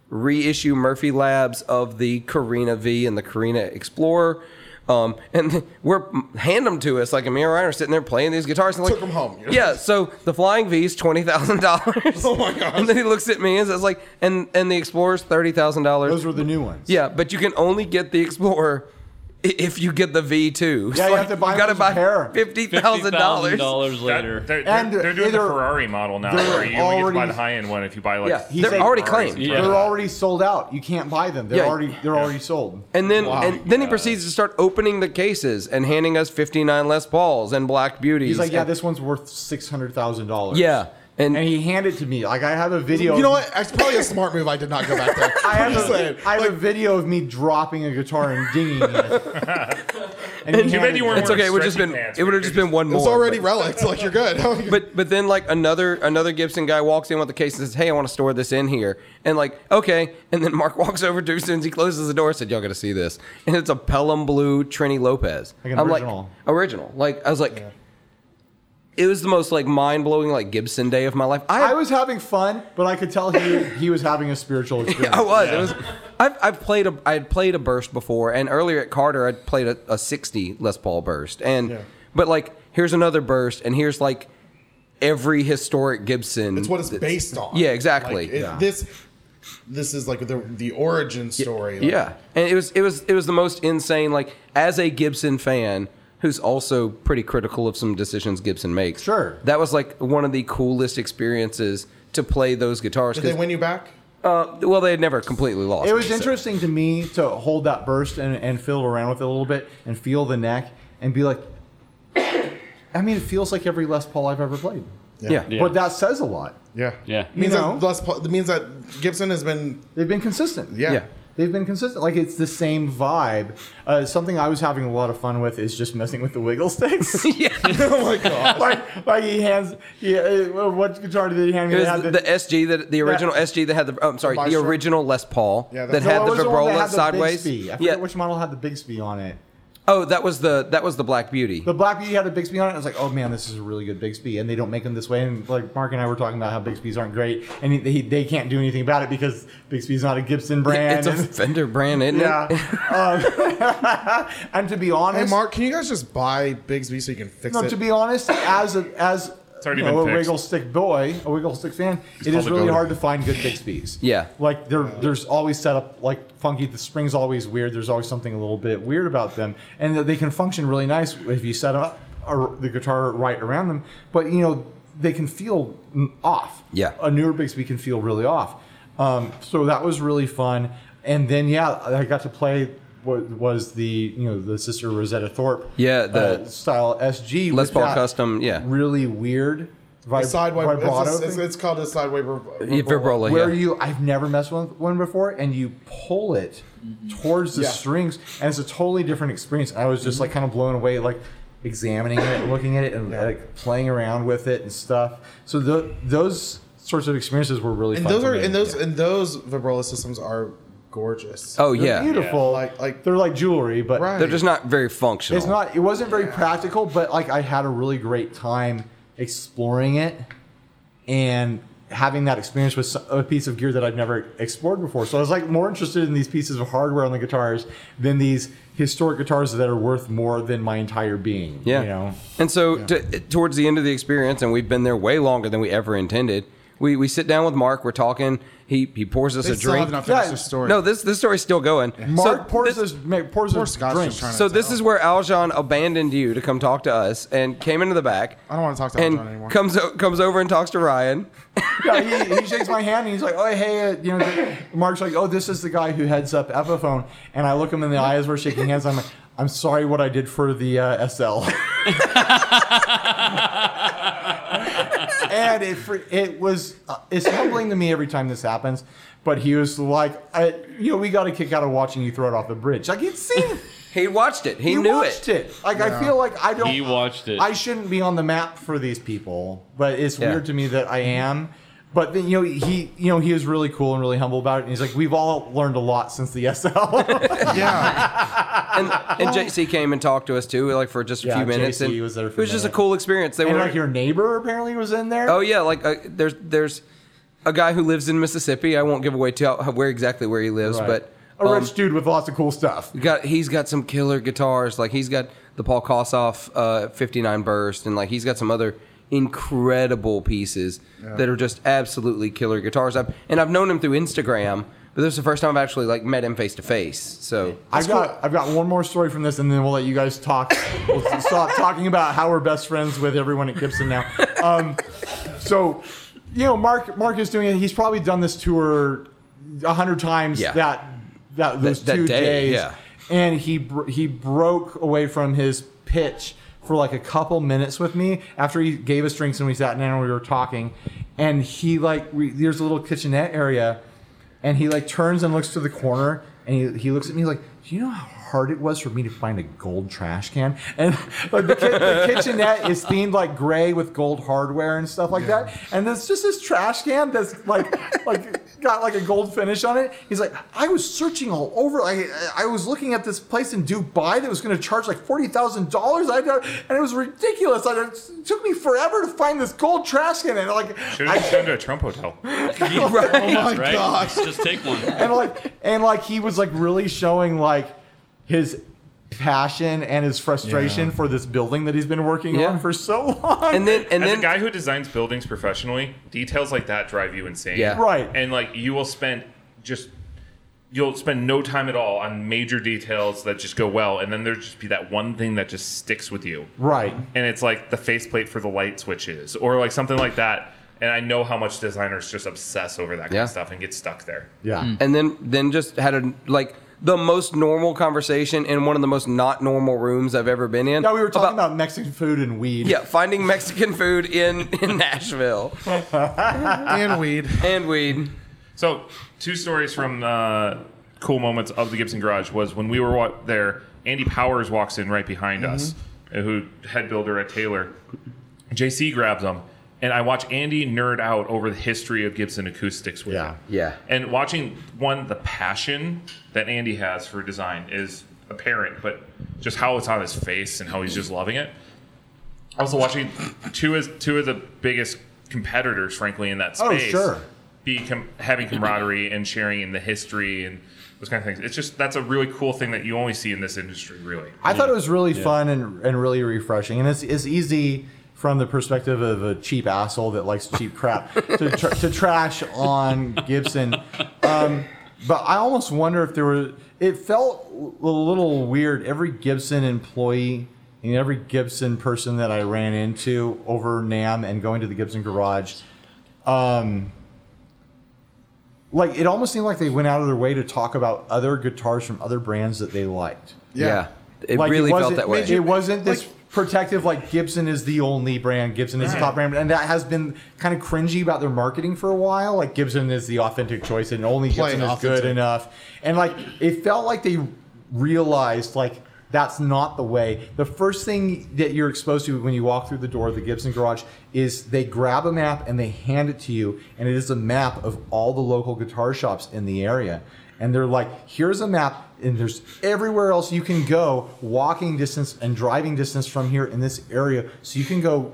reissue Murphy Labs of the Karina V and the Karina Explorer. Um, and we're hand them to us like me and Ryan are sitting there playing these guitars and like Took 'em home, you know? Yeah, so the flying V is twenty thousand dollars. Oh my god! And then he looks at me and says like, and and the Explorer's thirty thousand dollars. Those were the new ones. Yeah, but you can only get the Explorer i- if you get the V two. Yeah, you have to buy gotta those pair. fifty thousand dollars. later. They're, they're, And they're doing the they're- Ferrari model now, they're where you only get to buy already- the high end one if you buy like. Yeah, three they're already Ferraris. claimed. They're already sold out. You can't buy them. They're Yeah. already they're already sold. And then and then he proceeds to start opening the cases and handing us fifty nine Les Pauls and Black Beauties. He's like, yeah, and- this one's worth six hundred thousand dollars. Yeah, and and he handed it to me. Like I have a video. You know what? It's probably a smart move. I did not go back there. I I'm just have, saying. a, I have a video of me dropping a guitar and dinging it. And he handed it. It's okay. It would just been it would have just been one more. It's already but- relics. Like you're good. but but then like another another Gibson guy walks in with the case and says, "Hey, I want to store this in here." And like, okay. And then Mark walks over to as soon as he closes the door, said, "Y'all got to see this." And it's a Pelham Blue Trini Lopez. Like an I'm original. like original. Like I was like, it was the most like mind blowing like Gibson day of my life. I, I was having fun, but I could tell he he was having a spiritual experience. I was. It was. I've, I've played a I had played a burst before, and earlier at Carter I'd played a, a sixty Les Paul burst, and but like here's another burst, and here's like every historic Gibson. It's what it's based on. Yeah, exactly. Like, it- Yeah. This this is like the the origin story. like- Yeah, and it was it was it was the most insane. Like as a Gibson fan who's also pretty critical of some decisions Gibson makes. Sure. that was like one of the coolest experiences to play those guitars. Did they 'cause, win you back? uh, well, they had never completely lost. It was me, so- interesting to me to hold that burst and, and fiddle around with it a little bit and feel the neck and be like, I mean, it feels like every Les Paul I've ever played. Yeah. Yeah. But that says a lot. Yeah. Yeah. Means You know? that Les Paul, means that Gibson has been They've been consistent. yeah. Yeah. They've been consistent. Like, it's the same vibe. Uh, something I was having a lot of fun with is just messing with the wiggle sticks. oh my god. like, like, he hands, he, uh, what guitar did he hand me? It They had was the, the SG that the original SG that had the oh, I'm sorry the Maestro? original Les Paul Yeah, that, that- No, had what the was one that vibrola had the sideways. Bigsby? I forget yeah. which model had the Bigsby on it. Oh, that was the that was the Black Beauty. The Black Beauty had a Bixby on it. I was like, oh man, this is a really good Bixby, and they don't make them this way. And like Mark and I were talking about how Bixby's aren't great, and he, they, they can't do anything about it because Bixby's not a Gibson brand. it's a and- Fender brand, isn't it? yeah. Um, and to be Hey honest, Mark, can you guys just buy Bigsby so you can fix no, it? to be honest, as a as already you know, a been fixed. wiggle stick boy, a wiggle stick fan, it called is a really goater. hard to find good Bixby's. Yeah. like they're there's always set up like funky. The spring's always weird. There's always something a little bit weird about them, and that they can function really nice if you set up a, the guitar right around them. But you know they can feel mm, off. Yeah. a newer Bixby can feel really off. Um, so that was really fun. And then yeah, I got to play what was the you know the sister Rosetta Thorpe Yeah, the- uh, style Les SG with Paul that Custom, yeah. really weird vib- Sideways, vibrato it's, a- it's, thing, it's called a sideways. vib- Yeah, vibrola, where yeah. you I've never messed with one before, and you pull it towards Mm-hmm. the Yeah. strings, and it's a totally different experience. I was just like kind of blown away, like examining it, looking at it, and like playing around with it and stuff. So tho- those sorts of experiences were really And fun those for are me. and those Yeah. and those vibrola systems are gorgeous. Oh They're yeah, beautiful. Like like They're like jewelry, but right. they're just not very functional. It's not. It wasn't very practical, but like I had a really great time exploring it and having that experience with so- a piece of gear that I'd never explored before. So I was like more interested in these pieces of hardware on the guitars than these historic guitars that are worth more than my entire being. Yeah. You know. And so, to, towards the end of the experience, and we've been there way longer than we ever intended, We, we sit down with Mark. We're talking. He he pours us They a still drink. have not finished Yeah. their story. No, this this story's still going. Mark So- pours his ma- pours his drink. so this is where Aljan abandoned you to come talk to us and came into the back. I don't want to talk to and Aljan anymore. Comes o- comes over and talks to Ryan. yeah, he, he shakes my hand and he's like, "Oh, hey," uh, you know. the- Mark's like, "Oh, this is the guy who heads up Epiphone," and I look him in the eye as we're shaking hands. I'm like, "I'm sorry, what I did for the uh, SL." and it fr- it was uh, it's humbling to me every time this happens. But he was like, I, "You know, we got a kick out of watching you throw it off the bridge." Like he'd seen, he watched it. He knew watched it. Like I Yeah. feel like I don't. He watched it. I shouldn't be on the map for these people, but it's Yeah. weird to me that I am. But then you know he you know he is really cool and really humble about it. And he's like, we've all learned a lot since the SL. and JC came and talked to us too, like for just a Yeah, few minutes. JC and was there for it was a just a minute. cool experience. They and were like your neighbor apparently was in there. Oh yeah, like uh, there's there's a guy who lives in Mississippi. I won't give away to where exactly where he lives, Right. but a um, rich dude with lots of cool stuff. got he's got some killer guitars. Like he's got the Paul Kossoff uh, 59 burst, and like he's got some other incredible pieces Yeah. that are just absolutely killer guitars. I've, and I've known him through Instagram, but this is the first time I've actually like met him face to face. So I've got I've got one more story from this, and then we'll let you guys talk. we'll stop talking about how we're best friends with everyone at Gibson now. Um, so, you know, Mark Mark is doing it. He's probably done this tour a hundred times. Yeah. That that those that two day, days. yeah. And he bro- he broke away from his pitch for like a couple minutes with me after he gave us drinks and we sat down and we were talking, and he like we, there's a little kitchenette area and he like turns and looks to the corner and he, he looks at me like do you know how hard it was for me to find a gold trash can and like the, ki- the kitchenette is themed like gray with gold hardware and stuff like that and there's just this trash can that's like like got like a gold finish on it he's like i was searching all over i i was looking at this place in dubai that was going to charge like $40000 i don't- and it was ridiculous I, it took me forever to find this gold trash can and like Should I- have gone to a Trump hotel. Oh my Right? gosh. Just take one. and like and like he was like really showing like his passion and his frustration Yeah. for this building that he's been working Yeah. on for so long. as a guy who designs buildings professionally, details like that drive you insane. Yeah. Right. And like you will spend just you'll spend no time at all on major details that just go well, and then there'll just be that one thing that just sticks with you. Right. And it's like the faceplate for the light switches or like something like that. And I know how much designers just obsess over that kind Yeah. of stuff and get stuck there. Yeah. Hmm. And then then just had a like the most normal conversation in one of the most not normal rooms I've ever been in. Yeah, we were talking about, Mexican food and weed. Yeah, finding Mexican food in in Nashville. And weed. And weed. So, two stories from uh, cool moments of the Gibson Garage was when we were wa- there. Andy Powers walks in right behind us, uh, who head builder at Taylor. JC grabs him, and I watch Andy nerd out over the history of Gibson acoustics with him. Yeah. And watching one, the passion that Andy has for design is apparent, but just how it's on his face and how he's just loving it. Also watching two is two of the biggest competitors, frankly, in that Oh, space. sure. Be com- having camaraderie and sharing in the history and those kind of things. It's just that's a really cool thing that you only see in this industry, really. I thought it was really Yeah. fun and, and really refreshing. And it's, it's easy from the perspective of a cheap asshole that likes cheap crap to, tr- to trash on Gibson. Um, but I almost wonder if there were, it felt a little weird. Every Gibson employee and every Gibson person that I ran into over NAM and going to the Gibson garage. Um, like it almost seemed like they went out of their way to talk about other guitars from other brands that they liked. Yeah. Yeah. It really felt wasn't- that way. It wasn't this protective like Gibson is the only brand, Gibson is the top brand, and that has been kind of cringy about their marketing for a while. Like Gibson is the authentic choice, and only Plain Gibson is authentic. good enough. And like it felt like they realized like that's not the way. The first thing that you're exposed to when you walk through the door of the Gibson garage is they grab a map and they hand it to you, and it is a map of all the local guitar shops in the area. And they're like, here's a map, and there's everywhere else you can go, walking distance and driving distance from here in this area. So you can go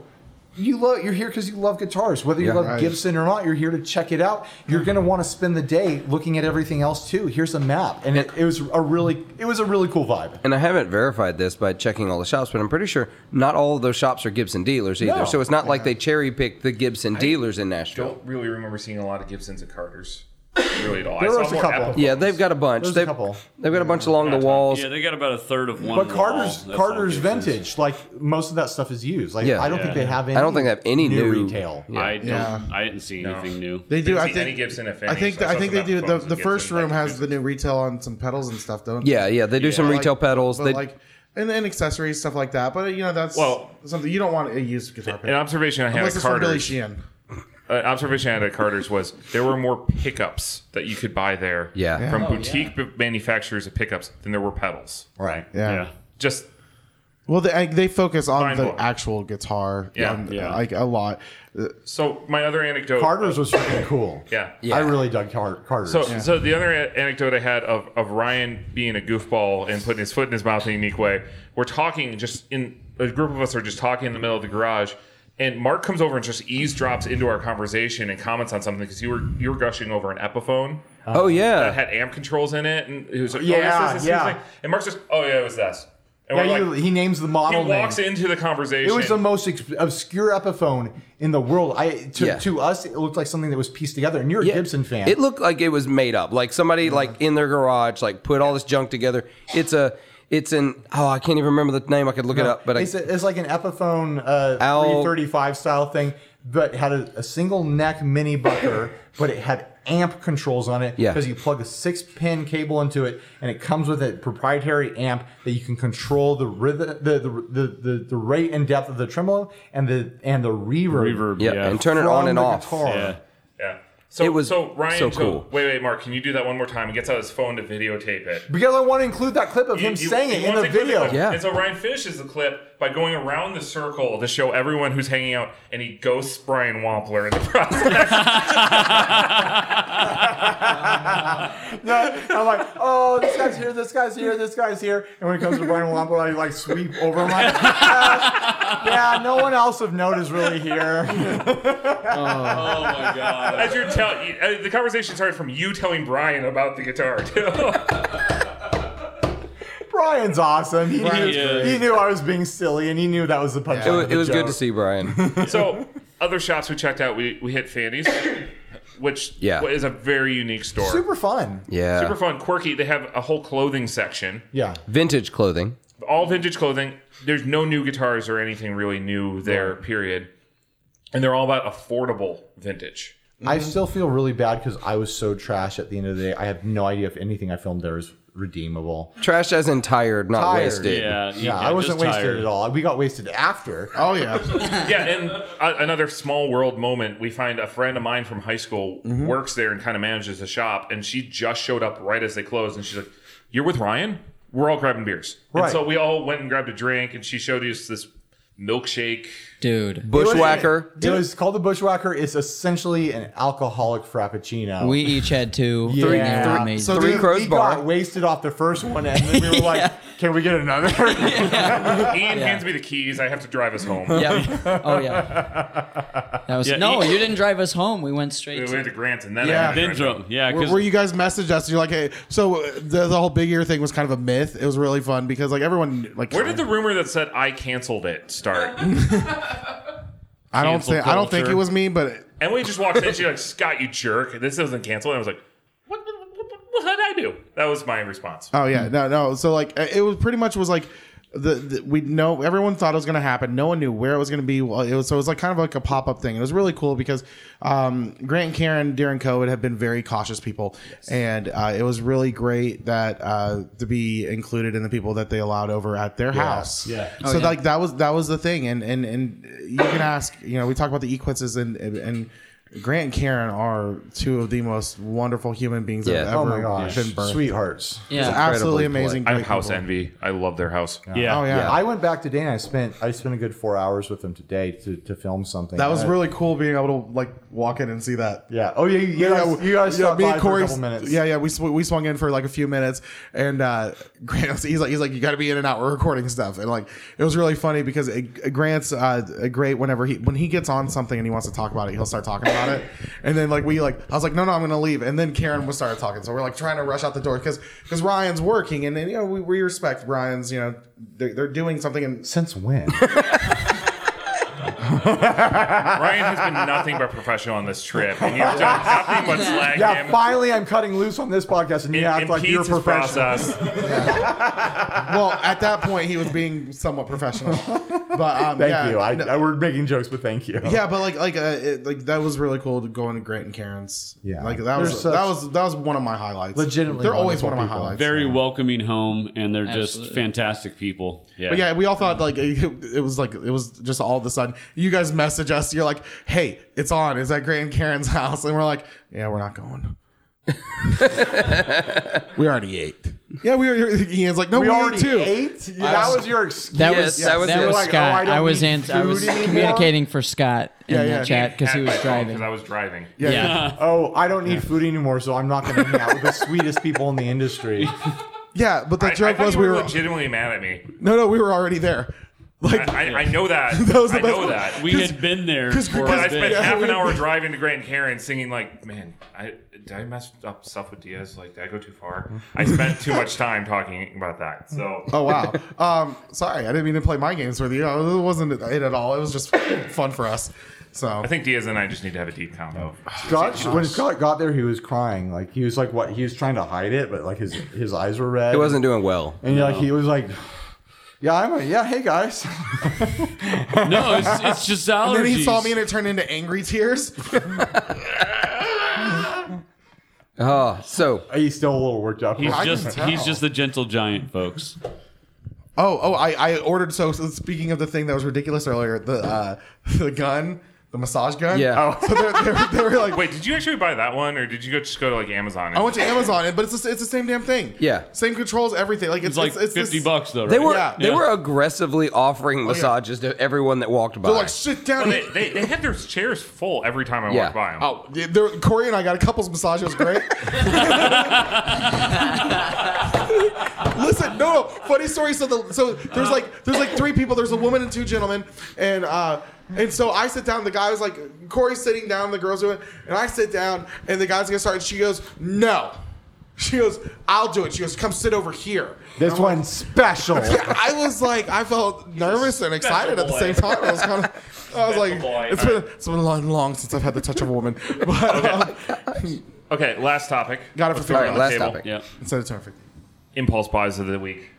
you love you're here because you love guitars whether you Yeah. love Right. gibson or not you're here to check it out you're going to want to spend the day looking at everything else too here's a map and it, it was a really it was a really cool vibe And I haven't verified this by checking all the shops, but I'm pretty sure not all of those shops are Gibson dealers either. No. So it's not like they cherry picked the Gibson dealers in Nashville. Don't really remember seeing a lot of Gibsons and Carters. Really at all. There I saw was a more couple. Apple Yeah, they've got a bunch. There's a they've, couple. They've got a bunch along the walls. Yeah, they got about a third of one. but carter's wall. That's all carter's Gibson's. vintage like most of that stuff is used like Yeah. i don't think they have any I don't think they have any new, new- retail I don't. Yeah. I didn't see anything new. They do. Didn't I see think. any Gibson, if any, I think. so I I saw think some they do. The, Apple the phones and first room has the new retail on some pedals and stuff, don't? Yeah, yeah, they do some Like- retail pedals. but They- like and, and accessories stuff like that. But you know that's Well- something you don't want a used guitar. An observation I had Unless at it's from Billy Carter's- Sheehan. uh, observation I had at Carter's was there were more pickups that you could buy there Yeah. from Oh, boutique b- manufacturers of pickups than there were pedals. Right. Yeah. Just Well, they I, they focus on the actual guitar. Yeah. on- Yeah. Like a lot. Uh, so my other anecdote. carter's was freaking cool Yeah. i really dug Car- carter's So, so the other a- anecdote I had of, of Ryan being a goofball and putting his foot in his mouth in a unique way, we're talking just in a group of us are just talking in the middle of the garage, and Mark comes over and just eavesdrops into our conversation and comments on something because you were you were gushing over an Epiphone. Oh, yeah. that had amp controls in it, and it was like, oh, Yeah, this, this, this, yeah. this thing. and Mark's just, oh yeah, it was this. And yeah, we're you, like, he names the model he walks name. into the conversation. It was the most ex- obscure Epiphone in the world. I to, Yeah. to us, it looked like something that was pieced together. And you're a Gibson fan. It looked like it was made up. Like somebody like in their garage like put all this junk together. It's a it's an oh I can't even remember the name. I could look it up, but I, it's, it's like an Epiphone uh, Owl- 335 style thing, but had a, a single neck mini bucker, but it had amp controls on it Yeah. because you plug a six pin cable into it, and it comes with a proprietary amp that you can control the rhythm, the the, the, the, the rate and depth of the tremolo and the and the reverb, Reverb, Yeah, yeah. and turn it on from and the off. guitar. Yeah. yeah. So, It was so Ryan, so so cool. wait, wait, Mark, can you do that one more time? He gets out his phone to videotape it. Because I want to include that clip of You- him you- saying you it in want the to clip video. clip. And so Ryan finishes the clip by going around the circle to show everyone who's hanging out, and he ghosts Brian Wampler in the process. No, I'm like, oh, this guy's here, this guy's here, this guy's here. And when it comes to Brian Wampel, I like sweep over him. Like, "Uh, yeah, no one else of note is really here. Oh my god! As you're tell, you- uh, the conversation started from you telling Brian about the guitar too. Brian's awesome. He, Brian's knew, great. he knew I was being silly, and he knew that was the punchline. it was, of it the was joke. good to see Brian. so other shops we checked out, we, we hit Fanny's, which Yeah. is a very unique store. Super fun. Yeah. Super fun, quirky. They have a whole clothing section. Yeah. Vintage clothing. all vintage clothing. There's no new guitars or anything really new there, period. And they're all about affordable vintage. I still feel really bad because I was so trash at the end of the day. I have no idea if anything I filmed there is redeemable. Trash as in tired, not Tired. wasted. Yeah, I wasn't wasted at all. We got wasted after. Oh yeah. yeah, and a, another small world moment. We find a friend of mine from high school Mm-hmm. works there and kind of manages the shop, and she just showed up right as they closed, and she's like, "You're with Ryan? We're all grabbing beers." Right. And so we all went and grabbed a drink, and she showed us this milkshake. dude. Bushwhacker. It was, called the Bushwhacker. It's essentially an alcoholic frappuccino. We each had two. Three- and they were three- amazing. so Three we- Crows we Bar. got wasted off the first one, and then we were like, "Can we get another?" Ian hands me the keys. I have to drive us home. Yeah. Oh yeah. That was Yeah, no. he- you didn't drive us home. We went straight. We to, went to Grant's, and then I Yeah. had to Then drive drove- Yeah, Where, because where you guys messaged us, you're like, "Hey!" So uh, the, the whole big ear thing was kind of a myth. It was really fun because like everyone like Where did the rumor that said I canceled it start? I don't cancel think I don't think culture? it was me, but and we just walked in. She's like, "Scott, you jerk! This doesn't cancel." And I was like, "What? What, what, what did I do?" That was my response. Oh yeah, no, no. So like, uh, it was pretty much was like the, the we know everyone thought it was going to happen. No one knew where it was going to be. Well, it was so it was like kind of like a pop up thing. It was really cool because um, Grant and Karen during COVID have been very cautious people, and uh, it was really great that uh, to be included in the people that they allowed over at their house. Yeah. So Oh, yeah. like that was that was the thing, and and and you can ask. You know, we talk about the equizzes and and. Grant and Karen are two of the most wonderful human beings Yeah. I've ever Oh my gosh. been birthed. Sweethearts. It's absolutely amazing. I have great house people. envy. I love their house. Oh, yeah. I went back today and I spent I spent a good four hours with them today to, to film something. That was I- really cool being able to like walk in and see that. Yeah. Oh, yeah, you guys- you guys stopped by for a couple minutes. Yeah, yeah. We sw- we swung in for like a few minutes, and uh, Grant's he's like he's like you got to be in and out. We're recording stuff, and like it was really funny because it, Grant's uh, great whenever he when he gets on something and he wants to talk about it, he'll start talking about it, and then like we like I was like no no I'm gonna leave, and then Karen was started talking, so we're like trying to rush out the door because because Ryan's working, and then you know we, we respect Ryan's you know they're, they're doing something and since when Ryan has been nothing but professional on this trip, and you've done nothing but slag yeah, him. finally I'm cutting loose on this podcast, and you act like you're impedes his professional. process. well, at that point, he was being somewhat professional. But um, thank yeah, you. I, no- I- we're making jokes, but thank you. yeah, but like like uh, it, like that was really cool to go into Grant and Karen's. Yeah. like that was They're such- that was that was one of my highlights. Legitimately they're always wonderful one of my people. highlights. Very welcoming home, and they're just Absolutely. fantastic people. Yeah. But yeah, we all thought like it, it was like it was just all of a sudden. You guys message us. You're like, "Hey, it's on. It's at Grant and Karen's house," and we're like, "Yeah, we're not going." we already ate. Yeah, we were. Ian's like, "No, we, we, ate already too." ate. I that was- was your excuse. That was that was, You're like, oh, Scott. I, don't was need in. I was food anymore. communicating for Scott in Yeah, the yeah. chat because he was driving. Because I was driving. Yeah. oh, I don't need food anymore, so I'm not going to hang out with the sweetest people in the industry. Yeah, but the I, I joke thought was you we were legitimately mad at me. no, no, we were already there. Like I, I, I know that. That was the I best know part. that. We had been there. But I spent yeah, half we- an hour driving to Grand Karen singing like, man, I did I mess up stuff with Diaz? Like, did I go too far? I spent too much time talking about that. So Oh wow. Um, sorry, I didn't mean to play my games with you. It wasn't it at all. It was just fun for us. So I think Diaz and I just need to have a deep convo. Scott, when Scott got there, he was crying. Like he was like, what? He was trying to hide it, but like his his eyes were red. He wasn't doing well. And like he was like, yeah, I'm. A, yeah, hey guys. No, it's, it's just allergies. And then he saw me and it turned into angry tears. Oh, so are you still a little worked up? He's I can just tell. he's just the gentle giant, folks. Oh, oh, I, I ordered. So, so speaking of the thing that was ridiculous earlier, the uh, the gun, the massage gun. Yeah. Oh, so they're, they're, they're like, Wait, did you actually buy that one, or did you go just go to like Amazon? And I went to Amazon, but it's the, it's the same damn thing. Yeah. Same controls, everything. Like it's, It's like it's, it's fifty this- bucks though. Right? They were Yeah. they Yeah. Oh, were aggressively offering massages to everyone that walked by. They're like, sit down. Well, they, they, they had their chairs full every time I Yeah. walked by them. Oh, yeah, there, Corey and I got a couples massage. It was great. Listen, no, no, funny story. So, the, so there's like there's like three people. There's a woman and two gentlemen, and uh, and so I sit down. The guy was like, Corey's sitting down. The girls doing, and I sit down, and the guy's gonna start. And she goes, no. She goes, I'll do it. She goes, come sit over here. This one's special. Yeah, I was like, I felt nervous and excited at the same time. I was kind of, I was like, boy. it's been, it's been long, long since I've had the touch of a woman. But um, Okay, last topic. Got it for Let's free. throw it on Alright, the last table. topic. Yeah. instead of perfect. Impulse buys of the week.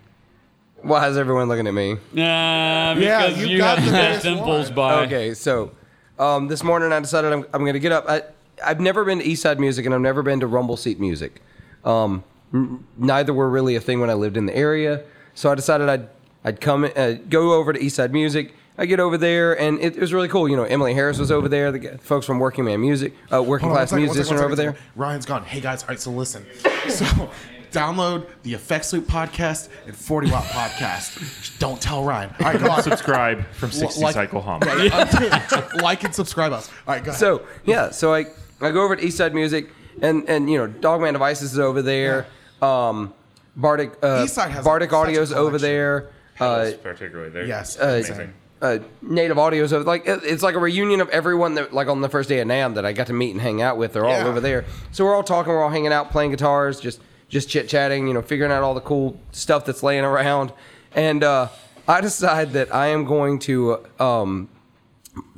Why is everyone looking at me? Nah, Yeah, because you you got have the the best best one. impulse buy. Okay, so um, this morning I decided I'm, I'm going to get up. I, I've never been to East Side Music and I've never been to Rumble Seat Music. Um, n- neither were really a thing when I lived in the area. So I decided I'd I'd come uh, go over to East Side Music. I get over there and it, it was really cool. You know, Emily Harris was over there. The g- folks from Working Man Music, uh, Working Hold on, one Class second, one Musician second, are one over second, there. one second. Ryan's gone. Hey guys, all right, so listen. So download the Effects Loop podcast and 40 Watt podcast. Just don't tell Ryan. All right, go on. Subscribe from 60 Like- Cycle Hum. like and subscribe us. All right, go ahead. So yeah, so I I go over to East Side Music, and and you know Dogman Devices is over there. Um, Bardic uh, East Side has Bardic such a Audio's over there. Uh, particularly there. Yes, uh, amazing. uh, Native Audio's over like it- it's like a reunion of everyone that like on the first day of NAM that I got to meet and hang out with. They're all Yeah. over there, so we're all talking, we're all hanging out, playing guitars, just just chit chatting, you know, figuring out all the cool stuff that's laying around, and uh, I decide that I am going to. Um,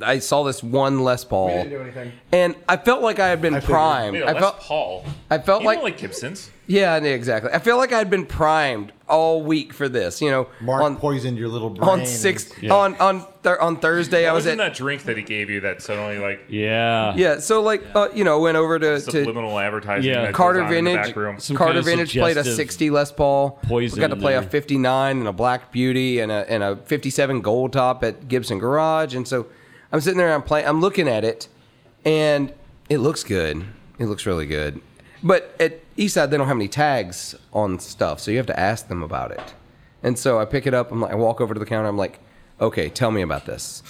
I saw this one Les Paul. anything. And I felt like I had been primed. Wait, I Les felt, Paul. I felt You don't like, like Gibson's. yeah, I knew exactly. I feel like I had been primed all week for this. You know, Mark on poisoned your little brain. on six on on thir- on Thursday, I was Wasn't at that drink that he gave you that suddenly like Yeah. yeah. So like, uh, you know, went over to, to subliminal advertising? Yeah. that goes Carter on in the Vintage. back room? Some Carter kind of Vintage played a suggestive sixty Les Paul. poison We got to in play a there. fifty nine and a Black Beauty and a and a fifty seven Gold Top at Gibson Garage. And so I'm sitting there and I'm playing. I'm looking at it, and It looks good. It looks really good. But at Eastside, they don't have any tags on stuff, so you have to ask them about it. And so I pick it up. I'm like, I walk over to the counter. I'm like, okay, tell me about this.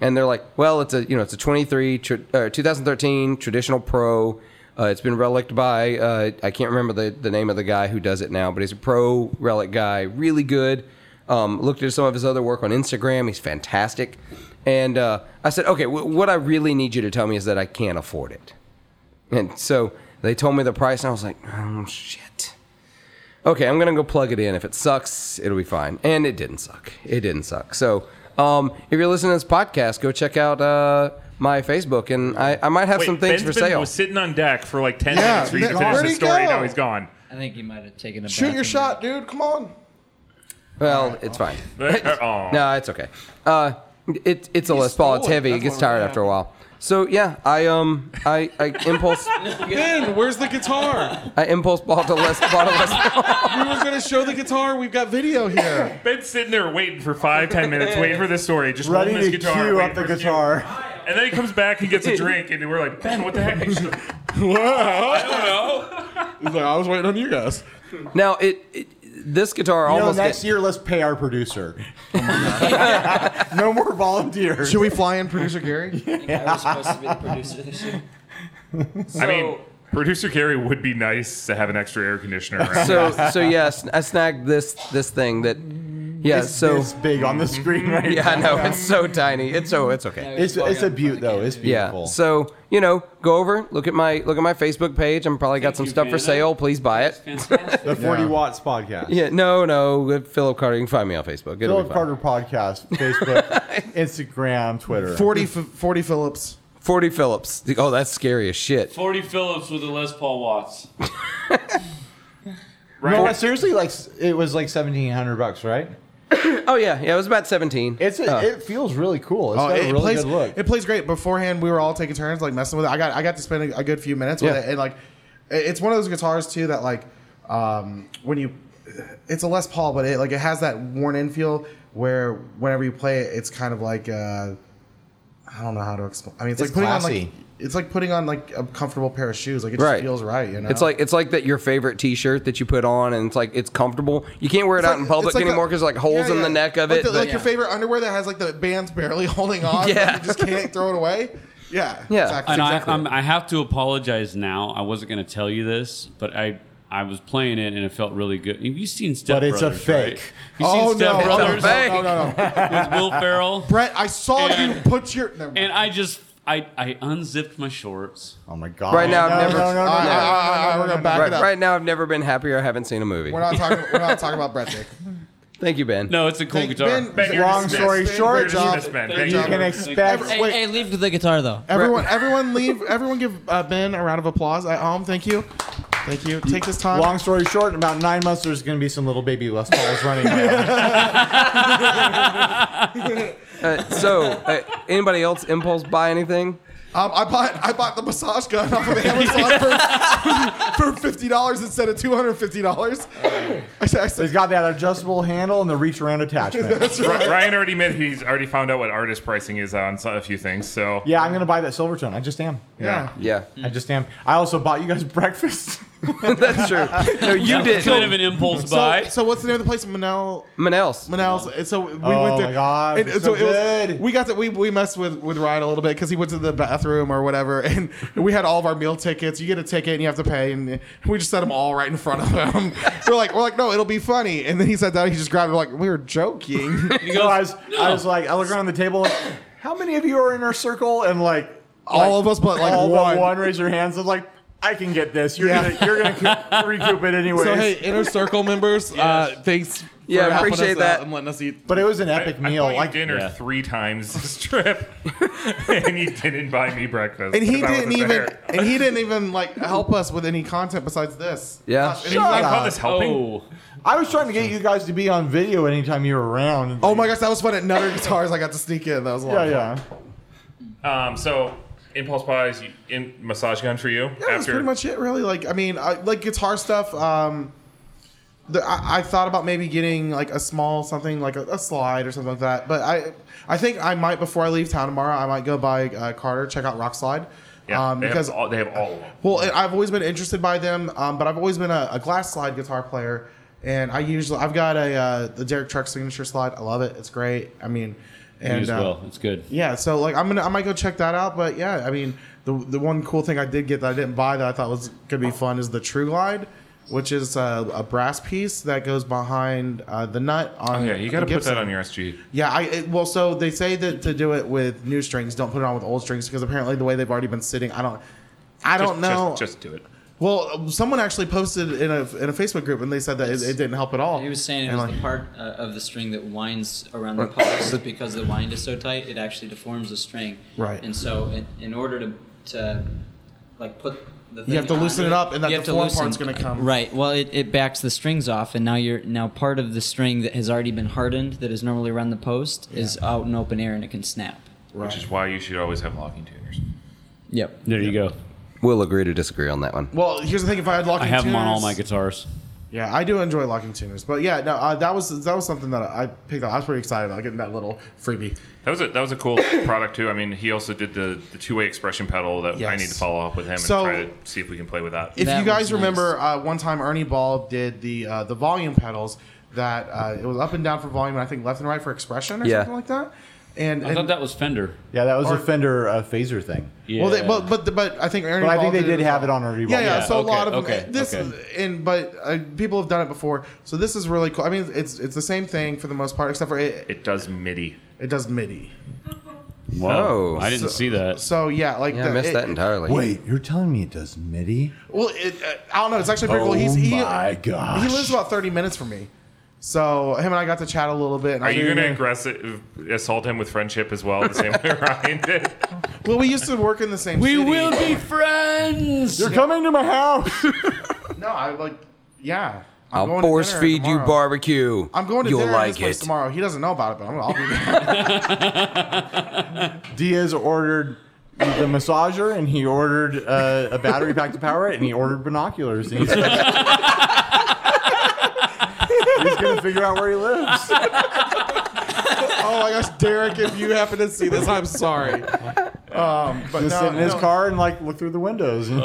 And they're like, well, it's a you know, it's a 23 tr- uh, 2013 traditional pro. Uh, it's been reliced by uh, I can't remember the, the name of the guy who does it now, but he's a pro relic guy, really good. Um, looked at some of his other work on Instagram. He's fantastic. And uh, I said, okay, w- what I really need you to tell me is that I can't afford it. And so they told me the price, and I was like, oh, shit. Okay, I'm gonna go plug it in. If it sucks, it'll be fine. And it didn't suck. It didn't suck. So, um, if you're listening to this podcast, go check out uh, my Facebook, and I, I might have Wait, some things Ben's for been- sale. was sitting on deck for like ten Yeah, minutes for you to Nick, finish the where'd he story. go? Now he's gone. I think he might have taken a Shoot your bathroom shot, dude. Come on. Well, it's fine. Aw. no, it's okay. Uh, it, it's a Les Paul. It's stole it. heavy. It That's gets what I'm tired mad after a while. So yeah, I um I, I impulse Ben, where's the guitar? I impulse bought a Les bought a Les Paul. we were gonna show the guitar. We've got video here. Ben's sitting there waiting for five, ten minutes, waiting for this story, just Ready holding his to guitar. cue waiting up for the his cue. guitar. And then he comes back and gets a drink, and we're like, Ben, what the heck? He's like, Wow. "No." He's like, I was waiting on you guys. Now it, it this guitar You know, almost next gets- year, let's pay our producer. no more volunteers. Should we fly in producer Gary? I was supposed to be the producer this year. I mean, producer Gary would be nice to have an extra air conditioner. Around. so so yes, I snagged this this thing that yeah It's so this big on the screen right yeah I now. know it's so tiny it's so it's okay Mm-hmm. It's, it's a beaut though. It's beautiful. yeah so you know go over look at my look at my Facebook page I'm probably got some stuff for sale please buy it The 40 watts podcast. yeah no no Philip Carter you can find me on Facebook It'll Philip be fine. Carter podcast, Facebook, Instagram, Twitter. 40, Ph- 40 Phillips. 40 Phillips oh that's scary as shit 40 Phillips with a Les Paul Watts. No, seriously, like it was like 1700 bucks, right? oh yeah yeah it was about 17 It's a, Uh, it feels really cool. It's Oh, got it, a really plays, good look. it plays great. Beforehand, we were all taking turns like messing with it. I got I got to spend a, a good few minutes with Yeah. it, and like, it- it's one of those guitars too that like, um, when you, it's a Les Paul, but it like it has that worn in feel where whenever you play it, it's kind of like, uh, I don't know how to explain. I mean, it's, It's like putting on classy. like it's like putting on like a comfortable pair of shoes. Like it just Right. feels right. You know, It's like it's like that your favorite T-shirt that you put on, and it's like it's comfortable. You can't wear it It's out like- in public it's like a- anymore because like holes Yeah, in yeah. the neck of Like it. the- that- like your favorite underwear that has like the bands barely holding on. Yeah, Yeah. you just can't throw it away. Yeah, Yeah. exactly. And exactly. I, I'm, I have to apologize now. I wasn't going to tell you this, but I I was playing it and it felt really good. You've seen Step But it's a Brothers, right? fake. You've seen Oh, Step no, no, Brothers fake. no, no, no. with Will Ferrell, Brett, I saw And- you put your. never mind. and I just I I unzipped my shorts. oh my god! Right now, I've no, never- No, no, no, I- no. I- I- I- we're gonna back right, it up. right now, I've never been happier. I haven't seen a movie. We're not talking. We're not talking about Brett Dick. Thank you, Ben. No, it's a cool Thank- guitar. Ben- Ben, you're Long dismissed. story Ben, short, you're dismissed, John, Ben. thank Thank you. you you. can expect. Every- Hey, Wait. hey, leave the guitar though. Everyone, everyone, leave. Everyone, give uh, Ben a round of applause at home. Thank you. Thank you. Take this time. Long story short, in about nine months, there's going to be some little baby Les Pauls running around. Uh, so, uh, anybody else impulse buy anything? Um, I bought I bought the massage gun off of Amazon for, for fifty dollars instead of two hundred fifty dollars. I said, I He's said got that adjustable handle and the reach around attachment. Ri- Ryan already admitted he's already found out what artist pricing is on so- a few things. So Yeah, I'm going to buy that Silvertone. I just am. yeah. Yeah, I just am. I also bought you guys breakfast. that's true. No, you did. kind of an impulse buy. So, so what's the name of the place? Manel. Manels. Manel's. And so we Oh went there. my God, and so good. we got to we, we messed with with Ryan a little bit because he went to the bathroom or whatever, and we had all of our meal tickets. You get a ticket and you have to pay, and we just set them all right in front of him. we're like we're like no, it'll be funny, and then he said that he just grabbed it like we were joking. so I was, I "Oh." was like, I look around the table. like, How many of you are in our circle? And like, all of us, but like all one. but one raise your hands. I'm like, I can get this. You're Yeah. gonna, you're gonna co- recoup it anyways. So hey, inner circle members, uh, thanks. Yeah, for helping appreciate us out that. and letting us eat. but it was an I, epic I meal. bought you Like dinner Yeah. three times this trip, and you didn't buy me breakfast. And he 'cause I didn't wasn't even there. and he didn't even like help us with any content besides this. Yeah. Gosh, and You he's like, wanna call up. this helping? Oh, I was trying to get you guys to be on video anytime you were around. oh my gosh, that was fun at Nutter Guitars. I got to sneak in. That was a lot. Yeah, of fun. yeah. Um, so impulse buys, you, in, massage gun for you. Yeah, that's pretty much it, really. Like, I mean, I, like guitar stuff. Um, the, I, I thought about maybe getting like a small something, like a, a slide or something like that. But I, I think I might before I leave town tomorrow, I might go by uh, Carter check out Rock Slide. Yeah, um, they have because all- they have all of them. Well, and I've always been interested by them, um, but I've always been a, a glass slide guitar player, and I usually I've got a uh, the Derek Truck signature slide. I love it. It's great. I mean, and as uh, well. It's good. yeah, so like I'm gonna I might go check that out, but yeah, I mean the the one cool thing I did get that I didn't buy that I thought was gonna be fun is the True Glide, which is a, a brass piece that goes behind uh, the nut on. Oh, yeah, you got to a put that Gibson. on your SG. Yeah, I it, well, so they say that to do it with new strings, don't put it on with old strings because apparently the way they've already been sitting, I don't, I Just- don't know. Just, just do it. well, someone actually posted in a in a Facebook group and they said that it, it didn't help at all. He was saying it And, was like, the part uh, of the string that winds around the pulse because the wind is so tight, it actually deforms the string. Right. And so, in, in order to to like put the You thing have to loosen onto it up and that you have to deformed part's loosen- gonna come. Right. Well, it, it backs the strings off, and now you're now part of the string that has already been hardened that is normally around the post is out in open air and it can snap. Which is why you should always have locking tuners. Yep. There you go. We'll agree to disagree on that one. well, here's the thing: if I had locking, I have them on all tuners- my guitars. Yeah, I do enjoy locking tuners, but yeah, no, uh, that was that was something that I picked up. I was pretty excited about getting that little freebie. That was a that was a cool product too. I mean, he also did the, the two way expression pedal that I Yes. need to follow up with him So- and try to see if we can play with that. If you guys remember, uh, one time Ernie Ball did the uh, the volume pedals that uh, it was up and down for volume, and I think left and right for expression or Yeah. something like that. And, I and thought that was Fender. Yeah, that was Or- a Fender uh, phaser thing. well, they, but but but I think Ernie. But I Ball think they it did as have well. it on Ernie Yeah, Ball. yeah. Yeah, So okay, a lot of them- okay, this okay. and but uh, people have done it before, so this is really cool. I mean, it's it's the same thing for the most part, except for it It does MIDI. it does MIDI. Whoa. Oh, I didn't So- see that. So yeah, like Yeah, I the- missed it- that entirely. Wait, you're telling me it does MIDI? Well, it, uh, I don't know. It's actually pretty cool. He's, Oh he, my gosh. He lives about thirty minutes from me, so him and I got to chat a little bit. And I Are you didn't going to even- aggressive assault him with friendship as well, the same way Ryan did? Well, we used to work in the same. We city. will be friends. You're coming to my house. No, I like. Yeah, I'm I'll going to force dinner feed you tomorrow. barbecue. I'm going to You'll dinner at his like place it. tomorrow. He doesn't know about it, but I'm, I'll be there. Diaz ordered the massager, and he ordered uh, a battery pack to power it, and he ordered binoculars. And he's, he's gonna figure out where he lives. oh my gosh, Derek! If you happen to see this, I'm sorry. Um, but Just no, sit in his no. Oh car and like look through the windows. You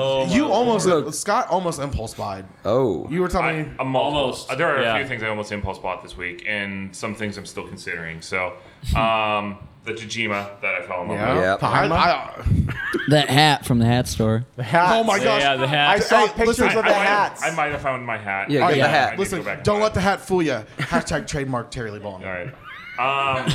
almost uh, Scott almost impulse buyed. Oh. You were telling me. I, am almost. Almost, There are a yeah. few things I almost impulse bought this week, and some things I'm still considering. So, um, the Tajima that I fell in love with. Yeah. I, I, That hat from the hat store. The hats. oh my gosh! Yeah, the hat. I saw Hey, pictures listen, of I, the I might hats. Have, I might have found my hat. Yeah, I Oh, get the need to- hat. I need to Oh, Listen, go back and don't buy let it. the hat fool you. Hashtag trademark Terry Lee Ball. All right. Um,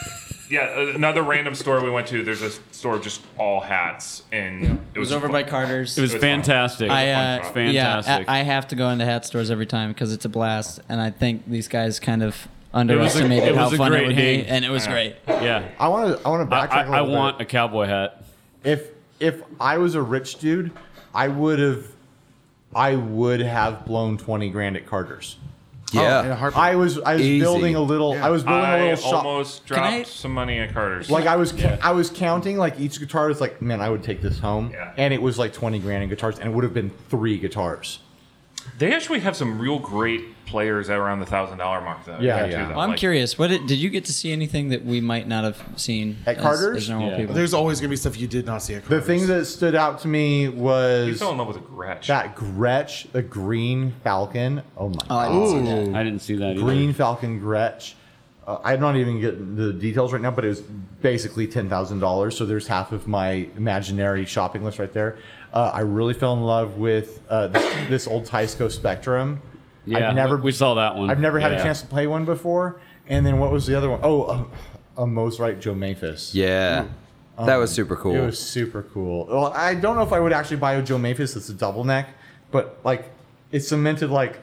yeah, uh, another random store we went to. There's a store of just all hats, and It was over by Carter's. It was It was fantastic. I fun uh, shop. yeah, Fantastic. I, I have to go into hat stores every time because it's a blast, and I think these guys kind of was a- underestimated it how was a fun great it would hang. be, and it was great. yeah. I want to. I want to I, backtrack. I, a little I bit. want a cowboy hat. if if I was a rich dude, I would have I would have blown twenty grand at Carter's. Oh, in a Yeah. heartbeat. I was I was Easy. building a little I was building a I little shop. almost dropped Can I- some money at Carter's. like I was ca- I was counting like each guitar was like man I would take this home Yeah. and it was like twenty grand in guitars and it would have been three guitars. they actually have some real great players at around the thousand dollar mark. Though. Yeah, too, yeah. though. Well, I'm Like, curious. What did, did you get to see anything that we might not have seen At as- Carter's? As, normal Yeah. people. There's always gonna be stuff you did not see. At The thing that stood out to me You was fell in love with a Gretsch. that Gretsch, the green falcon. Oh my Oh, I didn't see that. I didn't see that either. green falcon gretsch uh, i'm not even getting the details right now but it was basically $10000 so there's half of my imaginary shopping list right there uh, i really fell in love with uh, this, this old tysco spectrum Yeah, i've never we saw that one. i've never had Yeah. a chance to play one before and then what was the other one? Oh, uh, a most right joe Maphis. Yeah. That was super Um, cool. Um, It was super cool. Well, I don't know if I would actually buy a Joe Maphis. It's a double neck, but like, it cemented like,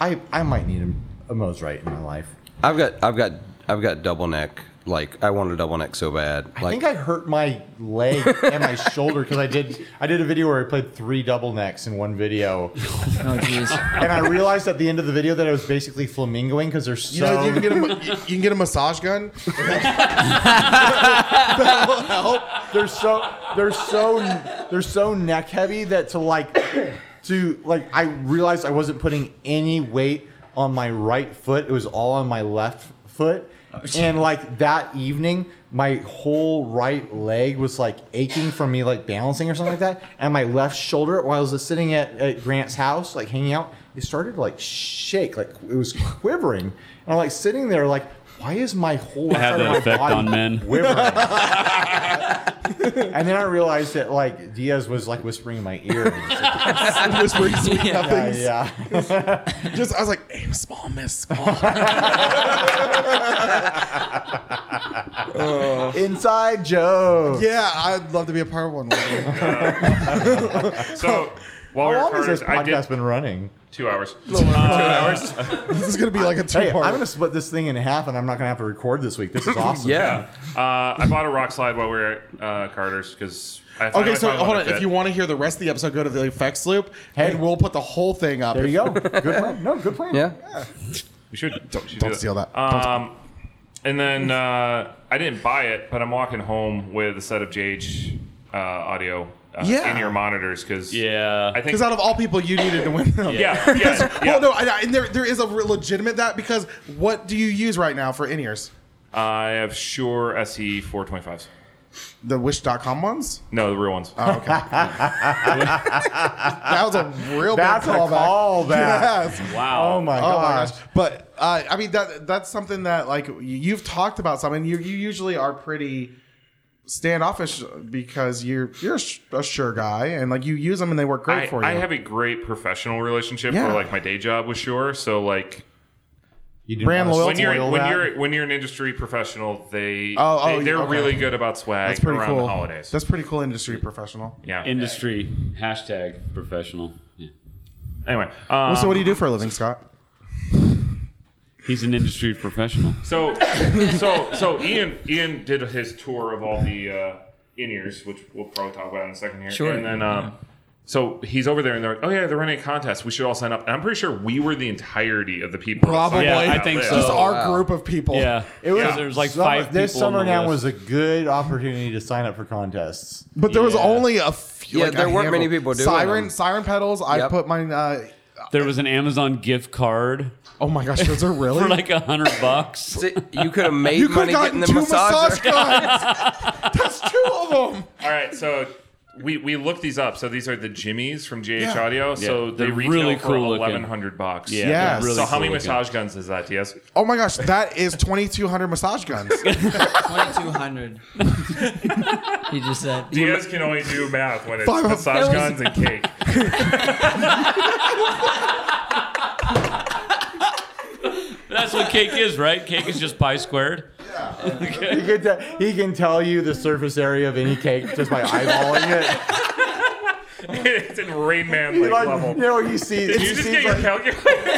I I might need a, a Mose right in my life. I've got I've got I've got double neck. Like I want a double neck so bad. Like I think I hurt my leg and my shoulder because I did I did a video where I played three double necks in one video, Oh, jeez. and I realized at the end of the video that I was basically flamingoing because they're so. you know, you can get a ma- you can get a massage gun. they're so they're so they're so neck heavy that to like to like I realized I wasn't putting any weight on my right foot. It was all on my left foot. And like that evening, my whole right leg was like aching from me like balancing or something like that, and my left shoulder while I was sitting at, at Grant's house like hanging out, it started to like shake, like it was quivering, and I'm like sitting there like, why is my whole I have side of that my effect body on men. and then I realized that like Diaz was like whispering in my ear. Whispering sweet Yeah, nothings. yeah. Just I was like, aim small, miss small. Inside joke. Oh. Yeah, I'd love to be a part of one. one day. uh, So while How we were long has this recording, I podcast did been running? two hours. Uh, Two hours. this is gonna be like a Hey, two-part. I'm gonna split this thing in half, and I'm not gonna have to record this week. This is awesome. Uh, I bought a rock slide while we were at uh, Carter's because. Oh, Okay, so hold on. If you want to hear the rest of the episode, go to the effects loop, and we'll put the whole thing up. There you go. Good plan. No, good plan. Yeah. We should. Don't, don't steal that. Don't steal- Um, and then uh, I didn't buy it, but I'm walking home with a set of JH uh, audio uh, Yeah. in-ear monitors because yeah, I think Because out of all people, you needed to win them. Yeah, yeah, yeah. Well, no, I, I, and there, there is a re- legitimate that because what do you use right now for in ears? I have E Shure SE 425s. The Wish.com ones? No, the real ones. Oh, okay. that was a real That's a bad callback. callback. Yes. Wow. Oh my gosh. But uh, I mean that that's something that like you- you've talked about something. You you usually are pretty standoffish because you're you're a sh- a sure guy and like you use them and they work great I, for you. I have a great professional relationship Yeah. for like my day job with Shure. So like You didn't Brand wanna loyalty. when you're spoil when that. you're when you're an industry professional, they Oh, they, oh, they're okay. really good about swag that's pretty around cool. the holidays. That's pretty cool industry professional. yeah. Industry hashtag professional. Yeah. anyway, um, Well, so what do you do for a living, Scott? He's an industry professional. So, so, so Ian, Ian did his tour of all the uh, in ears, which we'll probably talk about in a second here. Sure. And then, um, so he's over there, and they're like, "Oh yeah, they're running a contest. We should all sign up." And I'm pretty sure we were the entirety of the people. that signed Probably. up Yeah, I that think list. so. Just our wow. group of people. Yeah, It was, Yeah. there was like summer- five This people on summer the now was list. a good opportunity to sign up for contests. But there was Yeah. only a few. Yeah, like, a there weren't many handful. people doing siren them. siren pedals. I Yep. put mine. Uh, There was an Amazon gift card oh my gosh, those are really. for like a hundred bucks. See, you could have made you could money have getting gotten the two massager. massage guns. That's two of them. All right, so. We, we looked these up, so these are the Jimmies from JH Yeah. Audio. So Yeah, they they're retail really for cool looking. eleven hundred bucks. Yeah, Yes. they're really so how many cool looking. massage guns is that, Diaz? Oh my gosh, that is twenty two hundred massage guns. 2200. he just said. Diaz can only do math when it's Five- That massage was- guns and cake. That's what cake is, right? Cake is just pi squared. He can, te- he can tell you the surface area of any cake just by eyeballing it. it's in Rain Man like, like, level. you know, you see, Did he you just sees get your like, calculator?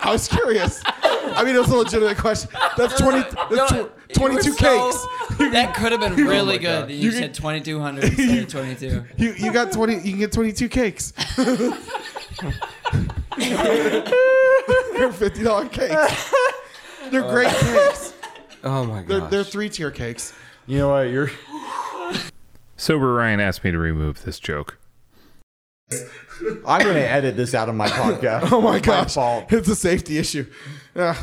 I was curious. I mean, it was a legitimate question. That's twenty. That's No, tw- twenty two you were cakes. so- that could have been really God. good. You You- said 2200 instead of 22. You you got twenty. You can get twenty two cakes. They're fifty dollar cakes. They're great cakes. Oh my They're, god. they're three tier cakes. you know what? You're Sober Ryan asked me to remove this joke. I'm going to edit this out of my podcast. Oh my gosh! fault. It's a safety issue. Uh,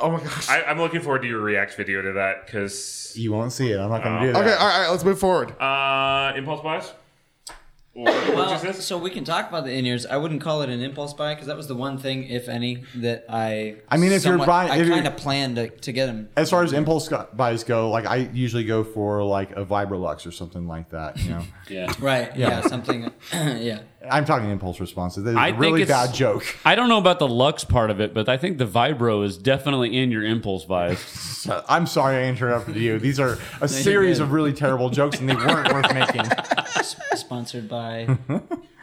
oh my gosh. I, I'm looking forward to your react video to that because You won't see it. I'm not going Oh. to do that. okay, all right. Let's move forward. uh, impulse buys. Or Well, purchases. so we can talk about the in ears. I wouldn't call it an impulse buy because that was the one thing, if any, that I. I mean, if you're buying- I if you're- kind of planned to, to get him. As far as impulse go- buys go, like I usually go for like a Vibrolux or something like that. You know, Yeah. Right. Yeah. something. yeah. I'm talking impulse responses. That is I a think really it's- bad joke. I don't know about the Lux part of it, but I think the Vibro is definitely in your impulse buys. I'm sorry I interrupted you. These are a series good. of really terrible jokes, and they weren't worth making. S- Sponsored by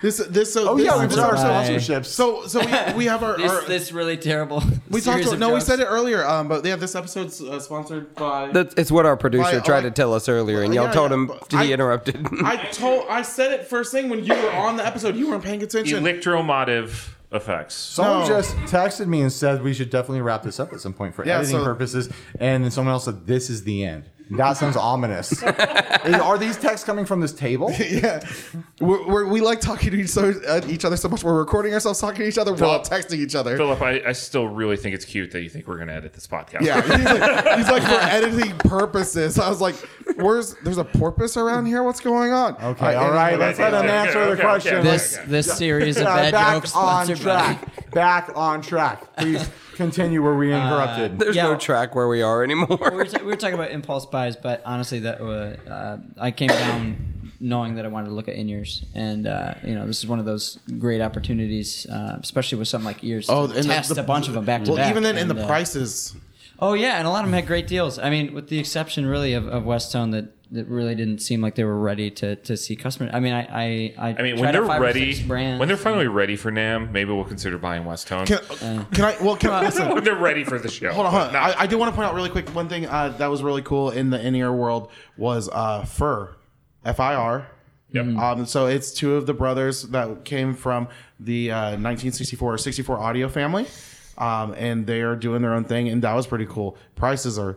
This this so Oh this, yeah, we this did our Bye. sponsorships. So so we, we have our, our this, this really terrible. we talked series to, of no jokes. we said it earlier um but yeah this episode's uh, sponsored by That's, it's what our Why, producer I tried to like- tell us earlier, and y'all Yeah, told yeah, him but he I- interrupted. I told I said it first thing when you were on the episode you weren't paying attention Electromotive effects. Someone No. just texted me and said we should definitely wrap this up at some point for Yeah, editing so- purposes, and then someone else said this is the end. That sounds ominous. Is- are these texts coming from this table? yeah, we're, we're, we like talking to each, so, uh, each other so much. We're recording ourselves talking to each other while texting each other. Philip, I, I still really think it's cute that you think we're going to edit this podcast. Yeah, he's like, he's like for editing purposes. I was like, "Where's there's a porpoise around here? What's going on?" Okay, all right, let's let him answer the question. This- this series of Yeah, bad back jokes on sponsored by- track. Back on track. Please continue where Uh, we interrupted. Uh, There's no track where we are anymore. we, were ta- we were talking about impulse buys, but honestly, that were, uh, I came down knowing that I wanted to look at in ears, and uh, you know, this is one of those great opportunities, uh, especially with something like ears. Oh, to test a bunch of them back to well, back. even then, in and, the uh, prices, Oh yeah, and a lot of them had great deals. I mean, with the exception really of, of Westone that. That really didn't seem like they were ready to, to see customers. I mean, I I, I, I mean, tried when out they're five or ready, six brands. when they're finally ready for Nam, maybe we'll consider buying West Tone. Can- can I? Well, can I? Listen, when they're ready for the show. Hold on, hold on. I, I do want to point out really quick one thing uh, that was really cool in the in ear world was uh, Fur, F I R. Mm. Yep. Um, so it's two of the brothers that came from the uh, 1964 64 audio family, um, and they are doing their own thing, and that was pretty cool. Prices are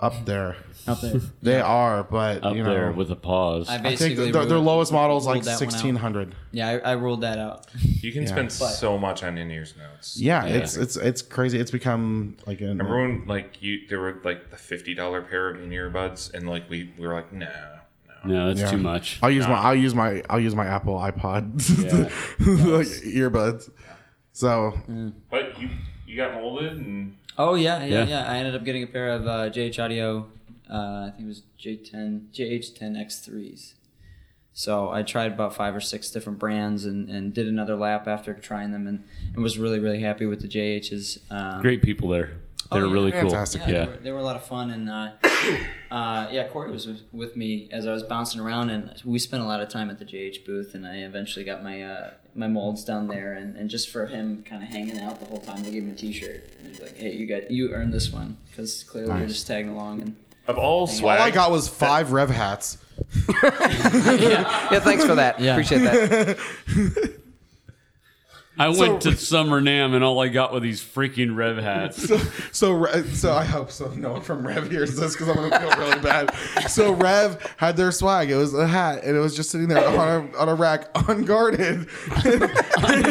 up there. Up there. they are, but Up you know, there with a pause. I I basically think the, the, their ruled- lowest model is like ruled that one out. 1600. Yeah, I, I ruled that out. You can Yeah. spend But- so much on in ears now. It's- Yeah, it's it's it's crazy. It's become like Mm-hmm. an Remember when like you there were like the fifty dollar pair of in earbuds and like we, we were like nah No, that's Yeah. too much. I'll use my I'll use my I'll use my Apple iPod like earbuds. So Mm. but you you got molded and Oh yeah, yeah, Yeah. yeah. I ended up getting a pair of uh, JH Audio. Uh, I think it was J10, JH10X3s. So I tried about five or six different brands and, and did another lap after trying them and, and was really really happy with the JHs. Um, Oh, Great people there. They're yeah. really cool. Fantastic. Yeah, Yeah. They, were, they were a lot of fun, and uh, uh, yeah, Corey was with- with me as I was bouncing around, and we spent a lot of time at the JH booth, and I eventually got my uh, my molds down there, and, and just for him kind of hanging out the whole time, they gave him a T-shirt, and he's like, "Hey, you got you earned this one because clearly you're Nice. just tagging along." And of all all I got was five rev hats. yeah, thanks for that. Yeah. Appreciate that. I So- went to Summer Nam and all I got were these freaking rev hats. So, so, Re- so I hope so. No one from Rev hears this because I'm gonna feel really bad. So Rev had their swag. It was a hat, and it was just sitting there on a, on a rack, unguarded.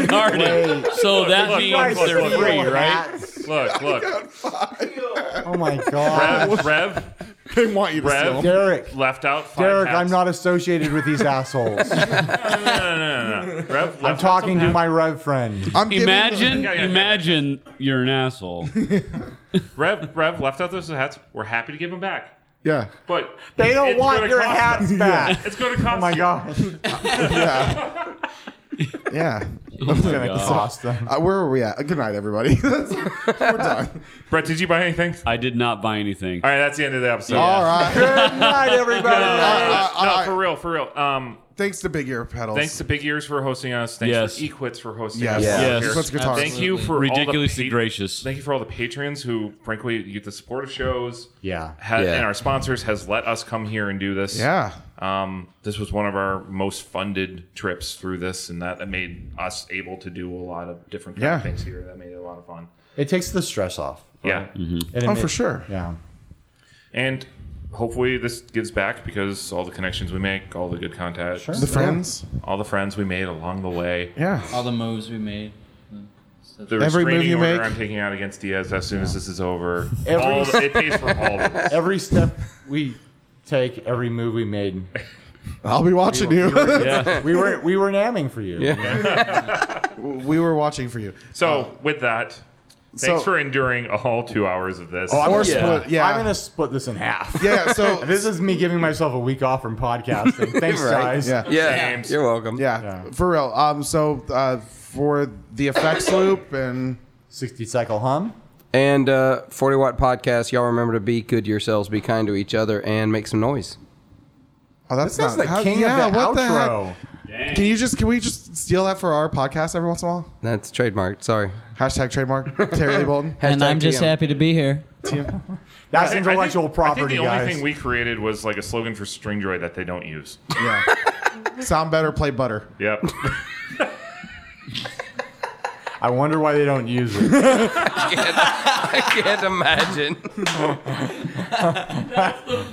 Garden. so that look, means look, look, they're look, free, look, right? look look Oh my god. Rev Rev They want you to Rev steal. Derek. left out five Derek, hats. I'm not associated with these assholes. no no no no, no. Rev left I'm out some talking to hats. my Rev friend. I'm giving Imagine, Yeah, yeah, yeah. imagine you're an asshole. Rev Rev left out those hats. We're happy to give them back, Yeah, but They don't it's want gonna your cost hats them. back. It's going to cost. Oh my you. god. yeah. Oh It's gonna cost them. Uh, where are we at? Good night, everybody. That's- We're done. Brett, did you buy anything? I did not buy anything. All right, that's the end of the episode. All right. Good night, everybody. Uh, No, uh, for real, for real. Um, Thanks to Big Ear Pedals. thanks to Big Ears for hosting us. Thanks Yes. to Equits for hosting Yes. us. Yeah. Yes. Here. Equit's Guitars. Thank you for all the Ridiculously pa- gracious. Thank you for all the patrons who, frankly, you get the support of shows. Yeah. ha- Yeah. And our sponsors has let us come here and do this. Yeah. Um, this was one of our most funded trips through this, and that, that made us able to do a lot of different kind Yeah. of things here. That made it a lot of fun. It takes the stress off. Yeah. And it Oh, ma- for sure. Yeah. And hopefully this gives back because all the connections we make, all the good contacts, The friends. all the friends we made along the way. Yeah. all the moves we made. The Every move restraining you order make. I'm taking out against Diaz as soon as this is over. Every- All the- it pays for all of it. Every step we take, every move we made, I'll be watching you. we were we were namming for you. Yeah. we were watching for you. Uh, So with that, so- Oh, thanks for enduring all two hours of this. Or yeah. split. Yeah. I'm gonna split this in half. yeah. So This is me giving myself a week off from podcasting. Thanks, Right. guys. Yeah. Yeah, you're welcome. Yeah, Yeah. for real. Um, so uh, for the effects loop and 60 cycle hum. And uh, 40 Watt Podcast, y'all remember to be good to yourselves, be kind to each other, and make some noise. oh, that's This is not the king of the outro. heck? Can you just can we just steal that for our podcast every once in a while? That's trademarked. Sorry. Hashtag trademark Terry Lee Bolden. And Hashtag I'm just TM. happy to be here. That's I think- intellectual I think, I property, think the guys. only thing we created was like a slogan for String Joy that they don't use. Yeah. Sound better, play butter. Yep. I wonder why they don't use it. I can't imagine. That's the